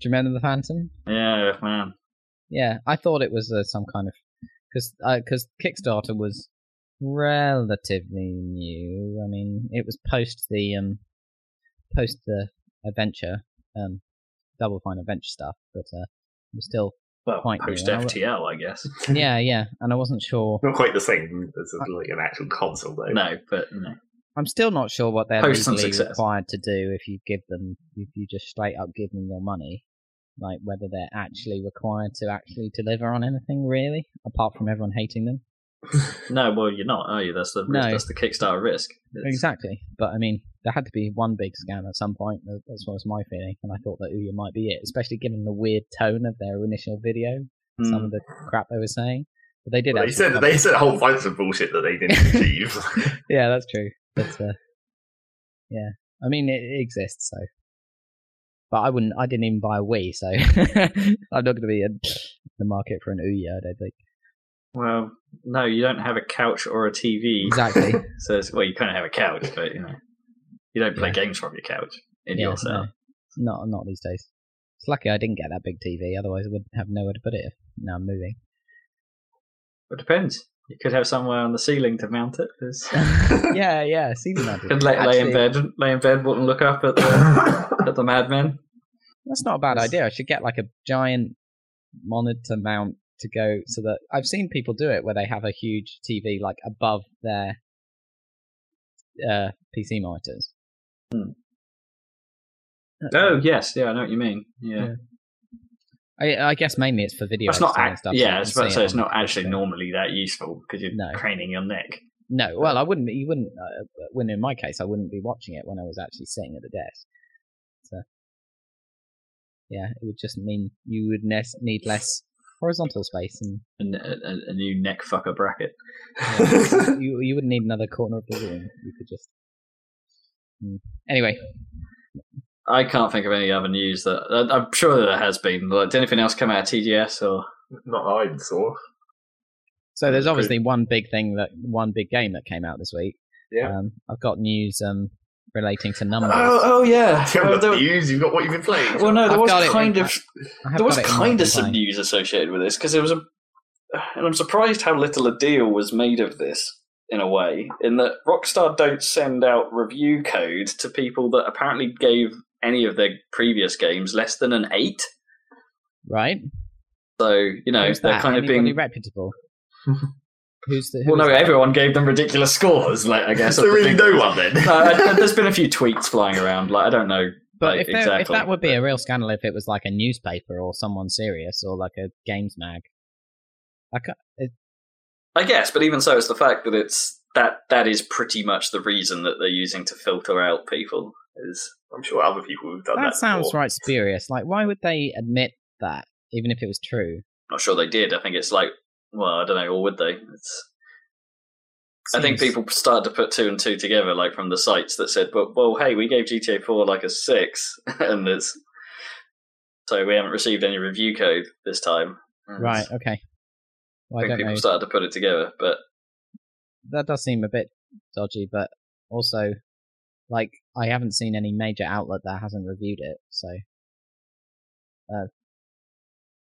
you remember the Phantom?
Yeah, man.
Yeah, I thought it was uh, some kind of because because Kickstarter was relatively new. I mean, it was post the um post the adventure um Double Fine adventure stuff, but uh, it was still
Well,
Quite new,
post
I would-
FTL, I guess.
yeah yeah, and I wasn't sure.
Not quite the same as like an actual console though.
No, but you know.
I'm still not sure what they're
Post some
legally
success.
required to do if you give them if you just straight up give them your money. Like whether they're actually required to actually deliver on anything really, apart from everyone hating them.
No, well, you're not, are you? That's the
No.
that's the Kickstarter risk. It's-
Exactly. But I mean, there had to be one big scam at some point. That- That's what was my feeling. And I thought that Ouya might be it, especially given the weird tone of their initial video,
Mm.
some of the crap they were saying. But they did
Hmm. Well, they
actually
said
come-
they said a whole bunch of bullshit that they didn't achieve.
Yeah, that's true. But, uh, yeah. I mean, it, it exists, so. But I wouldn't, I didn't even buy a Wii, so I'm not going to be in the market for an Ouya, I don't think.
Well, no, you don't have a couch or a TV.
Exactly.
So, it's, well, you kind of have a couch, but you know, you don't play games from your couch in
Yeah,
your setup.
no, not, not these days. It's lucky I didn't get that big TV, otherwise I wouldn't have nowhere to put it if now I'm moving.
It depends. You could have somewhere on the ceiling to mount it. There's-
yeah, yeah, season
You
mounted.
could lay, lay in
Actually,
bed, lay in bed, and look up at the at the madmen.
That's not a bad
That's-
idea. I should get like a giant monitor mount to go so that I've seen people do it where they have a huge TV like above their uh, PC monitors.
Hmm.
That's-
Oh yes, yeah, I know what you mean. Yeah,
Yeah. I, I guess mainly it's for video.
that's not.
editing and
Ac-
stuff, so you
yeah, I
can
was about to
see
say
it
it's
on-
not actually normally that useful because you're
No.
craning your neck.
No, well, I wouldn't. You wouldn't. Uh, when in my case, I wouldn't be watching it when I was actually sitting at the desk. So, yeah, it would just mean you would nes- need less horizontal space, and
And a, a- a new neck fucker bracket.
you you wouldn't need another corner of the room. You could just. Hmm. Anyway,
I can't think of any other news that I- I'm sure that there has been. Like, did anything else come out of TGS or?
Not that I saw.
so there's obviously one big thing that one big game that came out this week.
Yeah.
Um, I've got news um relating to numbers.
Oh, oh yeah.
You
Oh,
haven't got
there-
views, you've got what you've been playing.
well, no, there
I've
was
got it in
kind of
fact. I have
there was
got it in
kind
my
of some
design.
news associated with this because it was a, and I'm surprised how little a deal was made of this in a way, in that Rockstar don't send out review code to people that apparently gave any of their previous games less than an eight.
right.
So you know
Who's
they're
that?
kind of
Anybody
being.
reputable. Who's the? Who
Well,
is
no,
that?
everyone gave them ridiculous scores. Like I guess
so
of the
really
big-
no one then.
No, I- there's been a few tweets flying around. Like I don't know.
But
Like,
if, there- if
exactly.
that would be a real scandal, if it was like a newspaper or someone serious or like a games mag, I ca-
I guess, but even so, it's the fact that it's that that is pretty much the reason that they're using to filter out people. Is
I'm sure other people have done that.
that sounds
before.
right spurious. Like, why would they admit that, even if it was true?
not sure they did. I think it's like, well, I don't know, or would they? It's, I think
Seems-
people started to put two and two together, like from the sites that said, "But well, hey, we gave GTA Four like a six, and it's so we haven't received any review code this time." And
right? Okay. Well,
I
I
think
don't
people
know.
started to put it together, but
that does seem a bit dodgy, but also, like, I haven't seen any major outlet that hasn't reviewed it, so. Uh,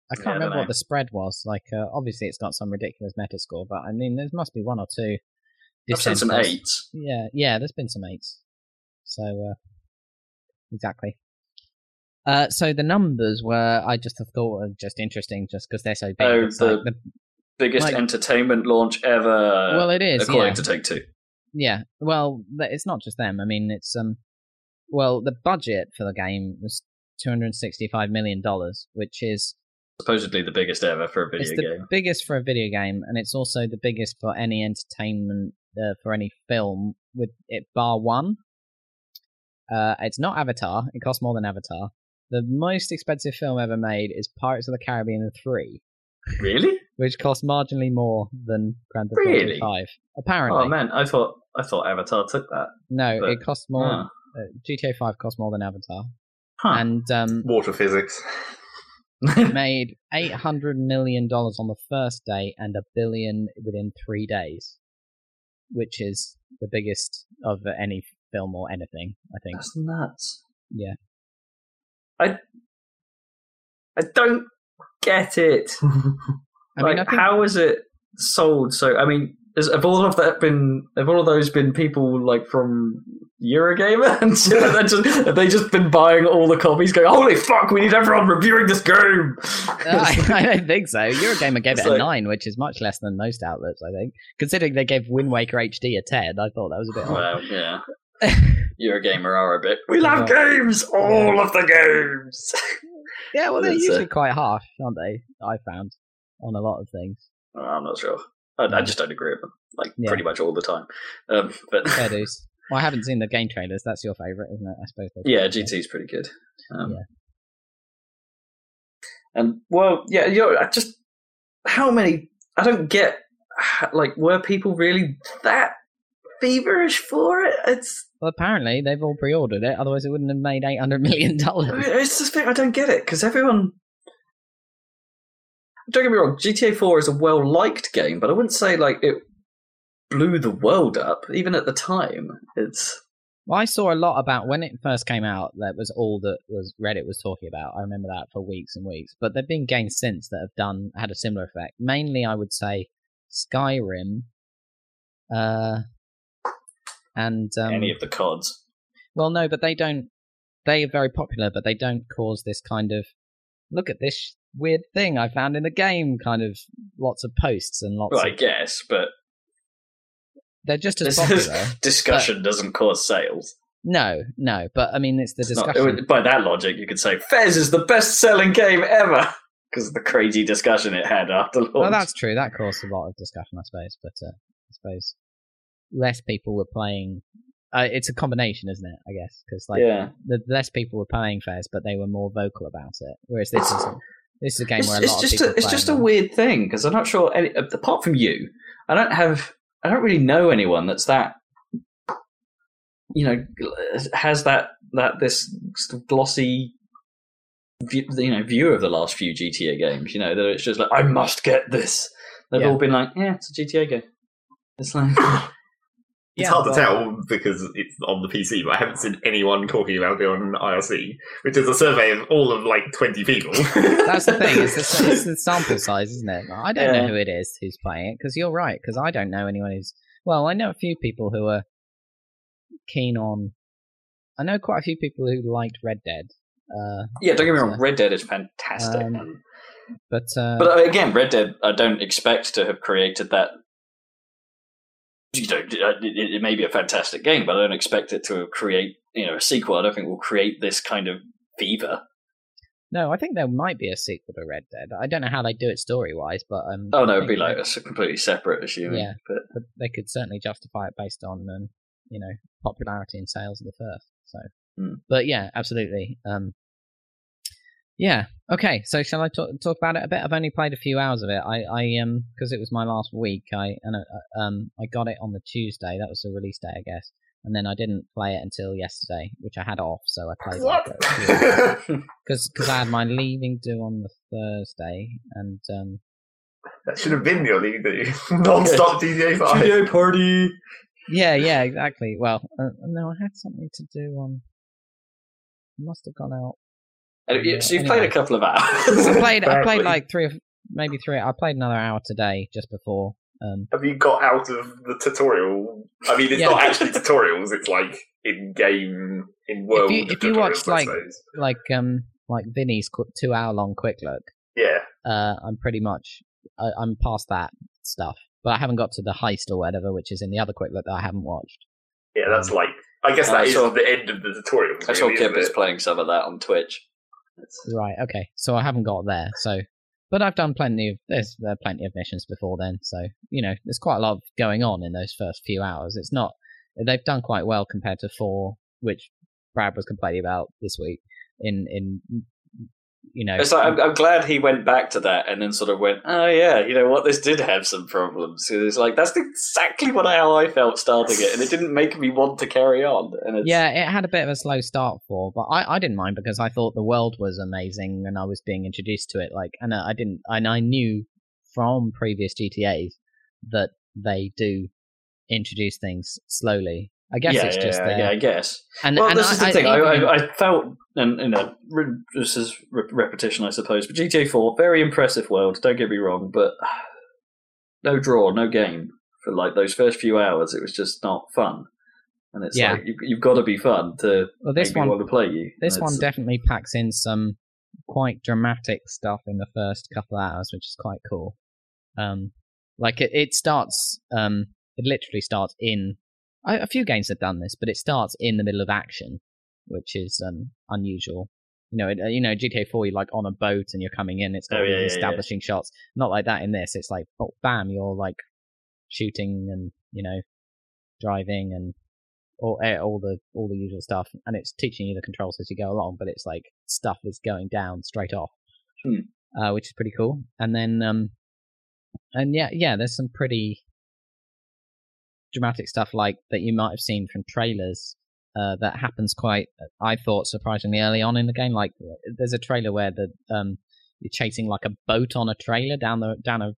I
Yeah, I
can't remember
dunno.
what the spread was. Like, uh, obviously, it's got some ridiculous Metascore, but I mean, there must be one or two.
I've seen some
dissenters.
eights.
Yeah, yeah, there's been some eights. So, uh, exactly. Uh, so the numbers were, I just have thought are just interesting just because they're so big.
Oh,
It's like
the- Biggest
Like-
entertainment launch ever,
well, it is.
Uh, according
yeah.
to Take Two.
Yeah. Well, th- it's not just them. I mean, it's um, well, the budget for the game was two hundred sixty-five million dollars, which is
Supposedly the biggest ever for a
it's
video
the
game.
biggest for a video game, and it's also the biggest for any entertainment uh, for any film, with it bar one. Uh, it's not Avatar. It costs more than Avatar. The most expensive film ever made is Pirates of the Caribbean Three,
Really?
which costs marginally more than Grand Theft Auto
Really?
Five. Apparently,
Oh man, I thought I thought Avatar took that.
no,
But-
it costs more.
Huh.
uh, GTA Five costs more than Avatar,
Huh.
and um,
Water physics.
made eight hundred million dollars on the first day and a billion within three days, which is the biggest of any film or anything. I think.
That's nuts.
Yeah.
I I don't get it.
I
like,
mean, I think
how is it sold? So, I mean, is, have all of that been? Have all of those been people like from Eurogamer? and so they're just, have they just been buying all the copies? Going, holy fuck! We need everyone reviewing this game.
I, I don't think so. Eurogamer gave it
It's
a
like-
nine, which is much less than most outlets. I think, considering they gave Wind Waker HD a ten, I thought that was a bit. Odd.
well, yeah. Eurogamer are a bit. We
love
love games, all of the games.
yeah, well, they're
it's, uh,
usually quite harsh, aren't they? I found on a lot of things.
Uh, I'm not sure. I, I just don't agree with them. Like
Yeah.
pretty much all the time. Um, but
Fair dues. Well, I haven't seen the game trailers. That's your favorite, isn't it? I suppose. they-
Yeah, GT's pretty good. Um,
Yeah.
And well, yeah, you know, I just how many? I don't get. Like, were people really that feverish for it? It's
Well, apparently they've all pre-ordered it. Otherwise, it wouldn't have made eight hundred million dollars.
it's just I don't get it because everyone. Don't get me wrong, GTA Four is a well liked game, but I wouldn't say like it blew the world up even at the time. It's
Well, I saw a lot about when it first came out. That was all that was Reddit was talking about. I remember that for weeks and weeks. But there've been games since that have done had a similar effect. Mainly, I would say Skyrim, uh, and um,
of the cods.
well, no, but they don't. They are very popular, but they don't cause this kind of look at this weird thing I found in the game. Kind of lots of posts and lots.
Well, I
of...
guess, but
They're just as
this is-
popular.
discussion doesn't cause sales.
No, no, but I mean, it's the
It's not-
discussion.
by that logic, you could say Fez is the best-selling game ever because of the crazy discussion it had after launch.
well, that's true. That caused a lot of discussion, I suppose. But uh, I suppose less people were playing. Uh, it's a combination, isn't it? I guess because like
yeah,
the less people were playing fairs, but they were more vocal about it. Whereas this is this is a game
it's,
where a
it's
lot of
just
people.
a, it's
are
just a
playing
weird thing because I'm not sure. Any, apart from you, I don't have. I don't really know anyone that's that. You know, has that that this glossy. View, you know, view of the last few GTA games. You know that it's just like I must get this. They've
Yeah.
all been like, yeah, it's a GTA game. It's like
Yeah,
it's hard
well-
to tell because it's on the PC, but I haven't seen anyone talking about it on IRC, which is a survey of all of like 20 people.
That's the thing. It's the, it's the sample size, isn't it? I don't know
Yeah.
who it is who's playing it because you're right. Because I don't know anyone who's. Well, I know a few people who are keen on. I know quite a few people who liked Red Dead. Uh,
Yeah, don't get me wrong.
So-
Red Dead is fantastic,
Um, but uh,
but uh, again, Red Dead, I don't expect to have created that. You know, it, it it may be a fantastic game, but I don't expect it to create you know a sequel. I don't think will create this kind of fever.
no, I think there might be a sequel to Red Dead. I don't know how they do it story wise, but um.
Oh no,
I
it'd be
think
like
they-
it's a completely separate issue.
Yeah.
but
but they could certainly justify it based on um, you know popularity and sales of the first. So,
Hmm.
but yeah, absolutely. Um, yeah. Okay. So shall I talk talk about it a bit? I've only played a few hours of it. I I um because it was my last week. I and uh, um I got it on the Tuesday. That was the release day, I guess. And then I didn't play it until yesterday, which I had off. So I played
What?
after it was due because I had my leaving due on the Thursday, and um,
That should have been the Oli do. Non-stop GTA 5.
Studio party.
Yeah, yeah, exactly. Well, uh, no, I had something to do on. I must have gone out.
And you- So you've
Anyway.
played a couple of hours.
I played. I
apparently.
played like three, or- maybe three. I played another hour today just before. Um,
Have you got out of the tutorial? I mean, it's
Yeah.
not actually tutorials. It's like in-game, in-world.
If you- if you
tutorials,
watched,
I
like-
suppose.
like um, like Vinny's qu- two-hour-long quick look.
yeah,
Uh, I'm pretty much. I, I'm past that stuff, but I haven't got to the heist or whatever, which is in the other quick look that I haven't watched.
yeah,
Mm.
that's like. I guess
Uh,
that
I
is
saw-
the end of the tutorial.
I saw
really, isn't
Gibbers
it?
playing some of that on Twitch.
Right. Okay. So I haven't got there. So, but I've done plenty of there's there are plenty of missions before then. So you know, there's quite a lot going on in those first few hours. It's not they've done quite well compared to four, which Brad was complaining about this week. In in you know,
It's like, I'm, I'm glad he went back to that and then sort of went, oh yeah, you know what, this did have some problems. 'Cause it's like, that's exactly what how I felt starting it, and it didn't make me want to carry on. And it's,
yeah, it had a bit of a slow start for, but I, I didn't mind because I thought the world was amazing and I was being introduced to it. Like, and I I didn't, and I knew from previous GTA's that they do introduce things slowly. I guess
yeah,
it's
yeah,
just
yeah,
there.
yeah, I guess.
And,
well,
and
this
I,
is the
I
thing. I,
even-
I, I felt, and you know, re- this is re- repetition, I suppose. But GTA Four, very impressive world. Don't get me wrong, but no draw, no game for like those first few hours. It was just not fun, and it's
Yeah.
like you, you've got to be fun to
well, this
make me
one,
want to play you.
this
And
one
it's-
definitely packs in some quite dramatic stuff in the first couple of hours, which is quite cool. Um, like it, it starts, um, it literally starts in. I, a few games have done this, but it starts in the middle of action, which is um, unusual. You know, it, uh, you know, GTA Four, you're like on a boat and you're coming in. It's got
Oh,
these
yeah, yeah, yeah.
establishing shots. Not like that in this. It's like, oh, bam, you're like shooting and you know, driving and all eh, all the all the usual stuff, and it's teaching you the controls as you go along. But it's like stuff is going down straight off,
Hmm.
uh, which is pretty cool. And then, um, and yeah, yeah, there's some pretty dramatic stuff like that you might have seen from trailers. Uh, that happens quite, I thought, surprisingly early on in the game. Like, there's a trailer where the um, you're chasing like a boat on a trailer down the down a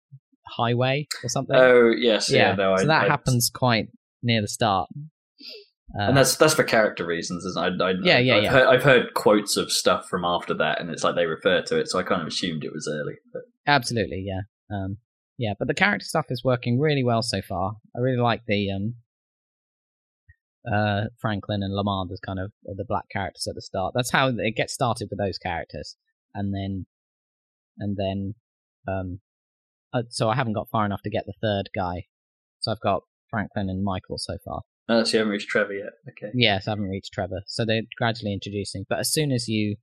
highway or something.
Oh yes, yeah. no,
so
I,
that
I-
happens quite near the start. Uh,
and that's that's for character reasons. Isn't it? I, I,
Yeah, yeah,
I've
yeah.
Heard, I've heard quotes of stuff from after that, and it's like they refer to it, so I kind of assumed it was early. But
absolutely, yeah, um, yeah. But the character stuff is working really well so far. I really like the um, uh, Franklin and Lamond as kind of uh, the black characters at the start. That's how it gets started with those characters, and then, and then, um, uh, so I haven't got far enough to get the third guy. So I've got Franklin and Michael so far.
no, so you haven't reached Trevor yet. Okay.
Yes, I haven't reached Trevor. So they're gradually introducing. But as soon as you,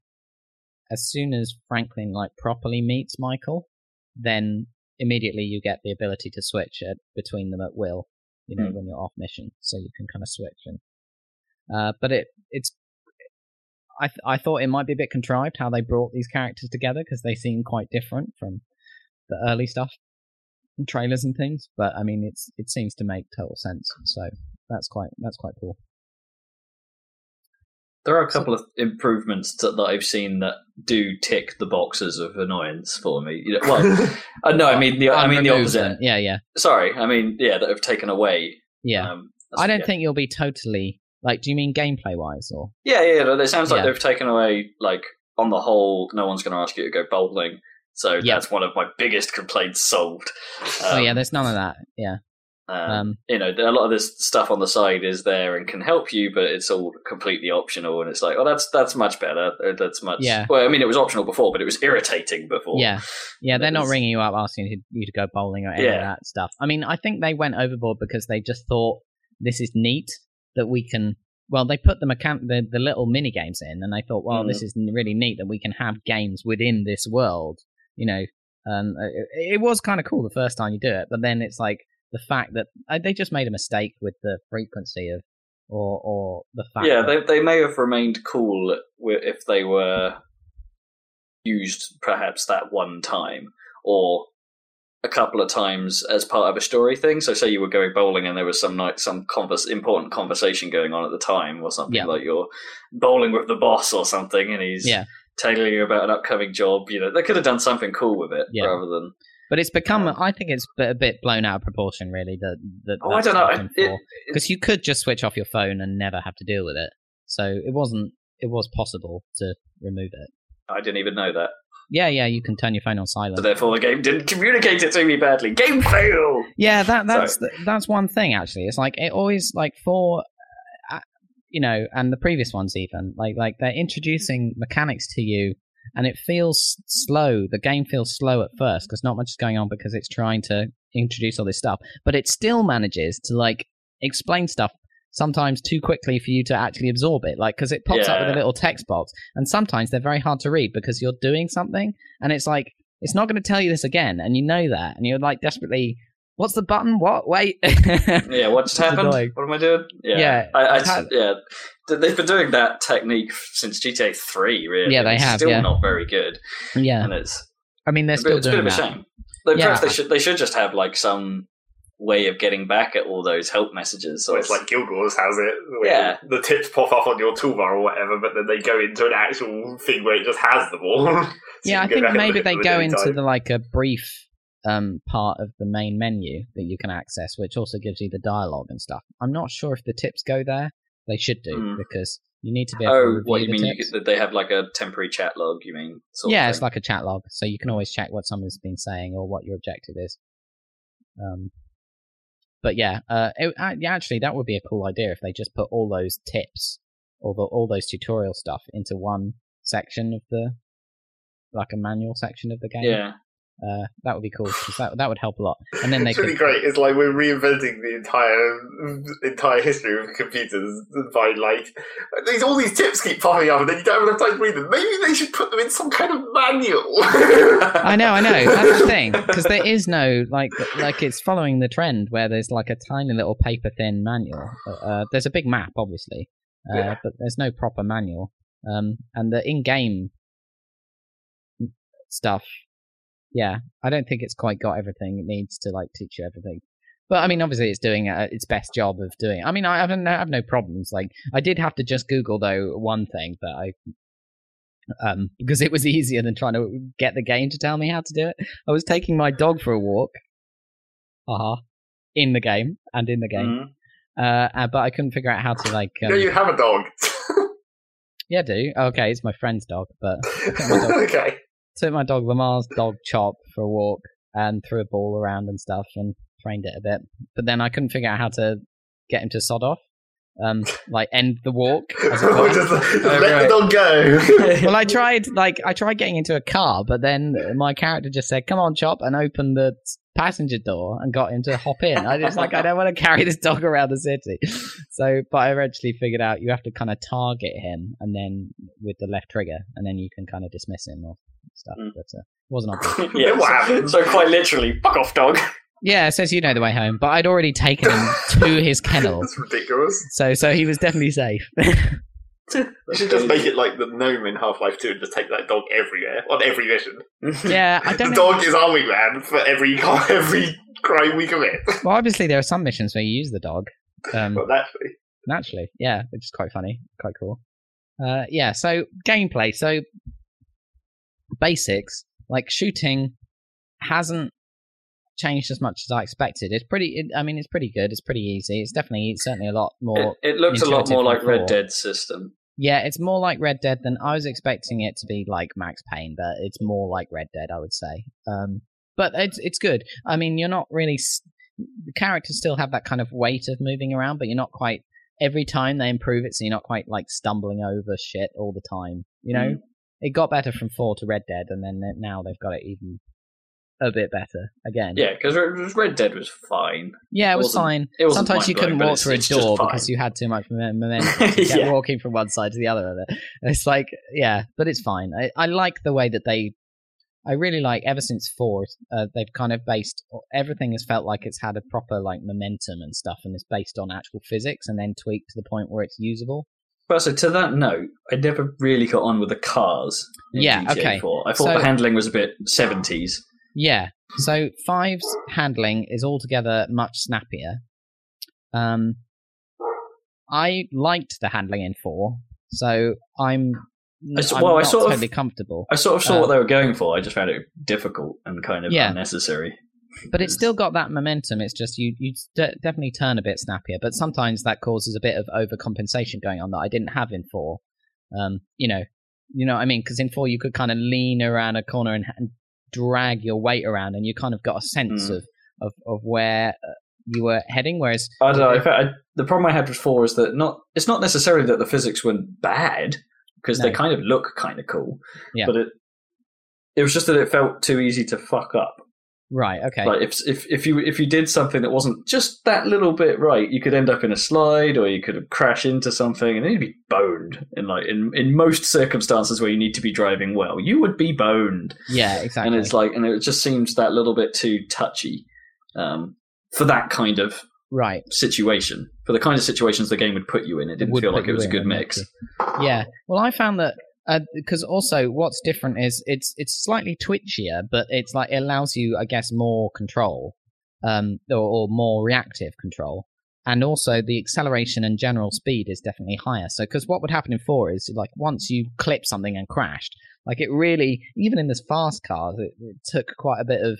as soon as Franklin like properly meets Michael, then immediately you get the ability to switch at, between them at will. You know,
Hmm.
when you're off mission, so you can kind of switch. And uh, but it it's. I th- I thought it might be a bit contrived how they brought these characters together because they seem quite different from the early stuff, and trailers and things. But I mean, it's it seems to make total sense. So that's quite that's quite cool.
There are a couple of improvements that, that I've seen that do tick the boxes of annoyance for me. You know, well, uh, no, I mean the I mean the
Unremoved
opposite.
them. Oh, Yeah, yeah,
Sorry, I mean yeah, that have taken away.
yeah.
um,
I don't
yeah.
think you'll be totally like. Do you mean gameplay wise or?
Yeah, yeah, no, it sounds like
Yeah.
they've taken away like on the whole, no one's going to ask you to go bowling. So
Yeah.
that's one of my biggest complaints solved.
oh yeah,
Um,
there's none of that. Yeah.
um,
Um.
you know, a lot of this stuff on the side is there and can help you, but it's all completely optional. And it's like, oh, that's that's much better. Uh, That's much.
Yeah.
Well, I mean, it was optional before, but it was irritating before.
Yeah. Yeah. They're not
there's-
ringing you up asking you to- you to go bowling or any of
Yeah.
that stuff. I mean, I think they went overboard because they just thought this is neat that we can. Well, they put the mechan- the, the little mini games in, and they thought, well,
Mm.
this is n- really neat that we can have games within this world. You know, um, it, it was kind of cool the first time you do it, but then it's like the fact that uh, they just made a mistake with the frequency of, or or the fact.
Yeah,
that-
they they may have remained cool wi- if they were used perhaps that one time or a couple of times as part of a story thing. So say you were going bowling and there was some like some converse, important conversation going on at the time or something
Yeah.
like you're bowling with the boss or something and he's
Yeah.
telling you about an upcoming job, you know. They could have done something cool with it
Yeah.
rather than
But it's become, I think it's b- a bit blown out of proportion, really. That, that
Mm. Oh, I don't know. It-
Because you could just switch off your phone and never have to deal with it. So it wasn't, it was possible to remove it.
I didn't even know that.
Yeah, yeah, you can turn your phone on silent.
So therefore, the game didn't communicate it to me badly. Game fail.
Yeah, that that's that's one thing actually. It's like it always like for uh, you know, and the previous ones even like like they're introducing mechanics to you, and it feels slow. The game feels slow at first because not much is going on because it's trying to introduce all this stuff, but it still manages to like explain stuff sometimes too quickly for you to actually absorb it like because it pops up with a
Yeah.
little text box and sometimes they're very hard to read because you're doing something and it's like it's not going to tell you this again and you know that and you're like desperately What's the button? What? Wait.
Yeah, what just
It's
happened?
annoying.
What am I doing? Yeah,
Yeah,
I, I
I've had-
yeah. Th- They've been doing that technique since GTA Three, really.
Yeah, they
It's
have,
Still
yeah.
not very good,
yeah.
and it's
I mean, they're
a bit,
still
it's a bit
doing
of a
that.
shame. Like, Perhaps
Yeah.
they should they should just have like some way of getting back at all those help messages.
So
Or
it's like Guild Wars has it. Where
Yeah.
The tips pop up on your toolbar or whatever, but then they go into an actual thing where it just has them all. So you
yeah, I
can go
think
back and
maybe
look at
they
them at
go
any
into
time.
the like a brief um, part of the main menu that you can access, which also gives you the dialogue and stuff. I'm not sure if the tips go there. They should do
Hmm.
because you need to be able to
oh,
review
what you
the
mean? You,
tips.
could- that they have like a temporary chat log? You mean? Sort
yeah,
of
it's
thing?
like a chat log, so you can always check what someone's been saying or what your objective is. Um, but yeah, uh, it, uh, yeah, actually, that would be a cool idea if they just put all those tips or the, all those tutorial stuff into one section of the, like a manual section of the game.
yeah.
Uh, that would be cool 'cause that that would help a lot. And then they
It's really
could,
great. It's like we're reinventing the entire entire history of computers by like these all these tips keep popping up, and then you don't have enough time to read them. Maybe they should put them in some kind of manual.
I know, I know. That's the thing because there is no like like it's following the trend where there's like a tiny little paper thin manual. Uh, Uh, there's a big map, obviously, uh,
Yeah.
but there's no proper manual. Um, and the in-game stuff, yeah, I don't think it's quite got everything it needs to like teach you everything. But I mean, obviously, it's doing uh, its best job of doing. I mean, I haven't I have no problems. Like, I did have to just Google though one thing that I um, because it was easier than trying to get the game to tell me how to do it. I was taking my dog for a walk, uh-huh, in the game and in the game,
Mhm.
uh, uh, but I couldn't figure out how to like. Um,
no, you have a dog.
yeah, I do okay, it's my friend's dog, but dog.
okay.
took my dog Lamar's dog Chop for a walk and threw a ball around and stuff and trained it a bit, but then I couldn't figure out how to get him to sod off, um, like end the walk. As it were.
just just
Oh,
let
right.
the dog go.
well, I tried like I tried getting into a car, but then my character just said, "Come on, Chop," and opened the passenger door and got him to hop in. I was like, I don't want to carry this dog around the city. So, but I eventually figured out you have to kind of target him and then with the left trigger, and then you can kind of dismiss him or stuff.
Mm.
But uh, wasn't obvious.
Mm-hmm. yeah,
Then what
so-
happens?
So quite literally, fuck off, dog.
Yeah, it says you know the way home, but I'd already taken him to his kennel,
That's ridiculous.
so so he was definitely safe.
You should just make it like the gnome in Half Life Two and just take that dog everywhere on every mission.
yeah, I
The
don't know.
dog is our wingman for every every crime we commit.
Well, obviously there are some missions where you use the dog. Um,
Well, naturally.
naturally. Yeah, which is quite funny, quite cool. Uh, yeah, so gameplay. So basics like shooting hasn't changed as much as I expected. It's pretty. It, I mean, it's pretty good. It's pretty easy. It's definitely certainly a lot more.
It, it looks a lot
intuitive
more like Red
before.
Dead system.
yeah, it's more like Red Dead than I was expecting it to be. Like Max Payne, but it's more like Red Dead. I would say. Um, but it's it's good. I mean, you're not really s- the characters still have that kind of weight of moving around, but you're not quite every time they improve it, so you're not quite like stumbling over shit all the time. You know,
Mm-hmm.
it got better from four to Red Dead, and then they- now they've got it even a bit better again.
Yeah, because Red Dead was fine.
Yeah, it was
Wasn't-
fine.
It wasn't
Sometimes you
mind-blowing,
couldn't
but
walk
it's-
through a
it's just
door
fine.
because you had too much momen- momentum. You kept
Yeah.
walking from one side to the other of it. And It's like, yeah, but it's fine. I, I like the way that they. I really like ever since four, uh, they've kind of based everything has felt like it's had a proper like momentum and stuff, and it's based on actual physics, and then tweaked to the point where it's usable.
But so to that note, I never really got on with the cars. in
Yeah,
GTA
okay.
4. I thought
So-
the handling was a bit seventies.
Yeah. So five's handling is altogether much snappier. Um, I liked the handling in four, so I'm n-
I s-
I'm
well, I
not
sort of-
totally comfortable.
I sort of saw
Uh,
what they were going for. I just found it difficult and kind of
Yeah.
unnecessary.
But it's still got that momentum. It's just you you de- definitely turn a bit snappier. But sometimes that causes a bit of overcompensation going on that I didn't have in four. Um, you know, you know what I mean? Because in four you could kind of lean around a corner and, and drag your weight around, and you kind of got a sense
Mm.
of of of where uh, you were heading. Whereas
I don't know. I, fe- I, the problem I had with four is that not it's not necessarily that the physics weren't bad because they
No.
kind of look kind of cool.
Yeah.
But it it was just that it felt too easy to fuck up.
right, okay,
Like if if if you if you did something that wasn't just that little bit right, you could end up in a slide or you could crash into something and then you'd be boned. And like in in most circumstances where you need to be driving well, you would be boned.
yeah, exactly.
And it's like and it just seems that little bit too touchy um, for that kind of
right.
situation for the kind of situations the game would put you in. It didn't
would
feel
put
like it
you
was a
in
good
and make
mix.
you- Yeah. Well, I found that because also what's different is it's it's slightly twitchier, but it's like it allows you, I guess, more control, um, or, or more reactive control, and also the acceleration and general speed is definitely higher. So because what would happen in four is like once you clip something and crashed, like it really even in this fast cars, it, it took quite a bit of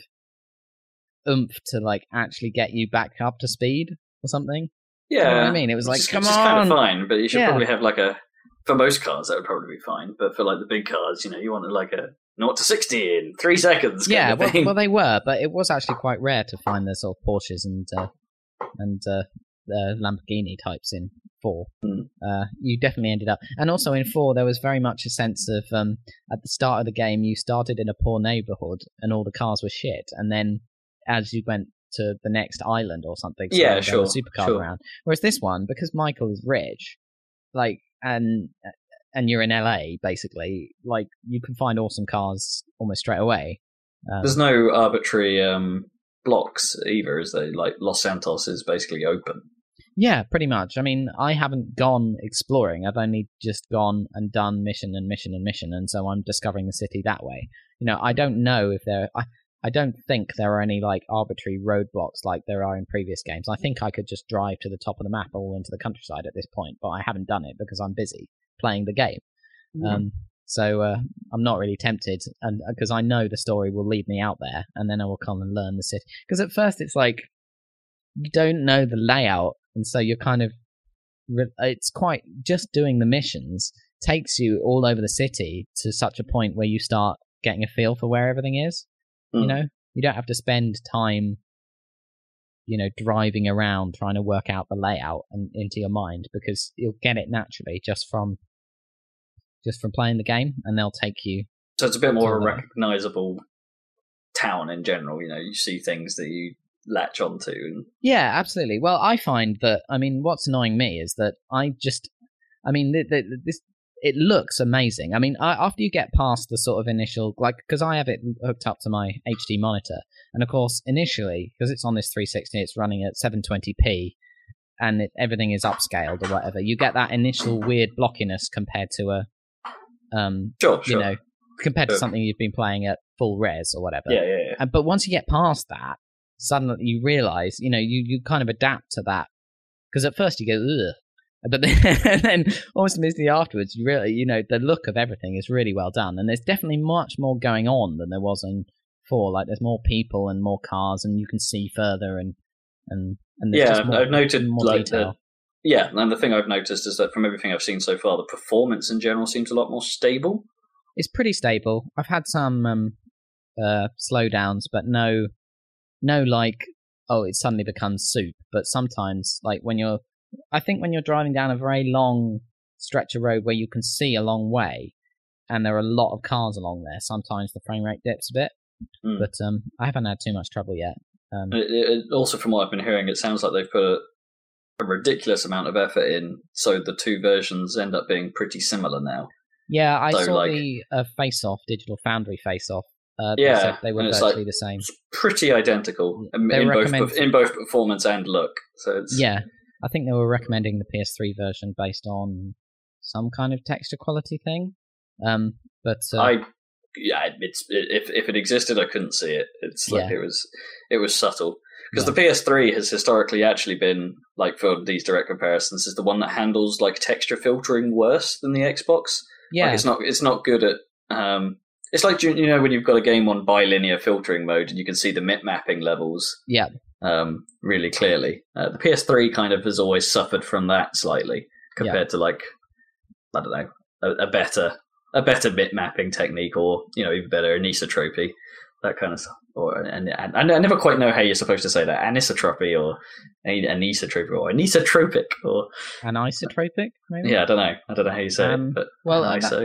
oomph to like actually get you back up to speed or something. You know
Yeah,
what I mean, it was like,
it's
come
just
on,
kind of fine, but you should
Yeah.
probably have like a. For most cars, that would probably be fine, but for like the big cars, you know, you wanted like a naught to sixty in three seconds. Kind
yeah,
of
well,
thing.
well, they were, but it was actually quite rare to find the sort of Porsches and uh, and uh, uh, Lamborghini types in four.
Hmm.
Uh, you definitely ended up, and also in four, there was very much a sense of um, at the start of the game, you started in a poor neighborhood, and all the cars were shit, and then as you went to the next island or something,
Yeah,
there
sure,
were supercars
sure.
around. Whereas this one, because Michael is rich, like and uh, and you're in LA basically, like you can find awesome cars almost straight away. Um,
There's no arbitrary um, blocks either, is there? Like Los Santos is basically open.
Yeah, pretty much. I mean, I haven't gone exploring. I've only just gone and done mission and mission and mission, and so I'm discovering the city that way. You know, I don't know if there. I, I don't think there are any like arbitrary roadblocks like there are in previous games. I think I could just drive to the top of the map all into the countryside at this point, but I haven't done it because I'm busy playing the game. Um, so uh, I'm not really tempted, and because I know the story will lead me out there, and then I will come and learn the city. Because at first it's like you don't know the layout, and so you're kind of re- it's quite just doing the missions takes you all over the city to such a point where you start getting a feel for where everything is. You
Mm.
know, you don't have to spend time, you know, driving around trying to work out the layout and into your mind because you'll get it naturally just from just from playing the game, and they'll take you.
So it's a bit more
Sort
a
of.
recognizable town in general. You know, you see things that you latch onto, and
Yeah, absolutely. Well, I find that I mean, what's annoying me is that I just, I mean, th- th- this it looks amazing. I mean, I, after you get past the sort of initial like, because I have it hooked up to my HD monitor, and of course, initially because it's on this 360, it's running at 720p, and it, everything is upscaled or whatever. You get that initial weird blockiness compared to a, um,
sure,
you
sure,
know, compared to
Sure.
something you've been playing at full res or whatever.
yeah, yeah, yeah.
And, but once you get past that, suddenly you realize, you know, you, you kind of adapt to that. Because at first you go, ugh. But then, and then almost immediately afterwards, you really, you know, the look of everything is really well done. And there's definitely much more going on than there was in four. Like there's more people and more cars and you can see further and, and, and there's
Yeah,
just
I've-
more,
I've noted,
more
like,
detail.
Yeah, and the thing I've noticed is that from everything I've seen so far, the performance in general seems a lot more stable.
it's pretty stable. I've had some um, uh, slowdowns, but no, no like oh, it suddenly becomes soup. But sometimes, like when you're, I think when you're driving down a very long stretch of road where you can see a long way, and there are a lot of cars along there, sometimes the frame rate dips a bit.
Mm.
But um, I haven't had too much trouble yet. Um,
It, it, it- also, from what I've been hearing, it sounds like they've put a, a ridiculous amount of effort in, so the two versions end up being pretty similar now.
yeah, I
so,
saw
like-
the uh, Face Off Digital Foundry Face Off. Uh, they
Yeah,
said they were
and it's like-
virtually the same.
It's pretty identical in,
They
in both
recommend-
in both performance and look. So it's
Yeah, I think they were recommending the PS3 version based on some kind of texture quality thing. Um, but uh,
I yeah, it's if if it existed, I couldn't see it. It's like
Yeah.
it was it was subtle because
Yeah.
the PS3 has historically actually been like for these direct comparisons is the one that handles like texture filtering worse than the Xbox.
Yeah,
Like, it's not it's not good at. Um, it's like you you know when you've got a game on bilinear filtering mode and you can see the mip mapping levels.
Yeah.
Um, really clearly, uh, the PS3 kind of has always suffered from that slightly compared to like I don't know a, a better a better mip mapping technique or you know even better anisotropy that kind of stuff. Or and, and, and I never quite know how you're supposed to say that anisotropy or an- anisotropy or anisotropic or
anisotropic maybe.
yeah I don't know I don't know how you say
Um,
it but
well,
an
uh,
iso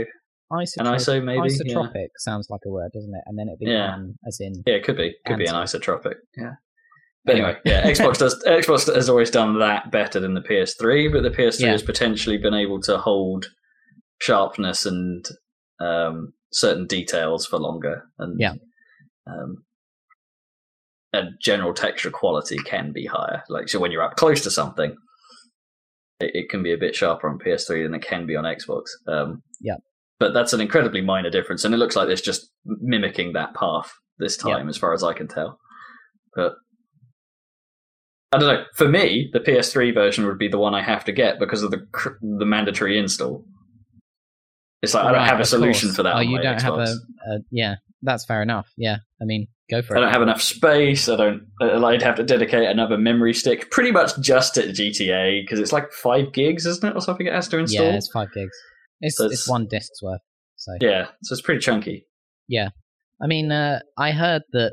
an
isotropic.
iso maybe yeah.
Isotropic sounds like a word, doesn't it? And then it'd be
Yeah.
an, as in
Yeah, it could be. Could be an
Anti.
isotropic. Yeah. But anyway, yeah, Xbox does Xbox has always done that better than the PS3, but the PS3
Yeah.
has potentially been able to hold sharpness and um, certain details for longer, and
Yeah.
um, and general texture quality can be higher. Like so, when you're up close to something, it, it can be a bit sharper on PS3 than it can be on Xbox. Um,
Yeah.
but that's an incredibly minor difference, and it looks like it's just mimicking that path this
Yeah.
time, as far as I can tell. But I don't know. For me, the PS3 version would be the one I have to get because of the cr- the mandatory install. It's like I don't
Right,
have a
of
solution
course.
for that.
Oh,
on
you
my
don't have
Xbox.
a, a yeah. That's fair enough. Yeah, I mean, go for
I
it.
don't have enough space. I don't. uh, I'd have to dedicate another memory stick, pretty much just at GTA, because it's like five gigs, isn't it, or something? It has to install.
Yeah, it's five gigs. It's
So
it's
it's-
one disk's worth. So
Yeah, so it's pretty chunky.
I mean, uh, I heard that.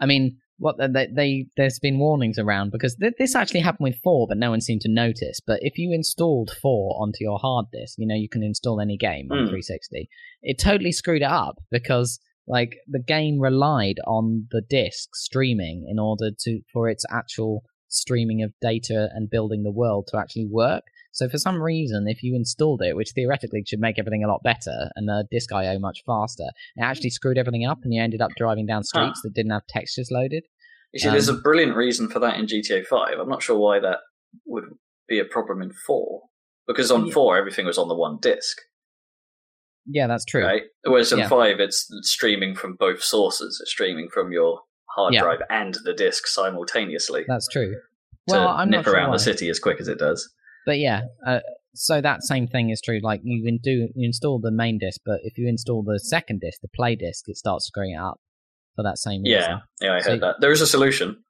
I mean, what uh, they, they there's been warnings around because th- this actually happened with four, but no one seemed to notice. But if you installed four onto your hard disk, you know you can install any game on
Hmm.
360. It totally screwed it up because like the game relied on the disk streaming in order to for its actual streaming of data and building the world to actually work. So for some reason, if you installed it, which theoretically should make everything a lot better and the disk I/O much faster, it actually screwed everything up, and you ended up driving down streets that didn't have textures loaded.
You see,
Um,
there's a brilliant reason for that in GTA Five. I'm not sure why that would be a problem in four, because on
Yeah.
four everything was on the one disc,
Yeah, that's true.
right? Whereas in
Yeah.
five, it's streaming from both sources. It's streaming from your hard
Yeah.
drive and the disc simultaneously
That's true.
to
Well, I'm
nip
not
around
sure why.
the city as quick as it does.
but yeah. Uh, so that same thing is true. Like you can do you install the main disk, but if you install the second disk, the play disk, it starts screwing it up for that same reason.
Yeah, yeah, I
So-
heard that. There is a solution.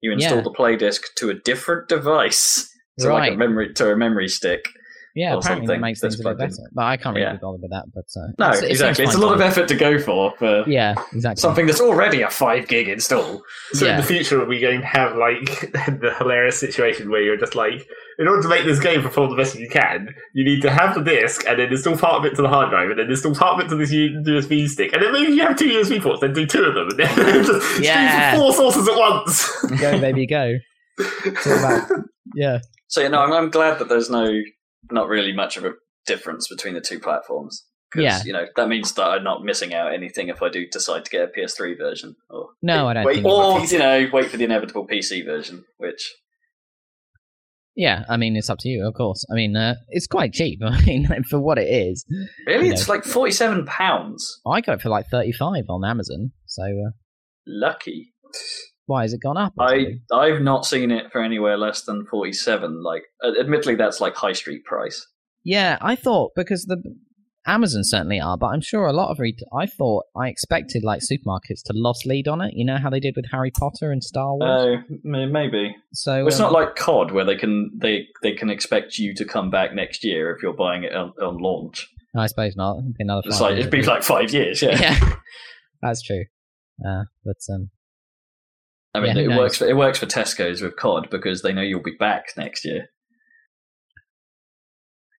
You install
Yeah.
the play disc to a different device, so like a
Right.
memory to a memory stick.
Yeah,
or
apparently that
something
makes
that's
things a bit
plugged
better.
in.
But I can't really
Yeah.
be bothered with that. But uh,
No,
it's- it seems
exactly. It's a
fine
lot of
to me.
effort to go for for
Yeah, exactly.
something that's already a five gig install.
So in
Yeah.
the future, are we going to have like the hilarious situation where you're just like, in order to make this game perform the best you can, you need to have the disc and then install part of it to the hard drive and then install part of it to this U- USB stick and then maybe you have two USB ports, then do two of them and then just
Yeah.
stream from four sources at once.
go, baby, go. all about- Yeah,
So yeah, no, I'm, I'm glad that there's no not really much of a difference between the two platforms. 'Cause,
Yeah.
you know that means that I'm not missing out anything if I do decide to get a PS3 version, or
no, I don't
Wait,
think.
or you know wait for the inevitable PC version, which
Yeah, I mean, it's up to you, of course. I mean, uh, it's quite cheap. I mean, for what it is,
really
You
it's like forty seven pounds.
I got it for like thirty-five on Amazon. So uh,
Lucky.
why has it gone up? or
I
something?
I've not seen it for anywhere less than forty seven. Like, uh, admittedly, that's like high street price.
yeah, I thought because the Amazon certainly are, but I'm sure a lot of ret- I thought I expected like supermarkets to loss lead on it. You know how they did with Harry Potter and Star Wars.
Oh, m maybe.
so
Well, it's not
um,
like COD where they can they they can expect you to come back next year if you're buying it on, on launch.
I suppose not. It'd be another.
It's
five
like it'd be
hundred.
like five years. Yeah,
yeah, that's true. Uh, but um,
I mean
Yeah,
it
who knows?
works for it works for Tesco's with COD because they know you'll be back next year.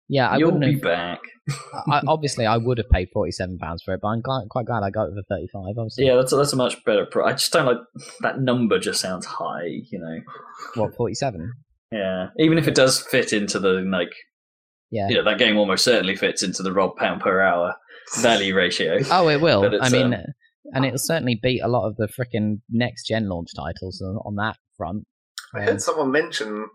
yeah, I
you'll
wouldn't
be
have.
back.
I, obviously, I would have paid forty-seven pounds for it, but I'm glad, quite glad I got it for thirty-five. Obviously,
Yeah, that's a, that's a much better. Pro- I just don't like that number. Just sounds high, you know.
what forty-seven?
Yeah, even if it does fit into the like,
Yeah.
you know, that game almost certainly fits into the Rob pound per hour value ratio.
Oh, it will.
But it's,
I mean,
um,
and it'll certainly beat a lot of the frickin' next gen launch titles on, on that front.
I
Um,
heard someone mention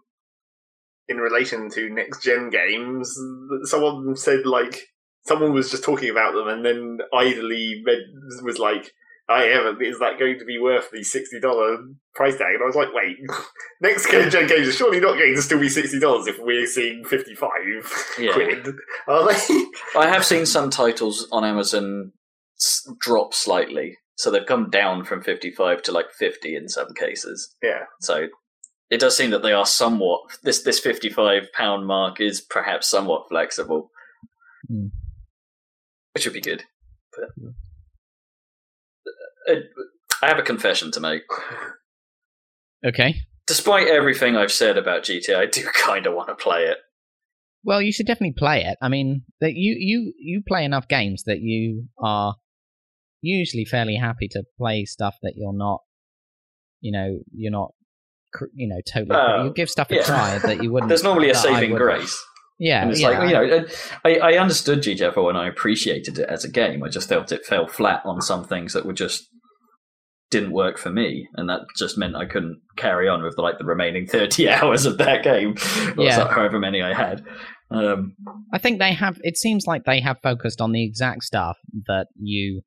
in relation to next gen games that someone said like someone was just talking about them and then idly read, was like I am. Is that going to be worth the sixty dollar price tag? And I was like, wait, next gen games are surely not going to still be sixty dollars if we're seeing fifty five
Yeah.
quid, are they?
I have seen some titles on Amazon s- drop slightly, so they've come down from 55 to like 50 in some cases.
yeah,
So it does seem that they are somewhat this this 55 pound mark is perhaps somewhat flexible,
Hmm.
which would be good. But, Uh, I have a confession to make.
Okay.
Despite everything I've said about GTA, I do kind of want to play it.
Well, you should definitely play it. I mean, that you you you play enough games that you are usually fairly happy to play stuff that you're not, you know, you're not, cr- you know, totally.
Oh,
you give stuff a
yeah.
try that you wouldn't.
There's normally a
Um, that I
saving
wouldn't.
grace.
Yeah,
and it's
yeah,
like you know, I, I understood GTA 4 and I appreciated it as a game. I just felt it fell flat on some things that were just didn't work for me, and that just meant I couldn't carry on with like the remaining thirty hours of that game, or
Yeah.
so- however many I had. Um,
I think they have. It seems like they have focused on the exact stuff that you,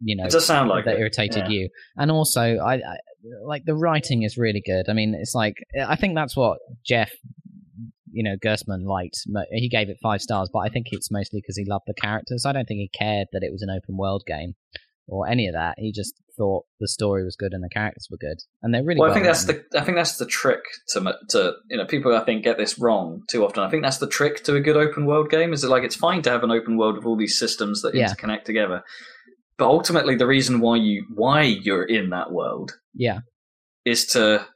you know,
it does sound like
that
it.
irritated
yeah.
you. And also, I, I like the writing is really good. I mean, it's like I think that's what Jeff, you know, Gersman liked. Mo- He gave it five stars, but I think it's mostly because he loved the characters. I don't think he cared that it was an open world game or any of that. He just thought the story was good and the characters were good, and they're really.
well, I think that's
written.
the I think that's the trick to ma- to you know people I think get this wrong too often. I think that's the trick to a good open world game is that like it's fine to have an open world with all these systems that
Yeah.
interconnect together, but ultimately the reason why you why you're in that world
yeah.
is to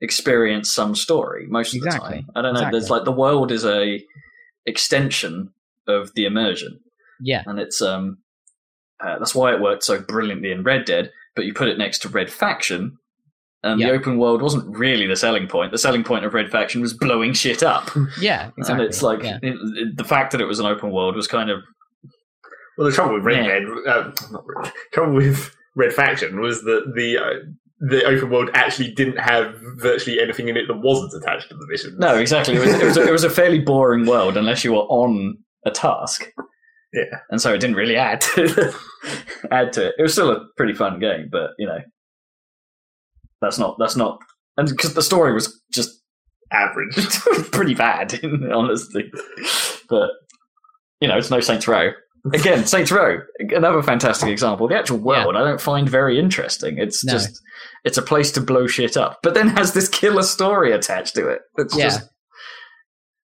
experience some story most of
Exactly.
the time. I don't know. There's
Exactly.
like the world is a extension of the immersion,
Yeah,
and it's um uh, that's why it worked so brilliantly in Red Dead. But you put it next to Red Faction. And
Yeah.
the open world wasn't really the selling point. The selling point of Red Faction was blowing shit up,
yeah, exactly.
and it's like
yeah.
it- it- the fact that it was an open world was kind of
Well, the trouble with Red
Yeah.
Dead, uh, not Red, trouble with Red Faction was that the uh, the open world actually didn't have virtually anything in it that wasn't attached to the missions.
no, exactly. It was, it was, a, it was a fairly boring world unless you were on a task.
Yeah.
And so it didn't really add to, add to it. It was still a pretty fun game, but you know, that's not that's not, and because the story was just
average.
pretty bad, in honesty. But you know, it's no Saints Row. Again, Saints Row, another fantastic example. The actual world I don't find very interesting. It's
No.
just it's a place to blow shit up, but then has this killer story attached to it. It's
Yeah.
just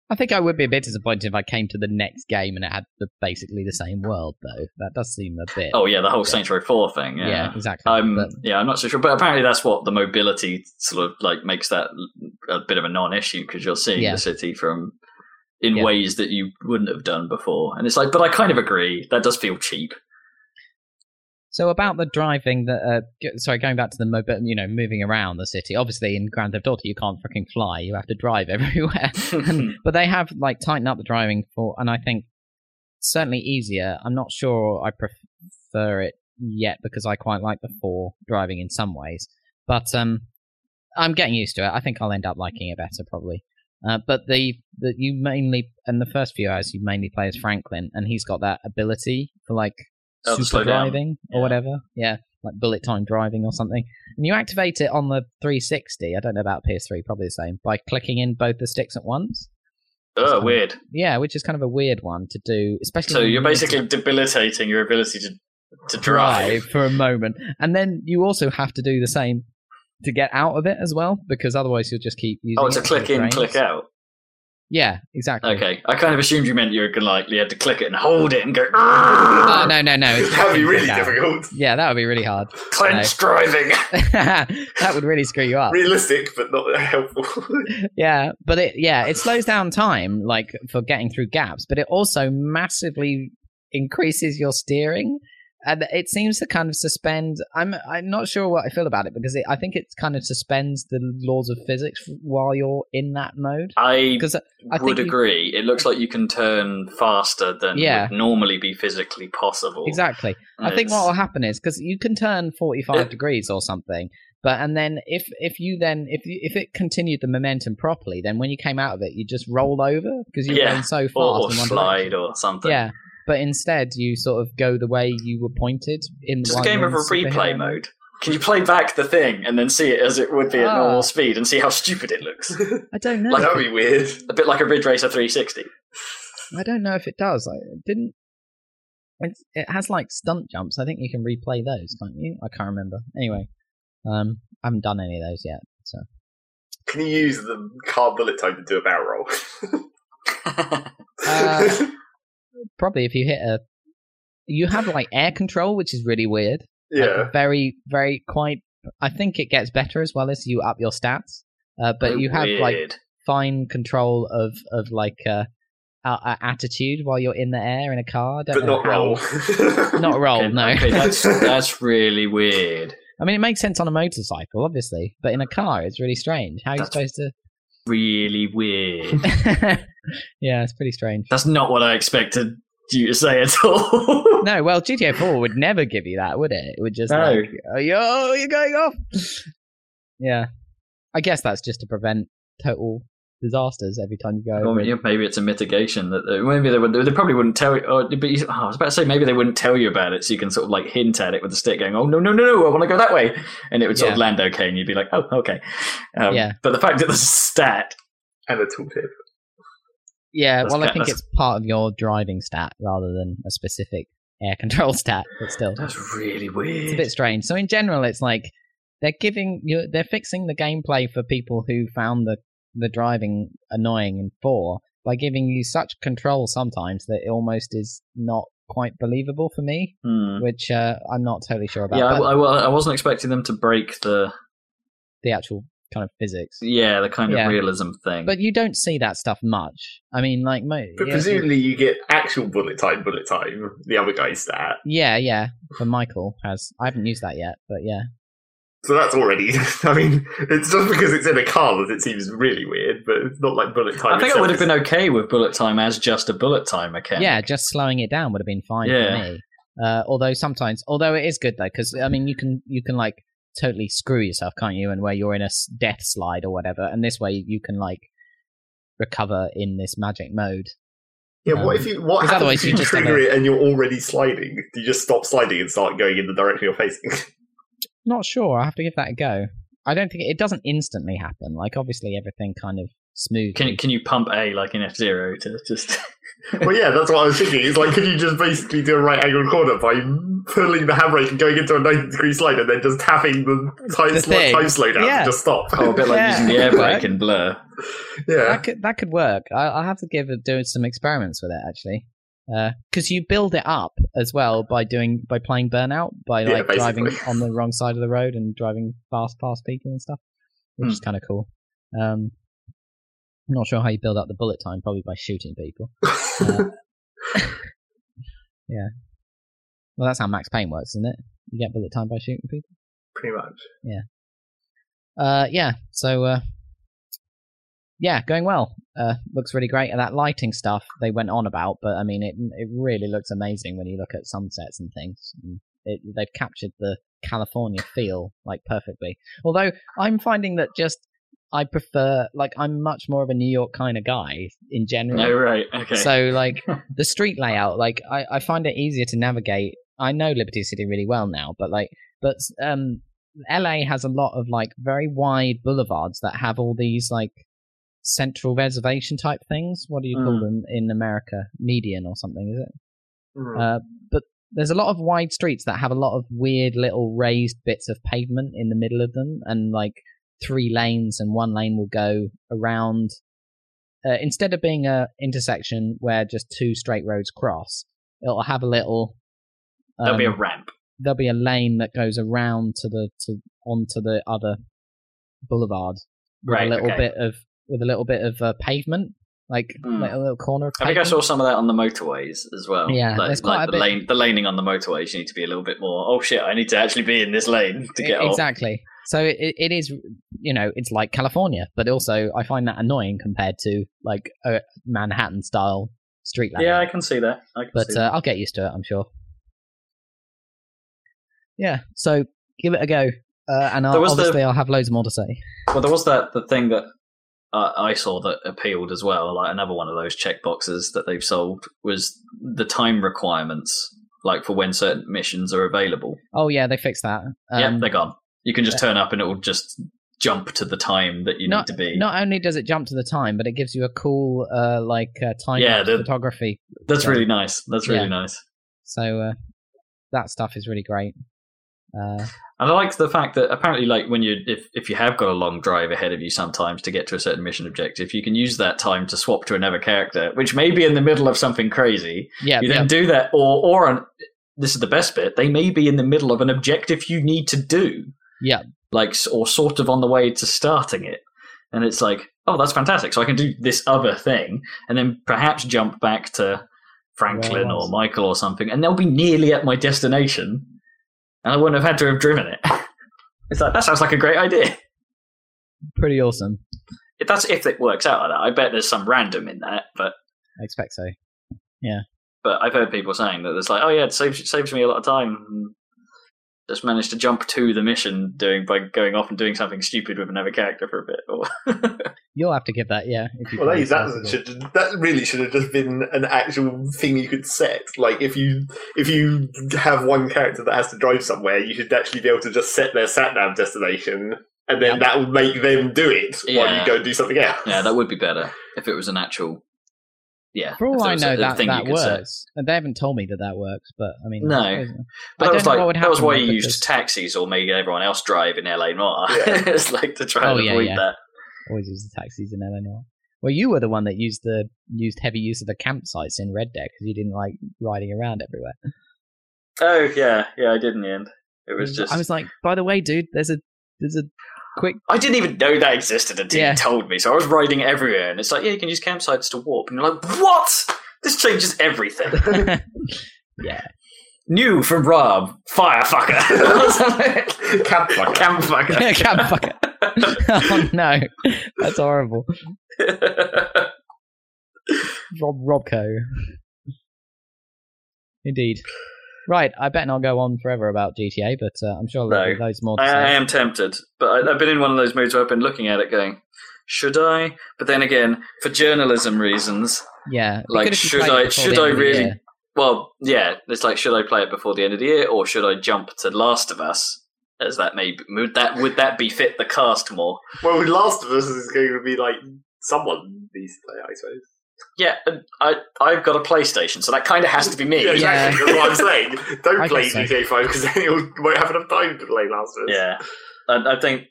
I think I would be a bit disappointed if I came to the next game and it had the, basically the same world, though. That does seem a bit.
Oh yeah, the whole Saints Row Four thing. Yeah,
yeah, exactly.
I'm
But-
yeah, I'm not so sure, but apparently that's what the mobility sort of like makes that a bit of a non-issue because you're seeing
Yeah.
the city from in
Yeah.
ways that you wouldn't have done before, and it's like, but I kind of agree that does feel cheap.
So about the driving, the uh, g- sorry, going back to the mobi- you know, moving around the city. Obviously, in Grand Theft Auto, you can't fucking fly; you have to drive everywhere. And- but they have like tightened up the driving for, and I think certainly easier. I'm not sure I prefer it yet because I quite like the four driving in some ways, but um, I'm getting used to it. I think I'll end up liking it better probably. Uh, but the that you mainly in the first few hours you mainly play as Franklin, and he's got that ability for like
Oh, to
super
slow down.
driving or
Yeah.
whatever. Yeah, like bullet time driving or something. And you activate it on the 360. I don't know about PS3, probably the same by clicking in both the sticks at once.
oh, weird.
Yeah, which is kind of a weird one to do, especially.
So
when
you're
you need to
basically debilitating your ability to to
drive
drive.
for a moment, and then you also have to do the same to get out of it as well, because otherwise you'll just keep using.
Oh, it's
it
a
Oh. for
click
your
in,
brains.
click out.
Yeah, exactly.
Okay, I kind of assumed you meant you were gonna like you had to click it and hold it and go
Oh no no no! it's
That'd be
click
really
out.
difficult.
Yeah, that would be really hard.
clench driving.
that would really screw you up.
Realistic, but not helpful.
Yeah, but it yeah, it slows down time like for getting through gaps, but it also massively increases your steering. And it seems to kind of suspend. I'm I'm not sure what I feel about it because it, I think it kind of suspends the laws of physics while you're in that mode.
I
Because I think
would
you-
agree. It looks like you can turn faster than
Yeah.
would normally be physically possible.
Exactly.
And
I think
it's-
what will happen is because you can turn 45
Yeah.
degrees or something, but and then if if you then if you, if it continued the momentum properly, then when you came out of it, you just roll over because you were
Yeah,
going so fast.
or, or
in one
slide
direction.
or something.
Yeah. but instead you sort of go the way you were pointed in
Just a
one
game of a
superhero
replay mode. Can you play back the thing and then see it as it would be at
Ah.
normal speed and see how stupid it looks?
I don't know.
Like-
That'd be weird.
a bit like a Ridge Racer 360.
I don't know if it does. I it didn't. It's, it has like stunt jumps. I think you can replay those, can't you? I can't remember. Anyway, um, I haven't done any of those yet. So
Can you use the car bullet time to do a barrel roll?
Uh, probably if you hit a, you have like air control, which is really weird. Like,
yeah.
very, very quite. I think it gets better as well as you up your stats.
Oh,
Uh, but you have like
Weird.
fine control of of like uh, uh, uh, attitude while you're in the air in a car. Don't
But
know
not
how-
roll.
Not roll.
Okay,
uh, oh, no.
okay, that's that's really weird.
I mean, it makes sense on a motorcycle, obviously, but in a car, it's really strange. How are you
That's-
supposed to?
Really weird.
yeah, it's pretty strange.
That's not what I expected you to say at all.
No, well, GTA 4 would never give you that, would it? It would just
No.
like, oh, yo, you're going off. Yeah, I guess that's just to prevent total disasters every time you go.
Or
over it.
maybe- maybe it's a mitigation that they, maybe they would. They probably wouldn't tell you. Or, but you, oh, I was about to say maybe they wouldn't tell you about it, so you can sort of like hint at it with a stick, going, "Oh no, no, no, no! I want to go that way," and it would sort of
Yeah.
land okay, and you'd be like, "Oh, okay." Um,
Yeah.
But the fact that the stat,
and a tooltip.
Yeah,
That's
well, I
ca-
think
that's-
it's part of your driving stat rather than a specific air control stat, but still.
that's really weird.
it's a bit strange. So in general, it's like they're giving you they're fixing the gameplay for people who found the the driving annoying in four by giving you such control sometimes that it almost is not quite believable for me,
Hmm.
which uh, I'm not totally sure about.
Yeah, I,
but
I, I wasn't expecting them to break the
the actual kind of physics.
yeah the kind
Yeah.
of realism thing.
But you don't see that stuff much. I mean, like, mo-
But
yeah,
presumably you get actual bullet time, bullet time, the other guy's stat.
yeah, yeah. But Michael has. I haven't used that yet, but yeah,
So that's already, I mean, it's just because it's in a car that it seems really weird, but it's not like bullet time.
I think I
itself
would have
is-
been okay with bullet time as just a bullet time mechanic.
yeah. Just slowing it down would have been fine
Yeah.
for me. Uh, although sometimes, although it is good though, because I mean, you can you can like totally screw yourself, can't you? And where you're in a s- death slide or whatever, and this way you can like recover in this magic mode.
Yeah,
Um,
what if you, what
'cause
happens
otherwise
if
you
you
just have
trigger it and you're already sliding? Do you just stop sliding and start going in the direction you're facing?
Not sure. I have to give that a go. I don't think it doesn't instantly happen. Like obviously everything kind of smooth.
Can can you pump A like in F Zero to just?
well, yeah, that's what I was thinking. It's like, could you just basically do a right angled corner by pulling the handbrake and going into a 90 degree slide and then just tapping the time,
The
slow,
thing.
time slowdown
Yeah.
to just stop?
Oh, a bit like
Yeah.
using the air brake
Right.
in Blur.
yeah.
that could that could work. I, I'll have to give it, do some experiments with it actually, because you build it up as well by doing by playing Burnout by
Yeah,
like driving
basically.
on the wrong side of the road and driving fast past people and stuff, which
Hmm.
is kind of cool. Um, I'm not sure how you build up the bullet time, probably by shooting people. Well, that's how Max Payne works, isn't it? You get bullet time by shooting people.
Pretty much.
Uh, yeah. So, uh, yeah, going well. Uh, looks really great. And that lighting stuff they went on about, but I mean, it it really looks amazing when you look at sunsets and things. And It, they've captured the California feel like perfectly. Although I'm finding that just I prefer like I'm much more of a New York kind of guy in general.
No, Oh, right, okay.
So like the street layout, like I, I find it easier to navigate. I know Liberty City really well now, but like but um LA has a lot of like very wide boulevards that have all these like central reservation type things. What do you call
Mm.
them in America? Median or something, is it?
Mm.
Uh, but there's a lot of wide streets that have a lot of weird little raised bits of pavement in the middle of them, and like three lanes, and one lane will go around. Uh, instead of being a intersection where just two straight roads cross, it'll have a little.
There'll be a
um,
ramp.
there'll be a lane that goes around to the to onto the other boulevard with
Right,
a little
okay.
bit of with a little bit of uh, pavement, like,
Hmm.
like a little corner. Of
I think I
pavement.
saw some of that on the motorways as well.
Yeah,
like,
there's quite
like
a
the
bit-
lane, the laning on the motorways. You need to be a little bit more. Oh shit! I need to actually be in this lane to
E-
get off.
exactly. So it, it it is, you know, it's like California, but also I find that annoying compared to like a Manhattan style street
Yeah, I
layout.
can see that. I can
but
see
uh, I'll get used to it, I'm sure. Yeah, so give it a go, uh, and
There
I'll,
was the-
obviously I'll have loads more to say.
that. Well, there was that the thing that uh, I saw that appealed as well. Like another one of those checkboxes that they've solved was the time requirements, like for when certain missions are available.
Oh yeah, they fixed that. Um,
yeah, they're gone. You can just turn up and it will just jump to the time that you
not,
need to be.
not only does it jump to the time, but it gives you a cool uh, like uh, time
Yeah,
lapse
the-
photography.
That's
so-
really nice. That's really
Yeah.
nice.
So uh, that stuff is really great. Uh,
And I like the fact that apparently, like when you if if you have got a long drive ahead of you, sometimes to get to a certain mission objective, you can use that time to swap to another character, which may be in the middle of something crazy.
yeah,
You
yeah.
then do that, or or an, this is the best bit. They may be in the middle of an objective you need to do.
Yeah.
like s- or sort of on the way to starting it, and it's like, oh, that's fantastic. So I can do this other thing, and then perhaps jump back to Franklin
Where I was.
or Michael or something, and they'll be nearly at my destination, and I wouldn't have had to have driven it. it's like that sounds like a great idea.
pretty awesome.
If that's if it works out like that. I bet there's some random in that, but.
I expect so.
but I've heard people saying that it's like, oh yeah, it saves saves me a lot of time. Just managed to jump to the mission doing by going off and doing something stupid with another character for a bit. Or
You'll have to give that, yeah. If you
Well,
play
that, is, that,
Resident Evil.
should, that really should have just been an actual thing you could set. Like if you if you have one character that has to drive somewhere, you should actually be able to just set their sat nav destination, and then that would make them do it while
Yeah.
you go and do something else.
yeah, that would be better if it was an actual. Yeah,
For
if
all
there
I
was a-
know,
a
that,
thing
that
you could set.
works. And they haven't told me that that works, but I mean,
No.
I suppose-
But that
I don't
was
know
like
what would
that was
happen
why
with
you
it,
used
because-
taxis or made everyone else drive in LA Noir.
Yeah.
it's like to try
Oh,
and
yeah,
avoid
yeah.
that.
always use the taxis in Illinois. Well, you were the one that used the used heavy use of the campsites in Red Dead because you didn't like riding around everywhere.
Oh yeah, yeah, I did in the end. It was just
Mm, I was like, by the way, dude, there's a there's a
I didn't even know that existed until
Yeah.
you told me. So I was riding everywhere, and it's like, yeah, you can use campsites to warp. And you're like, what? This changes everything.
yeah,
New from Rob, firefucker.
Camp like that.
Campfucker.
campfucker. oh no, that's horrible. Rob Robco. Indeed. Right, I bet not go on forever about GTA, but uh, I'm sure there'll be
No. Uh,
loads more. To
I, I
say.
am tempted, but I, I've been in one of those moods where I've been looking at it going, should I? But then again, for journalism reasons,
Yeah, it'd be
Like,
good if you
should
played it
I-
before
should
the end
I
of the
really-
year.
well, yeah, it's like, should I play it before the end of the year, or should I jump to Last of Us? As that may be, would that would that befit the cast more?
Well, with Last of Us is going to be like someone needs to play, I suppose.
Yeah, and I I've got a PlayStation, so that kind of has to be me.
Yeah, exactly. That's what I'm saying. Don't
I
play
guess so.
GTA Five because then you won't have enough time to play Last of Us.
Yeah, I, I think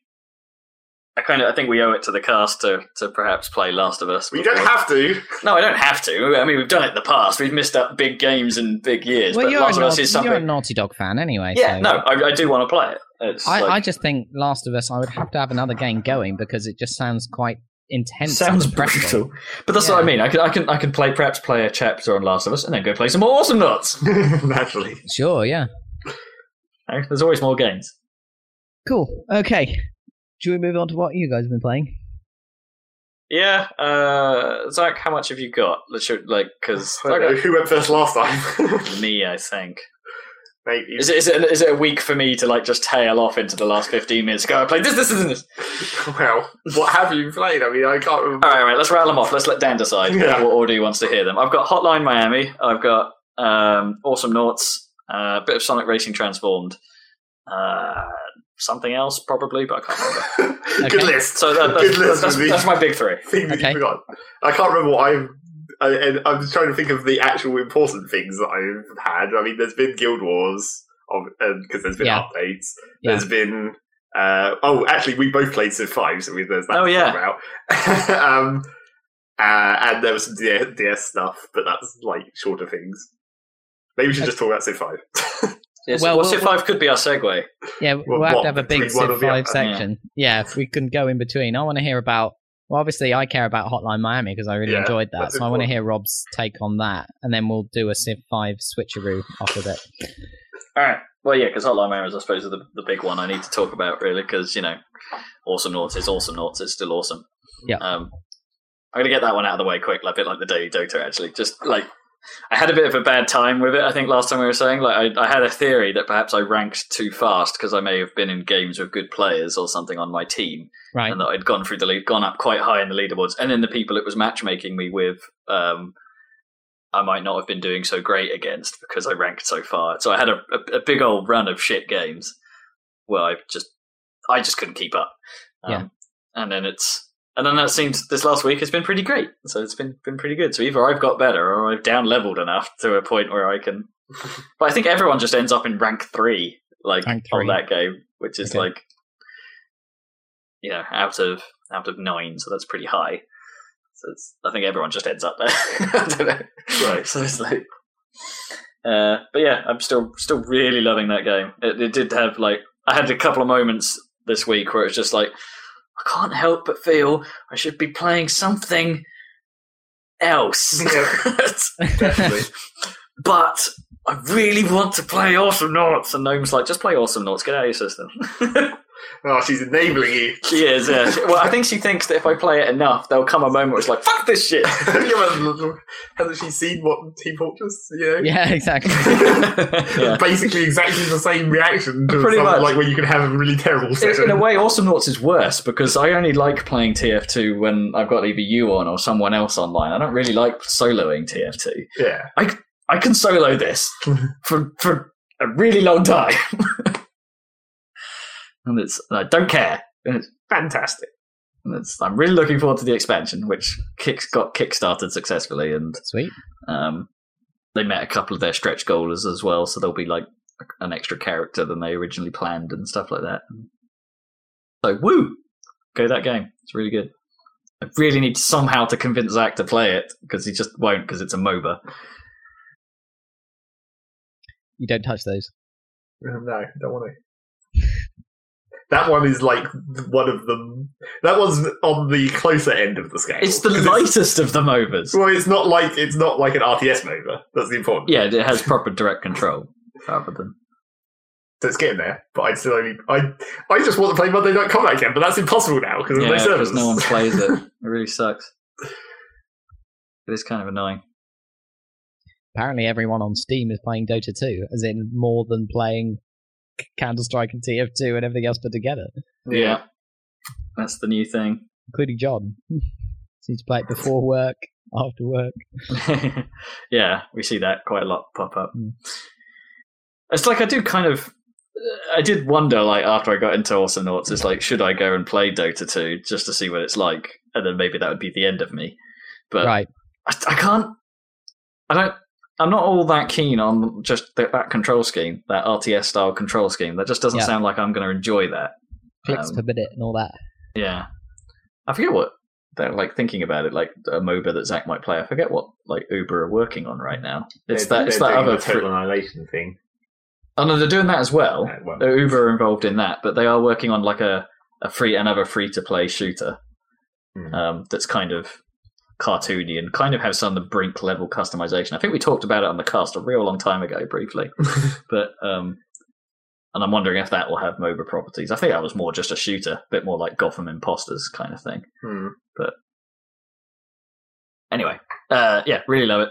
I kind of I think we owe it to the cast to to perhaps play Last of Us.
We don't
before-
have to.
No, I don't have to. I mean, we've done it in the past. We've missed up big games and big years.
Well,
but
you're a,
Last of Us
Naughty,
is
you're a
something.
Naughty Dog fan anyway.
Yeah,
so
no, I, I do want to play it. It's
I, I
like,
just think Last of Us, I would have to have another game going because it just sounds quite intense.
sounds
and stressful.
brutal, but that's what I
Yeah.
mean. I can I can I can play perhaps play a chapter on Last of Us and then go play some more Awesome Nuts.
Naturally.
Sure, yeah.
Okay, There's always more games.
Cool. Okay. Should we move on to what you guys have been playing?
Yeah, uh, Zach, how much have you got? Let's show, like because
I don't know who went first last time.
me, I think.
Maybe.
Is it, is, it, is it a week for me to like just tail off into the last 15 minutes? Go, I played this, this, this, and this.
Well, what have you played? I mean, I can't remember.
All right, all right, let's rattle them off. Let's let Dan decide
Yeah.
what order he wants to hear them. I've got Hotline Miami. I've got um, Awesome Noughts. A uh, bit of Sonic Racing Transformed. Uh, something else, probably, but I can't remember.
Good
Okay.
list.
So that,
Good
that's,
list
that's,
with me.
that's my big three.
Thing that you
Okay.
forgot. I can't remember what I've. I, and I'm just trying to think of the actual important things that I've had. I mean, there's been Guild Wars, because there's been
Yeah.
updates.
Yeah.
There's been. Uh, oh, actually, we both played Civ 5, so we, there's that
Oh,
to
yeah.
talk about. um, uh, and there was some DS, DS stuff, but that's like shorter things. Maybe we should just talk about Civ 5.
Yes.
Well,
Well,
well,
Civ 5 could be our segue.
Yeah, we'll,
Well,
have
what?
to have a big
Between one or
Civ
the
5
other?
section. Yeah. if we can go in between. I want to hear about. Well, obviously, I care about Hotline Miami because I really
Yeah,
enjoyed that.
that's
So I want to
important.
hear Rob's take on that. And then we'll do a Civ 5 switcheroo off of it.
All right. Well, yeah, because Hotline Miami, is, I suppose, the, the big one I need to talk about, really, because, you know, Awesome Noughts is Awesome Noughts. It's still awesome.
Yeah.
Um, I'm going to get that one out of the way quick, like, a bit like the Daily Dota, actually. Just, like, I had a bit of a bad time with it. I think last time we were saying like I, I had a theory that perhaps I ranked too fast because I may have been in games with good players or something on my team,
Right.
and that I'd gone through the lead, gone up quite high in the leaderboards, and then the people it was matchmaking me with, um, I might not have been doing so great against because I ranked so far. So I had a, a, a big old run of shit games where I just, I just couldn't keep up. Um,
Yeah.
And then it's, and then that seems this last week has been pretty great. So it's been been pretty good. So either I've got better or I've down leveled enough to a point where I can. but I think everyone just ends up in rank three, like
Rank
on
three.
that game, which is
Okay.
like yeah, out of out of nine, so that's pretty high. So it's, I think everyone just ends up there. I don't know.
Right.
So it's like, uh, but yeah, I'm still still really loving that game. It, it did have like I had a couple of moments this week where it's just like I can't help but feel I should be playing something else.
Definitely.
but I really want to play Awesome Noughts. And Gnome's like, just play Awesome Noughts, get out of your system.
oh, she's enabling you.
she is, yeah. She- Well, I think she thinks that if I play it enough, there'll come a moment where it's like, fuck this shit.
Have you ever- Hasn't she seen what Team Fortress? You know,
yeah, exactly.
Yeah.
basically exactly the same reaction to
Pretty
something
much.
like when you can have a really terrible
In,
session.
in a way, Awesome Noughts is worse because I only like playing TF2 when I've got either you on or someone else online. I don't really like soloing TF2.
yeah,
I can solo this for for a really long time, and it's and I don't care, and it's fantastic. And it's, I'm really looking forward to the expansion, which kicks, got kickstarted successfully, and
Sweet.
um, they met a couple of their stretch goals as well, so there'll be like an extra character than they originally planned and stuff like that. So woo, go that game. It's really good. I really need somehow to convince Zach to play it because he just won't because it's a MOBA.
You don't touch those.
Um, no, don't want to. That one is like one of the. That one's on the closer end of the scale.
It's the
'Cause
lightest of the MOBAs.
well, it's not like it's not like an RTS MOBA. That's the important.
Yeah, it has proper direct control rather than.
So it's getting there, but I still only I I just want to play Monday Night Combat again, but that's impossible now because of
Yeah,
no
because
servers.
no one plays it. It really sucks. It is kind of annoying.
Apparently, everyone on Steam is playing Dota 2, as in more than playing Counter Strike and TF2 and everything else put together,
Yeah. That's the new thing.
including John. Seems to play it before work, after work.
yeah, we see that quite a lot pop up.
Mm.
It's like I do kind of. I did wonder, like, after I got into Awesome Noughts, it's like, should I go and play Dota 2 just to see what it's like? And then maybe that would be the end of me. But
right.
I, I can't. I don't. I'm not all that keen on just that, that control scheme, that RTS style control scheme. That just doesn't
Yeah.
sound like I'm going to enjoy that.
Clicks
um,
per minute and all that.
Yeah, I forget what they're like thinking about it, like a MOBA that Zach might play. I forget what like Uber are working on right now. It's that. It's that other.
total
Three,
annihilation thing.
oh no, they're doing that as well.
Uh, well,
Uber are involved in that, but they are working on like a, a free another free to play shooter
Hmm.
um, that's kind of cartoony and kind of has some of the brink level customization. I think we talked about it on the cast a real long time ago briefly, but um, and I'm wondering if that will have MOBA properties. I think that was more just a shooter, a bit more like Gotham Imposters kind of thing.
hmm.
Anyway, uh, yeah, really love it.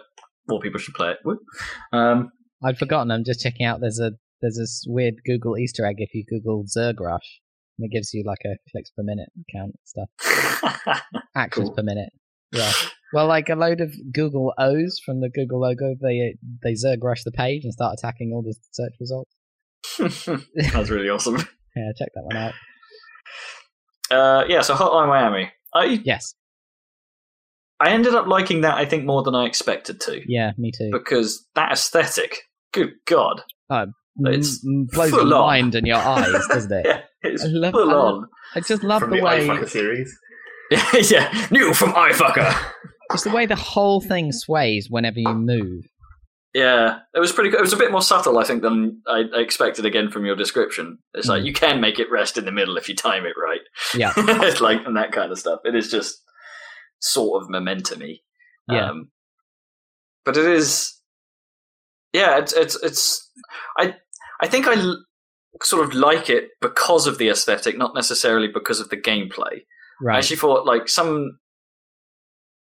More people should play it. Woo. Um,
I'd forgotten. I'm just checking out. There's a there's this weird Google Easter egg if you Google Zerg Rush, and it gives you like a clicks per minute count and stuff, actions
Cool.
per minute. Yeah. Well, like a load of Google O's from the Google logo, they they Zerg Rush the page and start attacking all the search results.
That's really awesome.
Yeah, check that one out.
Uh, yeah, so Hotline Miami. I
Yes.
I ended up liking that, I think, more than I expected to.
Yeah, me too.
Because that aesthetic, good God, it's
Mm, mm, blows your
full on.
mind and your eyes, doesn't it?
it's
I love-
full
I love-
on.
I just love
from
the
the
way
iFucker series.
yeah, new from iFucker.
just the way the whole thing sways whenever you move.
Yeah, it was pretty. good. It was a bit more subtle, I think, than I I expected. Again, from your description, it's like
Mm.
you can make it rest in the middle if you time it right.
Yeah.
it's like and that kind of stuff. It is just sort of momentumy.
Yeah.
Um, but it is. Yeah, it's it's it's. I I think I l- sort of like it because of the aesthetic, not necessarily because of the gameplay. I
Right.
actually thought like some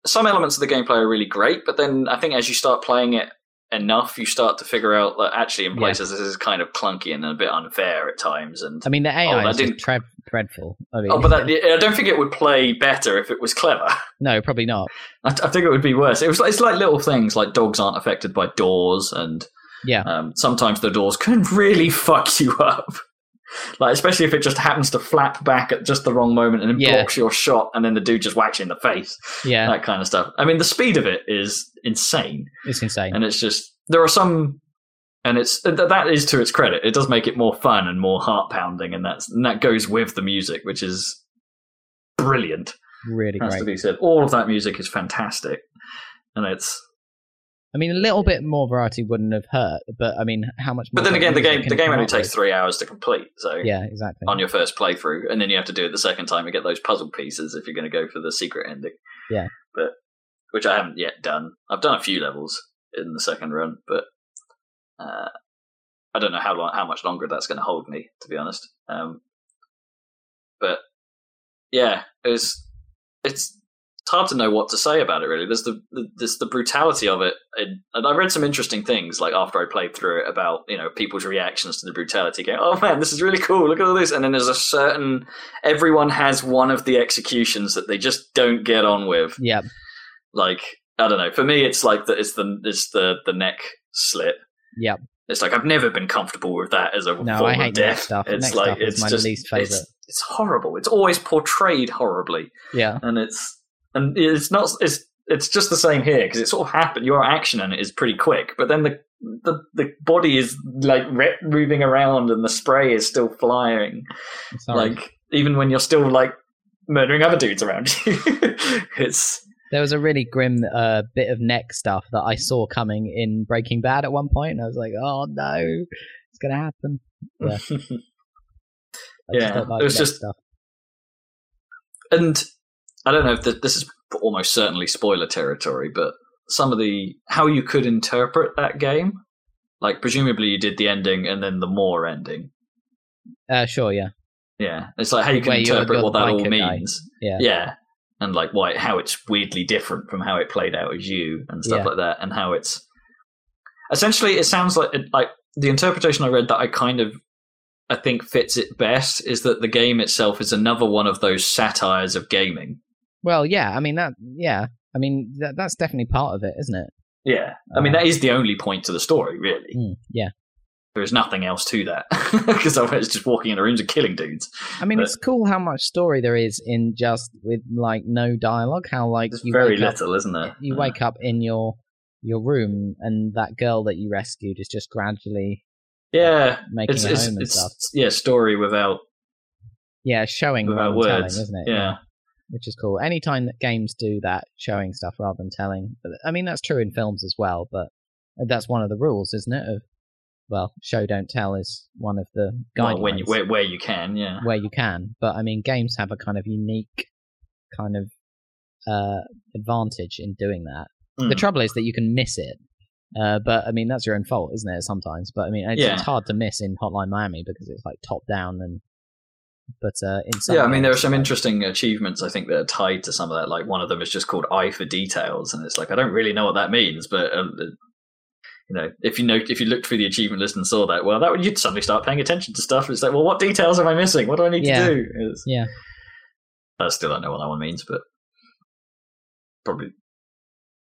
some elements of the gameplay are really great, but then I think as you start playing it enough, you start to figure out that actually in
Yeah.
places this is kind of clunky and a bit unfair at times. And
I mean, the AI
oh, that
is just
didn't-
tre- dreadful. I mean,
oh, but that, I don't think it would play better if it was clever.
no, probably not.
I, I think it would be worse. It was like, it's like little things like dogs aren't affected by doors, and
Yeah.
um, sometimes the doors can really fuck you up. Like especially if it just happens to flap back at just the wrong moment and then
Yeah.
blocks your shot, and then the dude just whacks you in the face.
Yeah,
That kind of stuff. I mean, the speed of it is insane,
it's insane.
and it's just there are some. And it's th- that is to its credit. It does make it more fun and more heart pounding, and that's and that goes with the music, which is brilliant
really
has to
great.
be said. All of that music is fantastic, and it's.
I mean, a little bit more variety wouldn't have hurt, but I mean, how much?
But
more
then again, the
music
game
can
the
you
game
come
only
up
takes
with?
three hours to complete, so
Yeah, exactly.
on your first playthrough, and then you have to do it the second time and get those puzzle pieces if you're going to go for the secret ending.
Yeah.
but which I haven't yet done. I've done a few levels in the second run, but uh, I don't know how long, how much longer that's going to hold me, to be honest. Um, but yeah, it's it's it's hard to know what to say about it really. There's the the- there's the brutality of it, and, and I read some interesting things like after I played through it about you know people's reactions to the brutality. Going, oh man, this is really cool. Look at all this, and then there's a certain everyone has one of the executions that they just don't get on with.
Yeah,
Like I don't know. For me, it's like the it's the it's the the neck slit.
Yep.
It's like I've never been comfortable with that as a
No,
form
I
of
hate neck
death.
stuff.
It's
Neck
like
stuff is
it's
my
just
least
it's-
favourite.
it's horrible. It's always portrayed horribly
yeah,
and it's and it's not it's it's just the same here because it sort of happened your action in it is pretty quick but then the the, the body is like rep moving around and the spray is still flying
I'm sorry.
like even when you're still like murdering other dudes around you it's
There was a really grim uh, bit of neck stuff that I saw coming in Breaking Bad at one point, and I was like, "Oh no, it's gonna happen." Yeah. I
Yeah,
just don't like
it was
neck
just-
stuff.
and I don't know if th this is almost certainly spoiler territory, but some of the how you could interpret that game, like presumably you did the ending and then the more ending.
Uh, sure, yeah,
Yeah, it's like how you can
Where you're-
interpret
you're
what
the
that all
biker guy.
means.
Yeah.
and like why how it's weirdly different from how it played out as you and stuff
Yeah.
like that, and how it's essentially it sounds like it, like the interpretation I read that I kind of I think fits it best is that the game itself is another one of those satires of gaming.
Well, yeah, I mean that. Yeah, I mean that, that's definitely part of it, isn't it?
Yeah, I mean
Uh,
that is the only point to the story really.
Mm, yeah,
There is nothing else to that because otherwise it's just walking into rooms and killing dudes.
I mean
But-
it's cool how much story there is in just with like no dialogue. How like
It's
you
very
wake up-
little, isn't there?
you wake up in your your room, and that girl that you rescued is just gradually
Yeah,
making
it's
a
it's,
home and stuff.
it's yeah story without
Yeah, showing
without
rather than telling,
words,
isn't it?
Yeah.
which is cool. Anytime that games do that, showing stuff rather than telling. But, I mean, that's true in films as well, but that's one of the rules, isn't it? Of well, show don't tell is one of the guidelines
Well, when you, where, where you can, yeah.
where you can. But I mean, games have a kind of unique kind of uh, advantage in doing that. The
Mm.
trouble is that you can miss it. Uh, but I mean, that's your own fault, isn't it? Sometimes, but I mean, it's,
Yeah.
it's hard to miss in Hotline Miami because it's like top down and. But uh, in some
yeah, I mean, there are
games,
some
like-
interesting achievements I think that are tied to some of that. Like one of them is just called "Eye for Details," and it's like I don't really know what that means, but um, it- you know, if you know, if you looked through the achievement list and saw that, well, that would you'd suddenly start paying attention to stuff. It's like, well, what details am I missing? What do I need
Yeah.
to do? It's-
Yeah.
I still don't know what that one means, but probably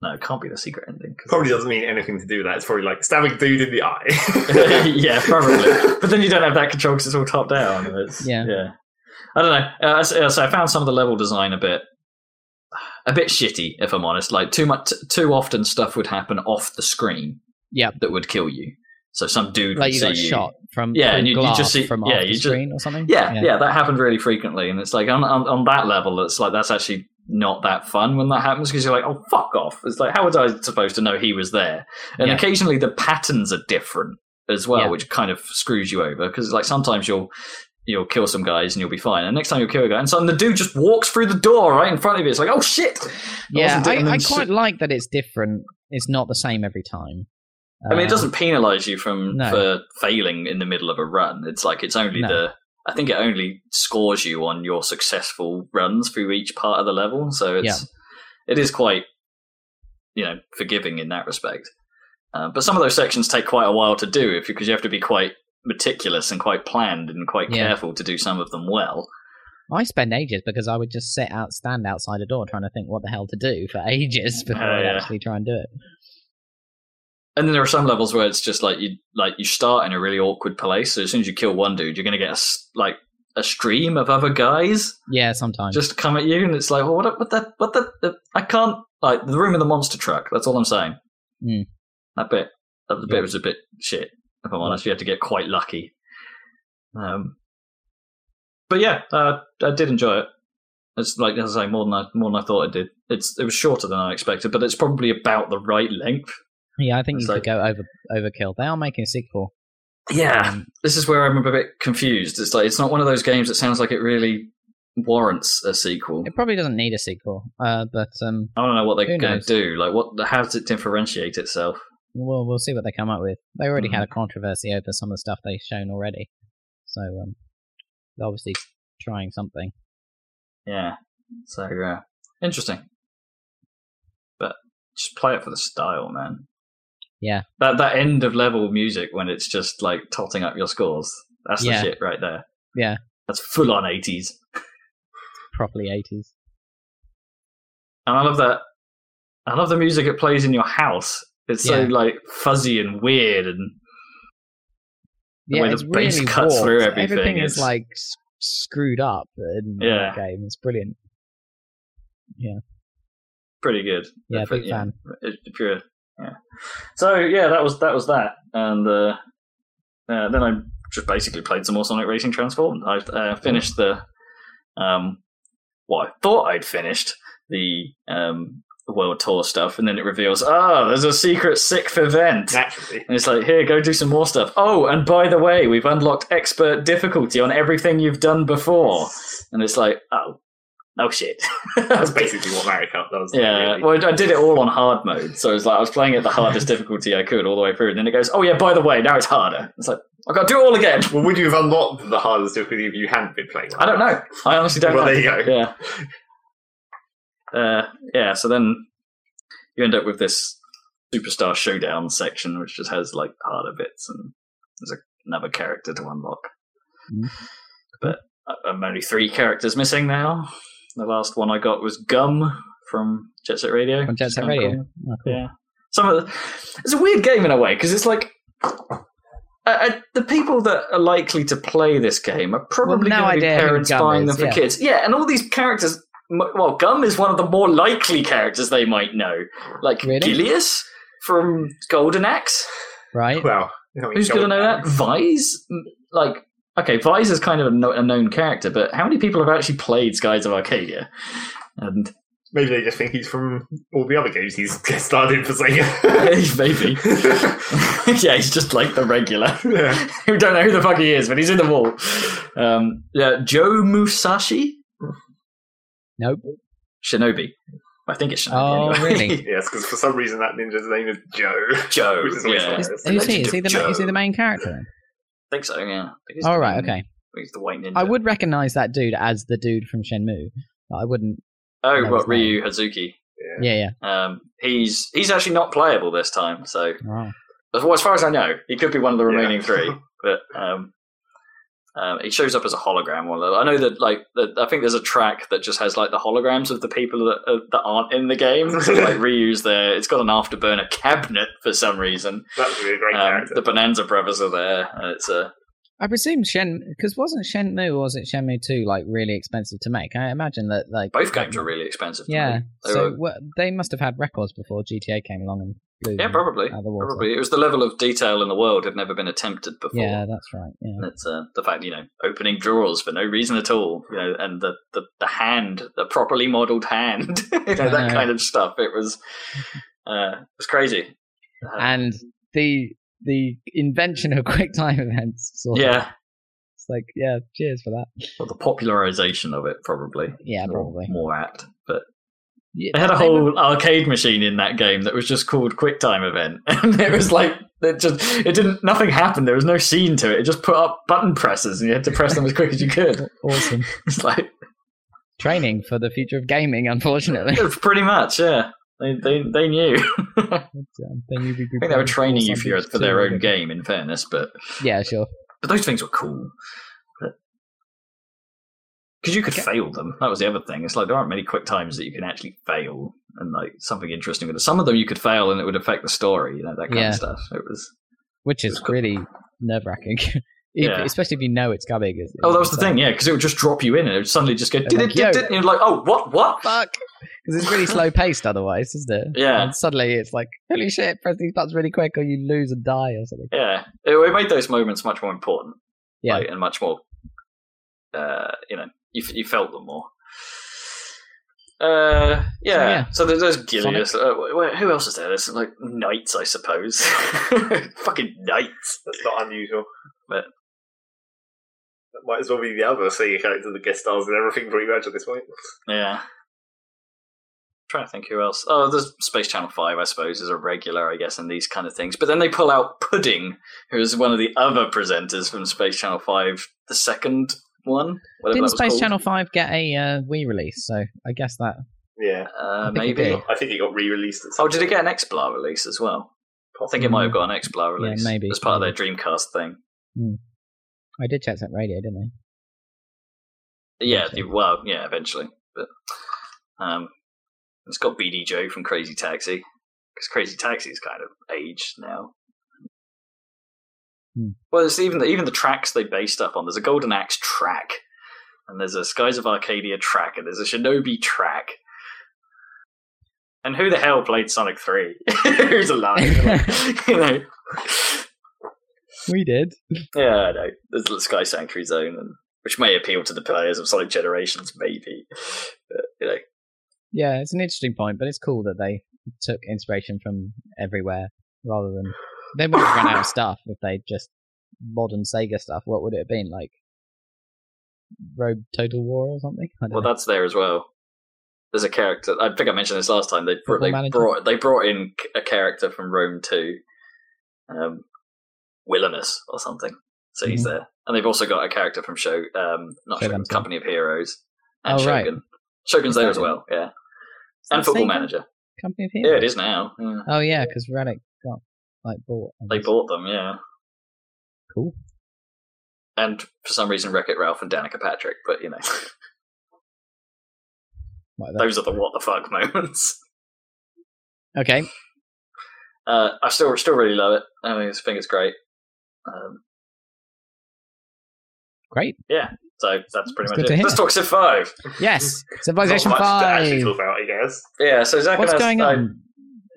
no, it can't be the secret ending. 'cause-
Probably doesn't mean anything to do with that. It's probably like stabbing dude in the eye.
yeah, probably. But then you don't have that control because it's all top down. It's-
Yeah.
I don't know. Uh, so, so I found some of the level design a bit, a bit shitty, if I'm honest. Like too much, too often stuff would happen off the screen.
Yep.
That would kill you. So some dude
like
would
you
see
got
you.
shot from
Yeah,
through
and you- you
glass
just see-
from
yeah,
off
you
the
just-
screen or something.
Yeah, yeah, that happened really frequently, and it's like on, on on that level, it's like that's actually not that fun when that happens because you're like, oh fuck off. It's like how was I supposed to know he was there? And
Yeah.
occasionally the patterns are different as well,
Yeah.
which kind of screws you over because like sometimes you'll you'll kill some guys and you'll be fine, and next time you'll kill a guy, and suddenly the dude just walks through the door right in front of you. It's like, oh shit. I
yeah.
wasn't doing
I, I
this shit.
quite like that it's different. It's not the same every time.
I mean, it
Uh,
doesn't penalise you from
No.
for failing in the middle of a run. It's like it's only
No.
the. I think it only scores you on your successful runs through each part of the level. So it's it is quite you know forgiving in that respect. Uh, but some of those sections take quite a while to do if because you have to be quite meticulous and quite planned and quite
Yeah.
careful to do some of them well.
Um, I spend ages because I would just sit out, stand outside a door trying to think what the hell to do for ages before
Oh, yeah.
I'd actually try and do it.
And then there are some levels where it's just like you like you start in a really awkward place. So as soon as you kill one dude, you're going to get a s like a stream of other guys
Yeah, sometimes.
just come at you, and it's like, well, what, what the, what the, the, I can't like the room in the monster truck. That's all I'm saying.
Hmm.
That bit, that was a
Yeah.
bit was a bit shit. If I'm honest, you had to get quite lucky. Um, but yeah, uh, I did enjoy it. It's like as I say, more than I more than I thought it did. It's it was shorter than I expected, but it's probably about the right length.
yeah, I think
it's
you
like-
could go over overkill. They are making a sequel.
Yeah,
Um,
this is where I'm a bit confused. It's like it's not one of those games that sounds like it really warrants a sequel.
it probably doesn't need a sequel, uh, but um,
I don't know what they're
Who
going
knows?
to do. Like, what? How does it differentiate itself?
we'll we'll see what they come up with. They already
Mhm.
had a controversy over some of the stuff they've shown already, so um, they're obviously trying something.
Yeah. So uh, interesting. But just play it for the style, man.
Yeah.
That that end of level music when it's just like totting up your scores. That's
Yeah.
the shit right there.
Yeah.
That's full on eighties.
Properly eighties.
And I love that I love the music it plays in your house. It's so
Yeah.
like fuzzy and weird and The
Yeah,
way the
it's
bass
really
cuts
warped.
through everything
Everything is
is-
like s- screwed up in
Yeah.
that game. It's brilliant.
pretty good.
Yeah,
Pretty-
big fan.
It- if you're- yeah. So yeah, that was that was that, and uh, uh, then I just basically played some more Sonic Racing Transformed. I uh, finished the um, what I thought I'd finished the um, world tour stuff, and then it reveals ah, there's a secret sixth event.
Naturally.
And it's like, here, go do some more stuff. Oh, and by the way, we've unlocked expert difficulty on everything you've done before. And it's like, oh, oh shit.
That's basically what Mario Kart does.
Yeah,
really.
well, I did it all on hard mode, so it was like I was playing at the hardest difficulty I could all the way through, and then it goes, "Oh yeah, by the way, now it's harder." It's like I got to do it all again.
Well, would you have unlocked the hardest difficulty if you hadn't been playing?
I don't know. I honestly don't.
Well,
know.
there you go.
Yeah. Uh, yeah. So then you end up with this superstar showdown section, which just has like harder bits, and there's a, another character to unlock.
Mm.
Mm-hmm.
But I- I'm only three characters missing now. The last one I got was Gum from Jet Set Radio.
From
which
Jet
is
Set
kinda
Radio.
cool
Oh, cool.
yeah. Some of the, it's a weird game in a way because it's like I, I, the people that are likely to play this game are probably
no
going to be
idea who
parents
Gum
buying
is,
them for
yeah.
kids. Yeah, and all these characters. m- Well, Gum is one of the more likely characters they might know, like
Really?
Gilius from Golden Axe.
Right?
Well, I mean,
Who's going to know
on.
that? Vise, M- like. Okay, Vise is kind of a, no- a known character, but how many people have actually played Skies of Arcadia? And
Maybe they just think he's from all the other games he's started for
maybe,
Sega.
yeah, he's just like the regular.
yeah.
who don't know who the fuck he is, but he's in the wall. Um, yeah, Joe Musashi,
Nope.
Shinobi. I think it's Shinobi.
Oh,
anyway.
really?
Yes, because for some reason that ninja's name is Joe.
Joe.
Which is always
yeah.
hilarious.
Is,
It's
who's he? Is he, the,
Joe.
ma- is he the main character? Then?
I think so. Yeah. I think he's
All
the
right.
main-
Okay.
He's the white ninja.
I would recognize that dude as the dude from Shenmue. But I wouldn't.
Oh,
know
what
his name.
Ryu Hazuki.
Yeah.
Yeah. Yeah.
Um, he's he's actually not playable this time. So,
Wow.
as well, as far as I know, he could be one of the
Yeah.
remaining three. But um, um, he shows up as a hologram. One. I know that like that, I think there's a track that just has like the holograms of the people that uh, that aren't in the game. So, like Ryu's there. It's got an afterburner cabinet for some reason.
That would be a great
Um,
character.
the Bonanza Brothers are there, and it's uh, a
I presume Shen because wasn't Shenmue or was it Shenmue two like really expensive to make? I imagine that like
both games are really expensive. to
Yeah.
make. They
So
were-
what, they must have had records before GTA came along and blew
yeah,
them
probably,
out of the water.
probably. It was the level of detail in the world had never been attempted before.
Yeah, that's right. Yeah.
And It's uh, the fact you know opening drawers for no reason at all, you know, and the the, the hand, the properly modelled hand, you know,
I
that
know.
kind of stuff. It was uh, it was crazy. Uh,
And the the invention of QuickTime events. Sort of.
yeah,
It's like yeah, cheers for that.
well, the popularisation of it probably.
Yeah,
More-
probably.
more apt, but
Yeah,
They had a
they were-
whole arcade machine in that game that was just called QuickTime Event, and it was like it just it didn't nothing happened. There was no scene to it. It just put up button presses, and you had to press them as quick as you could.
awesome.
It's like
training for the future of gaming, unfortunately.
Pretty much, yeah. They they, they knew. I
Um, then you'd be
think they were training you for, your, for their own game, in fairness, but
Yeah, sure.
but those things were cool. Because you could
Okay.
fail them. That was the other thing. It's like there aren't many quick times that you can actually fail and like something interesting with it. Some of them you could fail and it would affect the story, you know, that kind
Yeah.
of stuff. It was.
Which is
It's cool.
really nerve wracking.
Yeah.
Especially if you know it's coming. is-
Oh, that was the
so-
thing, yeah, because it would just drop you in and it would suddenly just go.
They're like,
Did it? Did it? And you're like, oh, what? What?
Fuck! Because it's really slow paced otherwise, isn't it?
Yeah.
And suddenly it's like, holy shit, press these buttons really quick or you lose and die or something.
Yeah, it, it made those moments much more important.
Yeah.
like, and much more. Uh, you know, you, f- you felt them more. Uh, yeah. So,
yeah.
there's, there's Gilius. Uh, wh- wh- who else is there? There's like knights, I suppose. Fucking knights.
That's not unusual.
But-
That might as well be the other senior character that guest stars and everything pretty much at this point.
Yeah. trying to think who else. Oh, there's Space Channel Five, I suppose, is a regular, I guess, in these kind of things. But then they pull out Pudding, who is one of the other presenters from Space Channel Five, the second one. whatever
Didn't
that was
Space
called.
Channel 5 get a uh, Wii release? So I guess that.
Yeah.
Uh,
I think it did.
maybe.
I think it got re released at some
Oh, did it get an XBLA release as well? I think it
Mm.
might have got an XBLA
Yeah,
release.
maybe,
As part of their Dreamcast thing.
I did check that radio, didn't
Yeah, the-
Okay.
well, yeah, eventually. But um, it's got BD Joe from Crazy Taxi. Because Crazy Taxi's kind of aged now.
Hmm.
Well, it's even the, even the tracks they based stuff on. There's a Golden Axe track, and there's a Skies of Arcadia track, and there's a Shinobi track. And who the hell played Sonic Three? Who's alive? Like, you know.
they? We did.
Yeah, I know. There's the Sky Sanctuary Zone, and, which may appeal to the players of Sonic Generations, maybe. But, you know,
Yeah, it's an interesting point, but it's cool that they took inspiration from everywhere rather than they would have run out of stuff if they just modern Sega stuff. What would it have been like? Rogue Total War or something? I don't
well,
know.
that's there as well. There's a character. I think I mentioned this last time. They brought,
Football
they
Manager?
brought they brought in c- a character from Rome Two, um, Willinus or something. So he's
Mhm.
there, and they've also got a character from Show, um, not
Shogun
Shogun,
Sam.
Company of Heroes, and
Oh, right.
Shogun. Shogun's there as
Shogun.
well, yeah,
Is that
and Football
Sega
Manager.
Company of
Yeah,
Heroes?
it is now. Yeah.
Oh, yeah, because Radek got like bought. I
They
guess.
bought them, yeah.
Cool.
and for some reason Wreck It Ralph and Danica Patrick, but you know,
Like that.
those are the what the fuck moments.
Okay.
Uh, I still still really love it. I mean, I think it's great. Um,
Great.
so that's pretty
That's
much
good to
it.
hear.
Let's talk Civ Five.
Yes.
Not
Civilization
much to
5.
actually talk about, I guess.
Yeah, so Zach
What's
had a-
going
I-
on?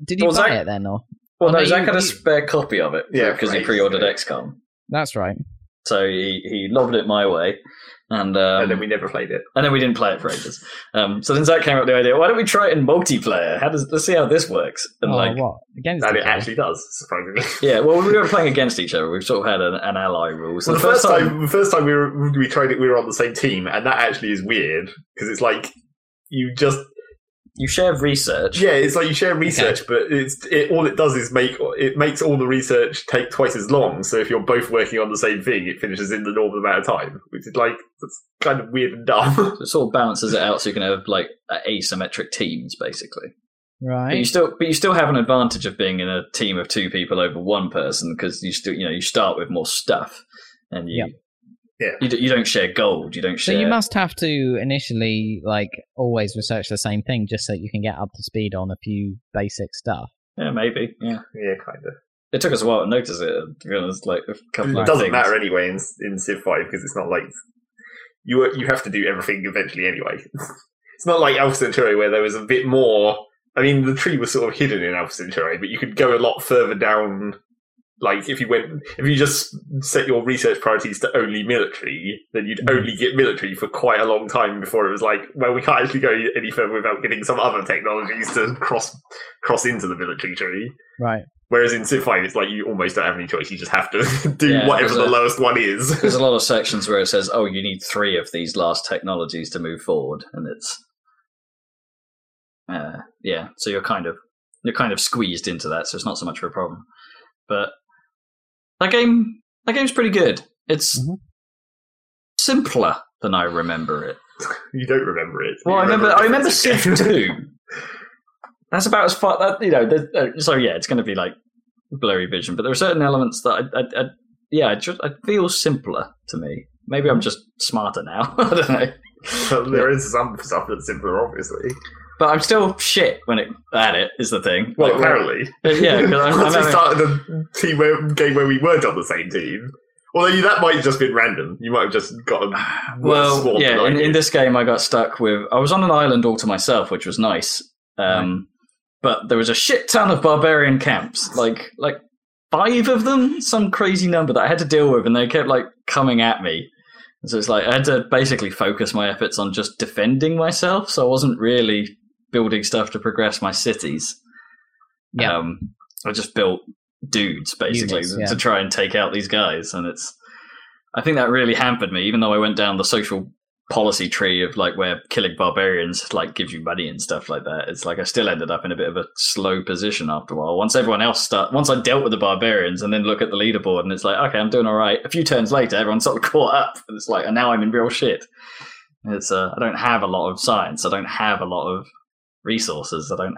Did you
Well,
buy
Zach-
it then, or?
well,
Oh,
no,
no,
Zach
you-
had a
you-
spare copy of it
Yeah,
because he
right.
pre-ordered
Yeah.
XCOM,
That's right.
so he he lobbed it my way, and um,
and then we never played it.
and then we didn't play it for ages. Um, so then Zach came up with the idea: why don't we try it in multiplayer? How does let's see how this works? And
oh,
like,
what? Against
And
the
it actually does, surprisingly.
yeah, well, we were playing against each other. We've sort of had an, an ally rule. So
So the first time, the first time we were, we tried it, we were on the same team, and that actually is weird because it's like you just
you share research.
yeah, it's like you share research, but it's it all it does is make it makes all the research take twice as long. So if you're both working on the same thing, it finishes in the normal amount of time, which is like that's kind of weird and dumb.
So it sort of balances it out so you can have like uh, asymmetric teams basically but you
Right.
still but you still have an advantage of being in a team of two people over one person because you still you know you start with more stuff and you
Yeah.
you, d- you don't share gold you don't
So
share
you must have to initially like always research the same thing just so you can get up to speed on a few basic stuff.
yeah maybe yeah
yeah, kind of.
it took us a while to notice it to be honest like a couple
it
of
doesn't
things.
matter anyway in in Civ Five because it's not like you you have to do everything eventually anyway. it's not like Alpha Centauri where there was a bit more. I mean, the tree was sort of hidden in Alpha Centauri, but you could go a lot further down. Like if you went, if you just set your research priorities to only military, then you'd
Mm-hmm.
Mhm.
only get military for quite a long time before it was like, well, we can't actually go any further without getting some other technologies to cross cross into the military tree.
Right.
Whereas in Civ 5, it's like you almost don't have any choice. You just have to do
Yeah,
whatever the
there's a-
lowest one is.
there's a lot of sections where it says oh you need three of these last technologies to move forward and it's uh, yeah so you're kind of you're kind of squeezed into that so it's not so much of a problem but that game that game's pretty good it's
Mhm.
simpler than i remember it
You don't remember it.
Well,
You
I remember. I remember
it's okay.
Civ Two. That's about as far. That you know. there's- Uh, so yeah, it's going to be like blurry vision, but there are certain elements that I, I, I yeah, it just I feel simpler to me. Maybe I'm just smarter now. I don't know.
Well, there is some stuff that's simpler, obviously.
But I'm still shit when it at it is the thing.
Well,
Like,
apparently.
yeah, 'cause I'm- I'm
Once we
having-
started the team where, game where we weren't on the same team. Although that might have just been random. You might have just got a worse
well,
one than
yeah.
I
In, in
did.
this game, I got stuck with. I was on an island all to myself, which was nice. Um, But there was a shit ton of barbarian camps, like like five of them, some crazy number that I had to deal with, and they kept like coming at me. And so it's like I had to basically focus my efforts on just defending myself, so I wasn't really building stuff to progress my cities.
Yeah.
Um, I just built dudes basically
Units,
to-
yeah.
to try and take out these guys, and it's. I think that really hampered me, even though I went down the social policy tree of like where killing barbarians like gives you money and stuff like that. It's like I still ended up in a bit of a slow position after a while. Once everyone else start, once I dealt with the barbarians and then look at the leaderboard and it's like, okay, I'm doing all right. A few turns later, everyone sort of caught up, and it's like, and now I'm in real shit. It's uh, I don't have a lot of science. I don't have a lot of resources. I don't,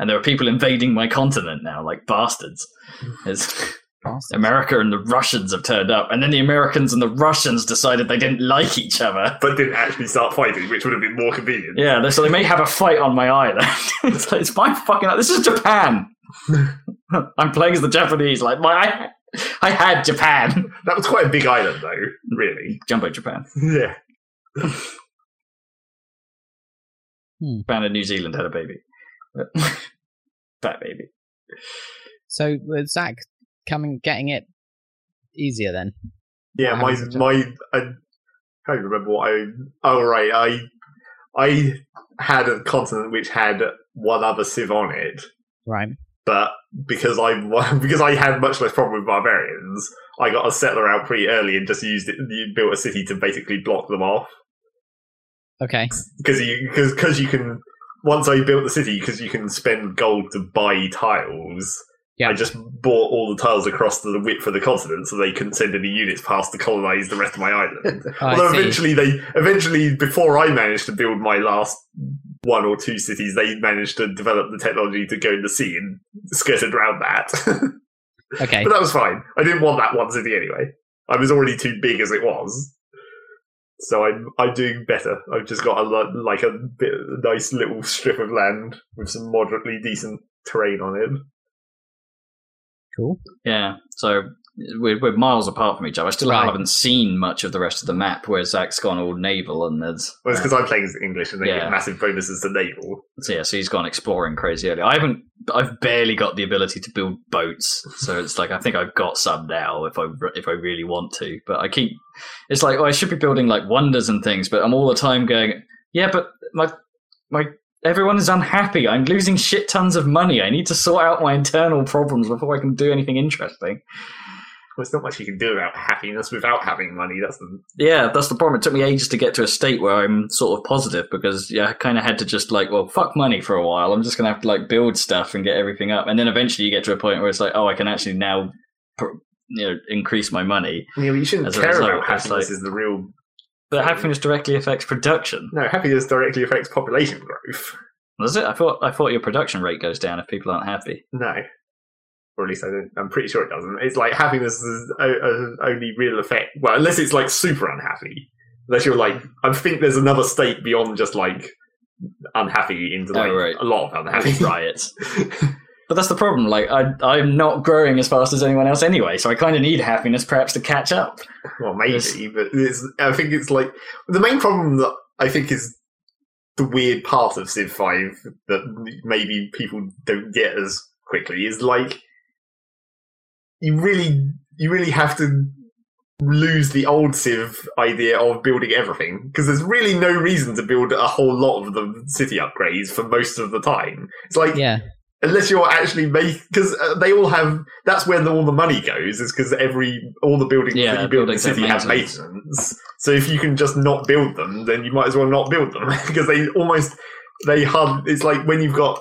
and there are people invading my continent now, like bastards. It's. America and the Russians have turned up, and then the Americans and the Russians decided they didn't like each other.
But didn't actually start fighting, which would have been more convenient.
Yeah, they- so they may have a fight on my island. it's, like, it's my fucking. This is Japan. I'm playing as the Japanese. Like my, I, I had Japan.
That was quite a big island, though, really.
Jumbo Japan.
Yeah.
Japan and New Zealand had a baby. Fat baby.
So with Zach coming getting it easier then.
Yeah,
What
my
happens if-
my I can't remember what I. Oh right, I I had a continent which had one other civ on it,
Right.
but because I because I had much less problem with barbarians, I got a settler out pretty early and just used it. Built a city to basically block them off
Okay.
because you because because you can once I built the city because you can spend gold to buy tiles.
Yeah.
I just bought all the tiles across the width of the continent, so they couldn't send any units past to colonize the rest of my island.
Oh, I
Although
see.
eventually they eventually before I managed to build my last one or two cities, they managed to develop the technology to go in the sea and skirted around that.
Okay.
but that was fine. I didn't want that one city anyway. I was already too big as it was. So I'm I'm doing better. I've just got a lo- like a, bit, a nice little strip of land with some moderately decent terrain on it.
Cool.
Yeah. So we're, we're miles apart from each other. I still
Right.
haven't seen much of the rest of the map where Zach's gone all naval and there's.
Well, it's because I'm playing English and they
Yeah.
get massive bonuses to naval.
So yeah, so he's gone exploring crazy early. I haven't. I've barely got the ability to build boats, so it's like I think I've got some now if I re- if I really want to. But I keep. It's like oh, I should be building like wonders and things, but I'm all the time going. Yeah, but my my everyone is unhappy. I'm losing shit tons of money. I need to sort out my internal problems before I can do anything interesting.
Well, there's not much you can do about happiness without having money. That's the
Yeah, that's the problem. It took me ages to get to a state where I'm sort of positive because yeah, I kind of had to just like, well, fuck money for a while. I'm just gonna have to like build stuff and get everything up, and then eventually you get to a point where it's like, oh, I can actually now, pr- you know, increase my money.
Yeah, but you shouldn't
As a
care
result,
about
it's
happiness.
like-
is the real
But
Mm.
happiness directly affects production.
no happiness directly affects population growth.
Does it? I thought I thought your production rate goes down if people aren't happy.
No, or at least I don't, I'm pretty sure it doesn't. It's like happiness is o- o- only real effect. Well, unless it's like super unhappy. Unless you're like, I think there's another state beyond just like unhappy into
Oh,
like
right.
a lot of unhappy.
Riots. But that's the problem. Like I, I'm not growing as fast as anyone else anyway, so I kind of need happiness perhaps to catch up.
Well, maybe,
Yes.
but it's, I think it's like the main problem that I think is the weird part of Civ Five that maybe people don't get as quickly is like you really, you really have to lose the old Civ idea of building everything because there's really no reason to build a whole lot of the city upgrades for most of the time. It's like
Yeah.
unless you're actually making because uh, they all have that's where the, all the money goes is because every all the buildings
Yeah,
that you build in the
buildings have
city have
maintenance.
maintenance so if you can just not build them then you might as well not build them because they almost they hard it's like when you've got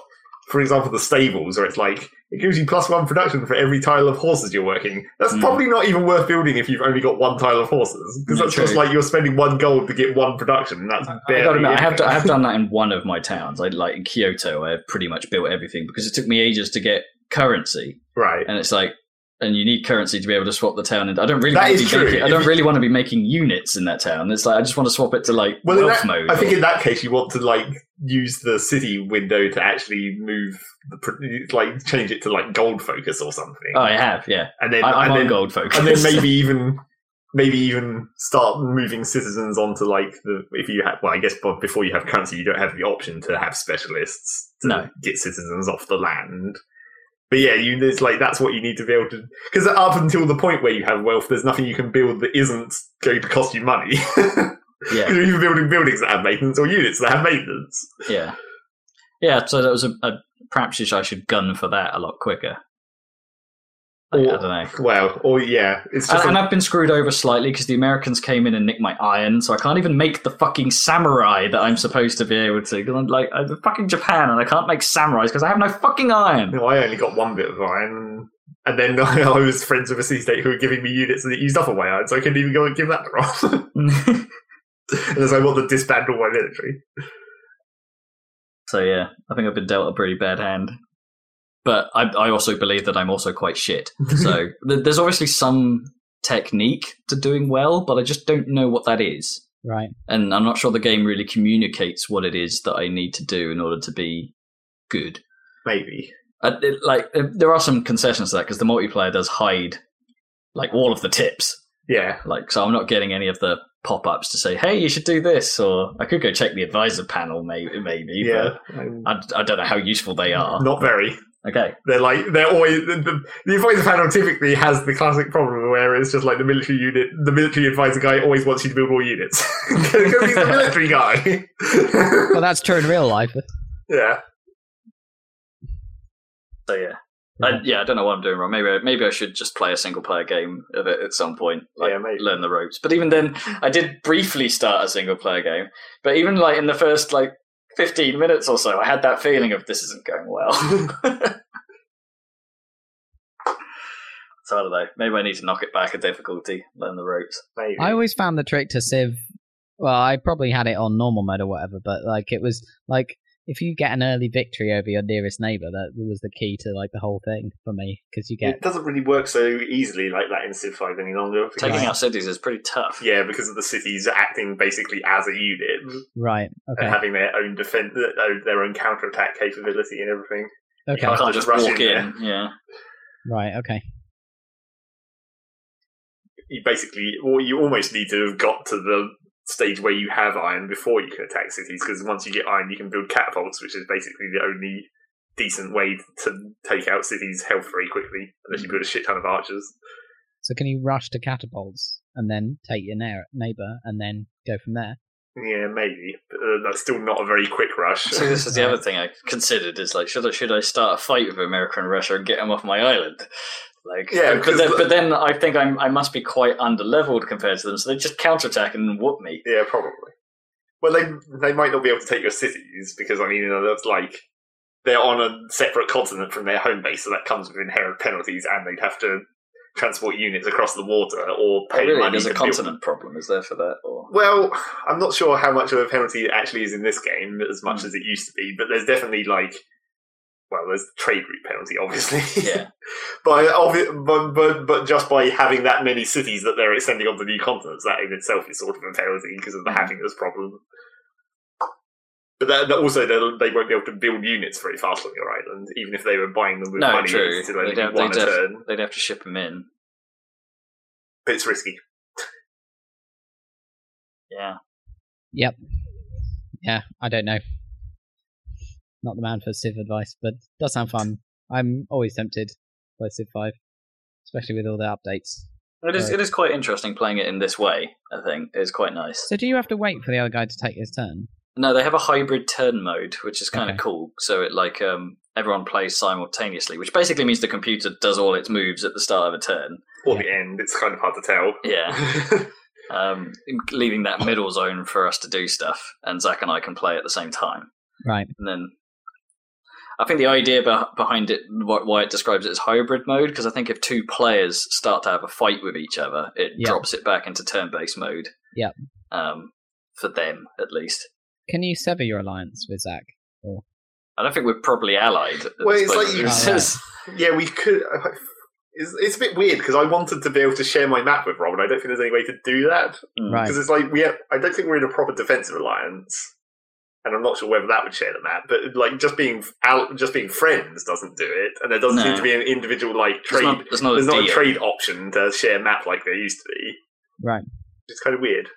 for example the stables where it's like It gives you plus one production for every tile of horses you're working. That's
Hmm.
probably not even worth building if you've only got one tile of horses, because
Yeah,
that's just
true.
like you're spending one gold to get one production. And that's
I
barely
gotta admit, I have,
anything.
to, I have done that in one of my towns. I like in Kyoto, I pretty much built everything because it took me ages to get currency,
right.
and it's like, and you need currency to be able to swap the town. And I don't really,
That
want to
is
be
true.
Making, I
If
don't
you-
really want to be making units in that town. It's like I just want to swap it to like
Well, in
wealth
that-
mode.
I think
or-
in that case, you want to like use the city window to actually move, the, pr- like change it to like gold focus or something,
oh, I have, yeah.
and then
I, I'm
and
on
then,
gold focus.
and then maybe even maybe even start moving citizens onto like the if you have well, I guess b- before you have currency, you don't have the option to have specialists to
No.
get citizens off the land. But yeah, you it's like that's what you need to be able to because up until the point where you have wealth, there's nothing you can build that isn't going to cost you money.
yeah,
You're either building buildings that have maintenance or units that have maintenance.
yeah, yeah. So that was a, a perhaps I should gun for that a lot quicker. Like, I
Or-
don't know.
Well, or yeah, it's
And,
just
and
a-
I've been screwed over slightly because the Americans came in and nicked my iron, so I can't even make the fucking samurai that I'm supposed to be able to. 'Cause I'm like I'm fucking Japan, and I can't make samurais because I have no fucking iron.
no, I only got one bit of iron, and then I was friends with a sea state who were giving me units that used up all my iron, so I couldn't even go and give that to Ross. and so I want to disband all my military.
so yeah, I think I've been dealt a pretty bad hand. But I, I also believe that I'm also quite shit. So th- there's obviously some technique to doing well, but I just don't know what that is.
Right.
and I'm not sure the game really communicates what it is that I need to do in order to be good.
Maybe.
I, it- like uh, there are some concessions to that because the multiplayer does hide like all of the tips.
Yeah.
Like so, I'm not getting any of the pop-ups to say, "Hey, you should do this," or "I could go check the advisor panel." Maybe, maybe.
Yeah.
But I, I don't know how useful they are.
Not very.
Okay.
They're like they're always the, the, the advisor panel typically has the classic problem where it's just like the military unit, the military advisor guy always wants you to build more units because he's the military guy.
Well, that's true in real life.
yeah,
So yeah. I, yeah, I don't know what I'm doing wrong. Maybe I- maybe I should just play a single player game of it at some point. Like
Yeah, maybe.
learn the ropes. But even then, I did briefly start a single player game. But even like in the first like 15 minutes or so, I had that feeling of this isn't going well. so I don't know. Maybe I need to knock it back a difficulty, learn the ropes.
maybe.
I always found the trick to Civ. Well, I probably had it on normal mode or whatever, but like it was like if you get an early victory over your nearest neighbor, that was the key to like the whole thing for me because you get
It doesn't really work so easily like that in Civ 5 any longer. because-
Taking
Right.
out cities is pretty tough.
Yeah, because of the cities acting basically as a unit
Mm-hmm. right.
and
Okay.
having their own defense, their own counterattack capability and everything.
Okay.
I
Yeah.
can't just
Rush
walk
in
in. Yeah.
Right. Okay.
You basically, or you almost need to have got to the stage where you have iron before you can attack cities, because once you get iron, you can build catapults, which is basically the only decent way to take out cities' health very quickly, unless
Mm.
you build a shit ton of archers.
So can you rush to catapults and then take your neigh- neighbor and then go from there?
Yeah, maybe. But uh, that's still not a very quick rush.
See, this is the
Right.
other thing I considered is like, should I should I start a fight with America and Russia and get them off my island? Like,
Yeah,
but then,
because-
but then I think I'm I must be quite under leveled compared to them, so they just counterattack and whoop me.
Yeah, probably. Well, they they might not be able to take your cities because I mean, you know, that's like they're on a separate continent from their home base, so that comes with inherent penalties, and they'd have to transport units across the water or
Oh,
pay
really,
money.
there's
to
a
build-
continent problem, is there for that? Or
Well, I'm not sure how much of a penalty it actually is in this game as much
Hmm.
as it used to be, but there's definitely like, well, there's the trade route penalty, obviously.
yeah,
But, obvi- but but but just by having that many cities that they're extending onto new continents, that in itself is sort of a penalty because of the
Mm.
happiness problem. But that, that also they'll- they won't be able to build units very fast on your island, even if they were buying them with
No,
money.
true.
It's still
They
only
don't- they
one a
def-
turn.
they'd have to ship them in.
But it's risky.
Yeah,
Yeah, I don't know. Not the man for Civ advice, but does sound fun. I'm always tempted by Civ 5, especially with all the updates.
it is.
Right.
It is quite interesting playing it in this way. I think it's quite nice.
So do you have to wait for the other guy to take his turn?
No, they have a hybrid turn mode, which is kind of
Okay.
cool. So it like um, everyone plays simultaneously, which basically means the computer does all its moves at the start of a turn.
Or
Yeah.
the end, it's kind of hard to tell.
Yeah. um, leaving that middle zone for us to do stuff, and Zach and I can play at the same time.
Right.
And then I think the idea beh behind it, wh- why it describes it as hybrid mode, because I think if two players start to have a fight with each other, it
Yeah.
drops it back into turn-based mode.
Yeah.
Um, for them at least.
Can you sever your alliance with Zach?
I don't think we're probably allied. at
Well,
this
it's
point.
like you-
It's
Oh, right.
just-
Yeah, we could. It's, it's a bit weird because I wanted to be able to share my map with Rob, and I don't think there's any way to do that
Mm.
Right.
because it's like we. Have, I don't think we're in a proper defensive alliance, and I'm not sure whether that would share the map. But like just being out, just being friends doesn't do it, and there doesn't
No.
seem to be an individual like
There's
trade.
not, there's not
there's
a
not a
deal.
trade option to share map like there used to be.
Right.
It's kind of weird.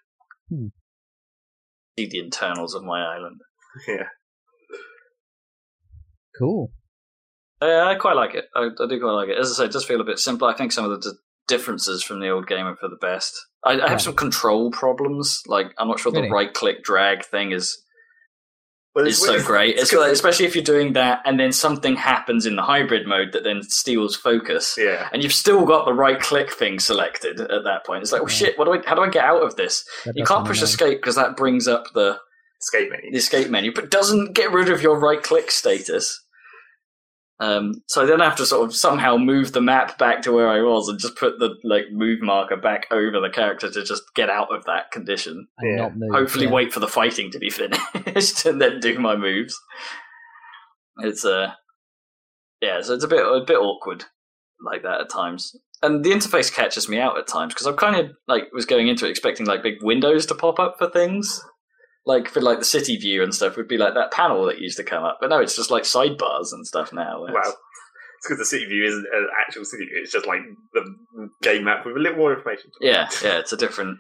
See the internals of my island.
Cool.
Uh, I quite like it. I, I do quite like it. As I say, it does feel a bit simpler. I think some of the d- differences from the old game are for the best. I, I
Yeah.
have some control problems. Like, I'm not sure
Really?
the right click drag thing is
Well,
is so
weird.
great. It's
good.
like, especially if you're doing that and then something happens in the hybrid mode that then steals focus.
Yeah.
And you've still got the right click thing selected at that point. It's like, well,
Yeah.
shit, what do I, how do I get out of this?
That
You
doesn't
can't push
annoy-
escape because that brings up the,
Escape
the
menu.
escape menu, but doesn't get rid of your right click status. Um, so I then have to sort of somehow move the map back to where I was and just put the like move marker back over the character to just get out of that condition.
and
Yeah.
not move,
Hopefully,
yeah.
wait for the fighting to be finished and then do my moves. It's uh, yeah, so it's a bit a bit awkward like that at times, and the interface catches me out at times because I'm kind of like was going into it expecting like big windows to pop up for things, like for like the city view and stuff would be like that panel that used to come up, but no, it's just like sidebars and stuff now.
Wow. It's because the city view isn't an actual city view. It's just like the game map with a little more information.
Yeah, yeah, it's a different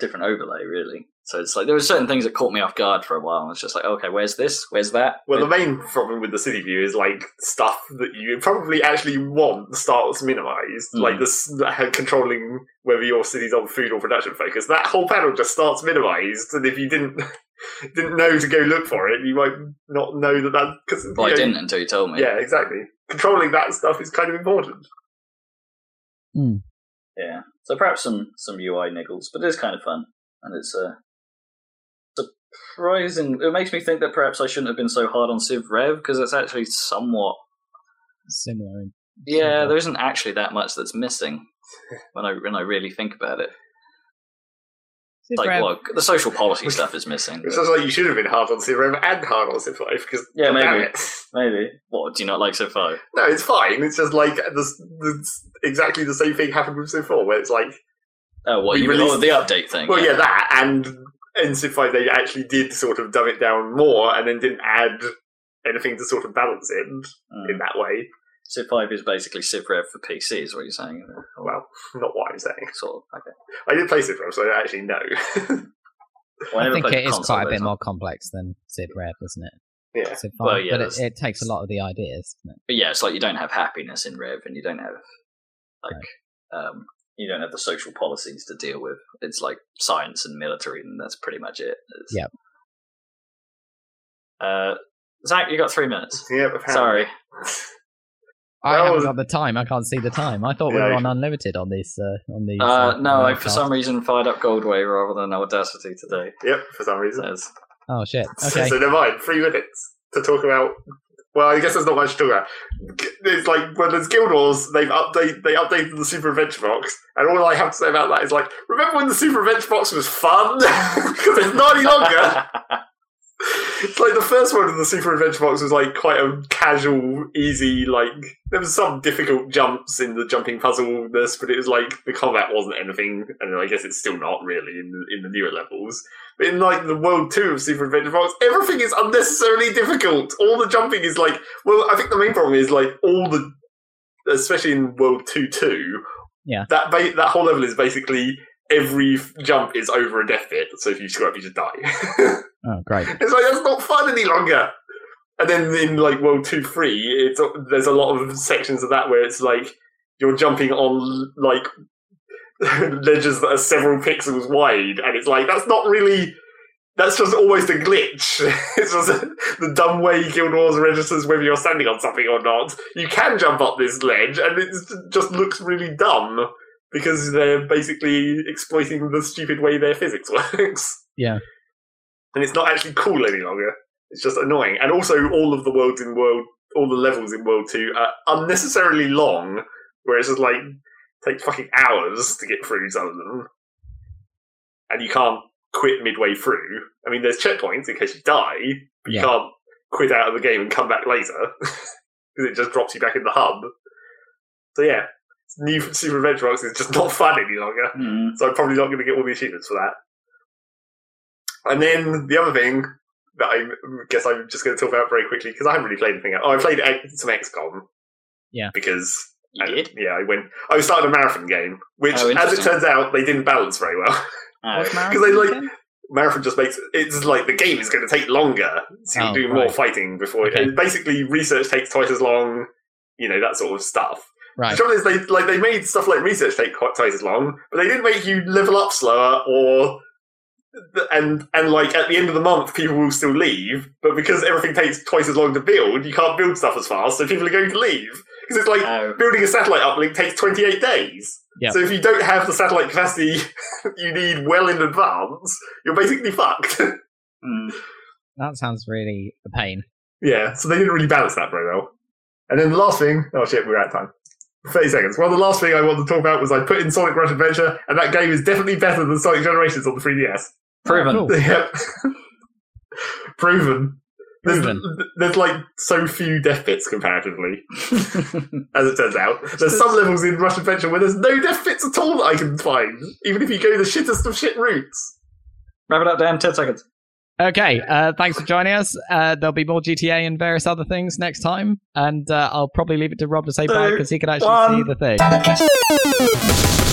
different overlay really. So it's like there were certain things that caught me off guard for a while. And it's just like, okay, where's this? Where's that?
Well, the main problem with the city view is like stuff that you probably actually want starts minimized.
Mm.
Like this uh, controlling whether your city's on food or production focus. That whole panel just starts minimized, and if you didn't didn't know to go look for it, you might not know that that because
Well, I didn't until you told me.
Yeah, exactly. Controlling that stuff is kind of important.
Yeah. So perhaps some some UI niggles, but it's kind of fun, and it's uh, surprising. It makes me think that perhaps I shouldn't have been so hard on Civ Rev because it's actually somewhat.
Similar. in-
Yeah, there isn't actually that much that's missing when I when I really think about it. Like,
Rev-
well, the social policy stuff is missing.
It
but-
sounds like you should have been hard on Civ Rev and hard on Civ Life because
Yeah, maybe.
it.
Maybe. What do you not like so far?
No, it's fine. It's just like this, this, exactly the same thing happened with Civ Four, where it's like,
Oh, what
We
you
released-
oh, the update thing?
well, yeah, that and in Civ Five they actually did sort of dumb it down more, and then didn't add anything to sort of balance it
Mm.
in that way.
Civ Five is basically Civ Rev for PC, is what you're saying? Or
Well, not what I'm saying.
sort of. Okay.
I did play Civ Five, so I actually know.
Well,
I
never
think
played
it is
console
quite a bit
version.
more complex than Civ Rev, isn't it?
yeah,
Civ
Well,
five,
yeah,
but
that's-
it, it takes a lot of the ideas. Doesn't it?
but yeah, it's like you don't have happiness in Rev, and you don't have like um, you don't have the social policies to deal with. It's like science and military, and that's pretty much it. It's-
Yep.
Uh, Zach, you got three minutes.
yeah. apparently.
Sorry.
I
Well,
haven't got the time. I can't see the time. I thought we were
Yeah.
on unlimited on these. Uh, on these.
Uh, no, I,
podcasts.
for some reason fired up Goldway rather than Audacity today.
Yep, for some reason.
That's-
Oh shit.
So,
Okay.
so never mind. Three minutes to talk about. Well, I guess there's not much to talk about. G- It's like when there's Guild Wars, they've update they updated the Super Adventure Box, and all I have to say about that is like, remember when the Super Adventure Box was fun? Because it's not any
Oh,
longer. it's like the first one in the Super Adventure Box was like quite a casual, easy. Like there was some difficult jumps in the jumping puzzle, this, but it was like the combat wasn't anything, and I guess it's still not really in the, in the newer levels. But in like the world two of Super Adventure Fox, everything is unnecessarily difficult. All the jumping is like, well, I think the main problem is like all the, especially in world two two,
Yeah.
that ba- that whole level is basically every f- jump is over a death bit. So if you screw up, you just die. it's
Oh great.
like that's not fun any longer. And then in like world two three, it's there's a lot of sections of that where it's like you're jumping on like ledges that are several pixels wide, and it's like that's not really. That's just almost a glitch. it's just the dumb way Guild Wars registers whether you're standing on something or not. You can jump up this ledge, and it just looks really dumb because they're basically exploiting the stupid way their physics works.
Yeah.
and it's not actually cool any longer. It's just annoying, and also all of the worlds in world all the levels in World Two are unnecessarily long, whereas it's like takes fucking hours to get through some of them, and you can't quit midway through. I mean, there's checkpoints in case you die, but
Yeah.
you can't quit out of the game and come back later because it just drops you back in the hub. So yeah, new Super Adventure Rocks is just not fun any longer.
Mm.
So I'm probably not going to get all the achievements for that. And then the other thing that I guess I'm just going to talk about very quickly because I haven't really played anything else. Oh, I played X- some XCOM.
Yeah.
Because
You
I-
did?
yeah, I went. I started a marathon game, which,
Oh,
as it
interesting.
turns out, they didn't balance very well.
Oh,
What's Marathon
Because they like-
again?
marathon just makes it's like the game is going to take longer, so you
Oh,
do more
right.
fighting before.
Okay.
It, basically, research takes twice as long. You know that sort of stuff. The
right.
trouble is, they like they made stuff like research take quite twice as long, but they didn't make you level up slower or and and like at the end of the month, people will still leave. But because everything takes twice as long to build, you can't build stuff as fast, so people are going to leave because it's like
Oh,
building a satellite uplink takes 28 days.
Yeah.
So if you don't have the satellite capacity you need well in advance, you're basically fucked.
mm.
That sounds really a pain.
yeah, so they didn't really balance that very well. And then the last thing, oh shit, we're out of time. 30 seconds. Well, the last thing I wanted to talk about was I put in Sonic Rush Adventure, and that game is definitely better than Sonic Generations on the 3DS.
Proven.
Oh, cool.
Yep. Proven. There's,
Proven.
there's like so few death bits comparatively, as it turns out. There's some levels in Rush Adventure where there's no death bits at all that I can find, even if you go the shittest of shit routes.
Wrap it up, Dan. Ten seconds.
Okay, uh, thanks for joining us. Uh, there'll be more GTA and various other things next time, and uh, I'll probably leave it to Rob to say bye
Two,
because he can actually
one.
see the thing.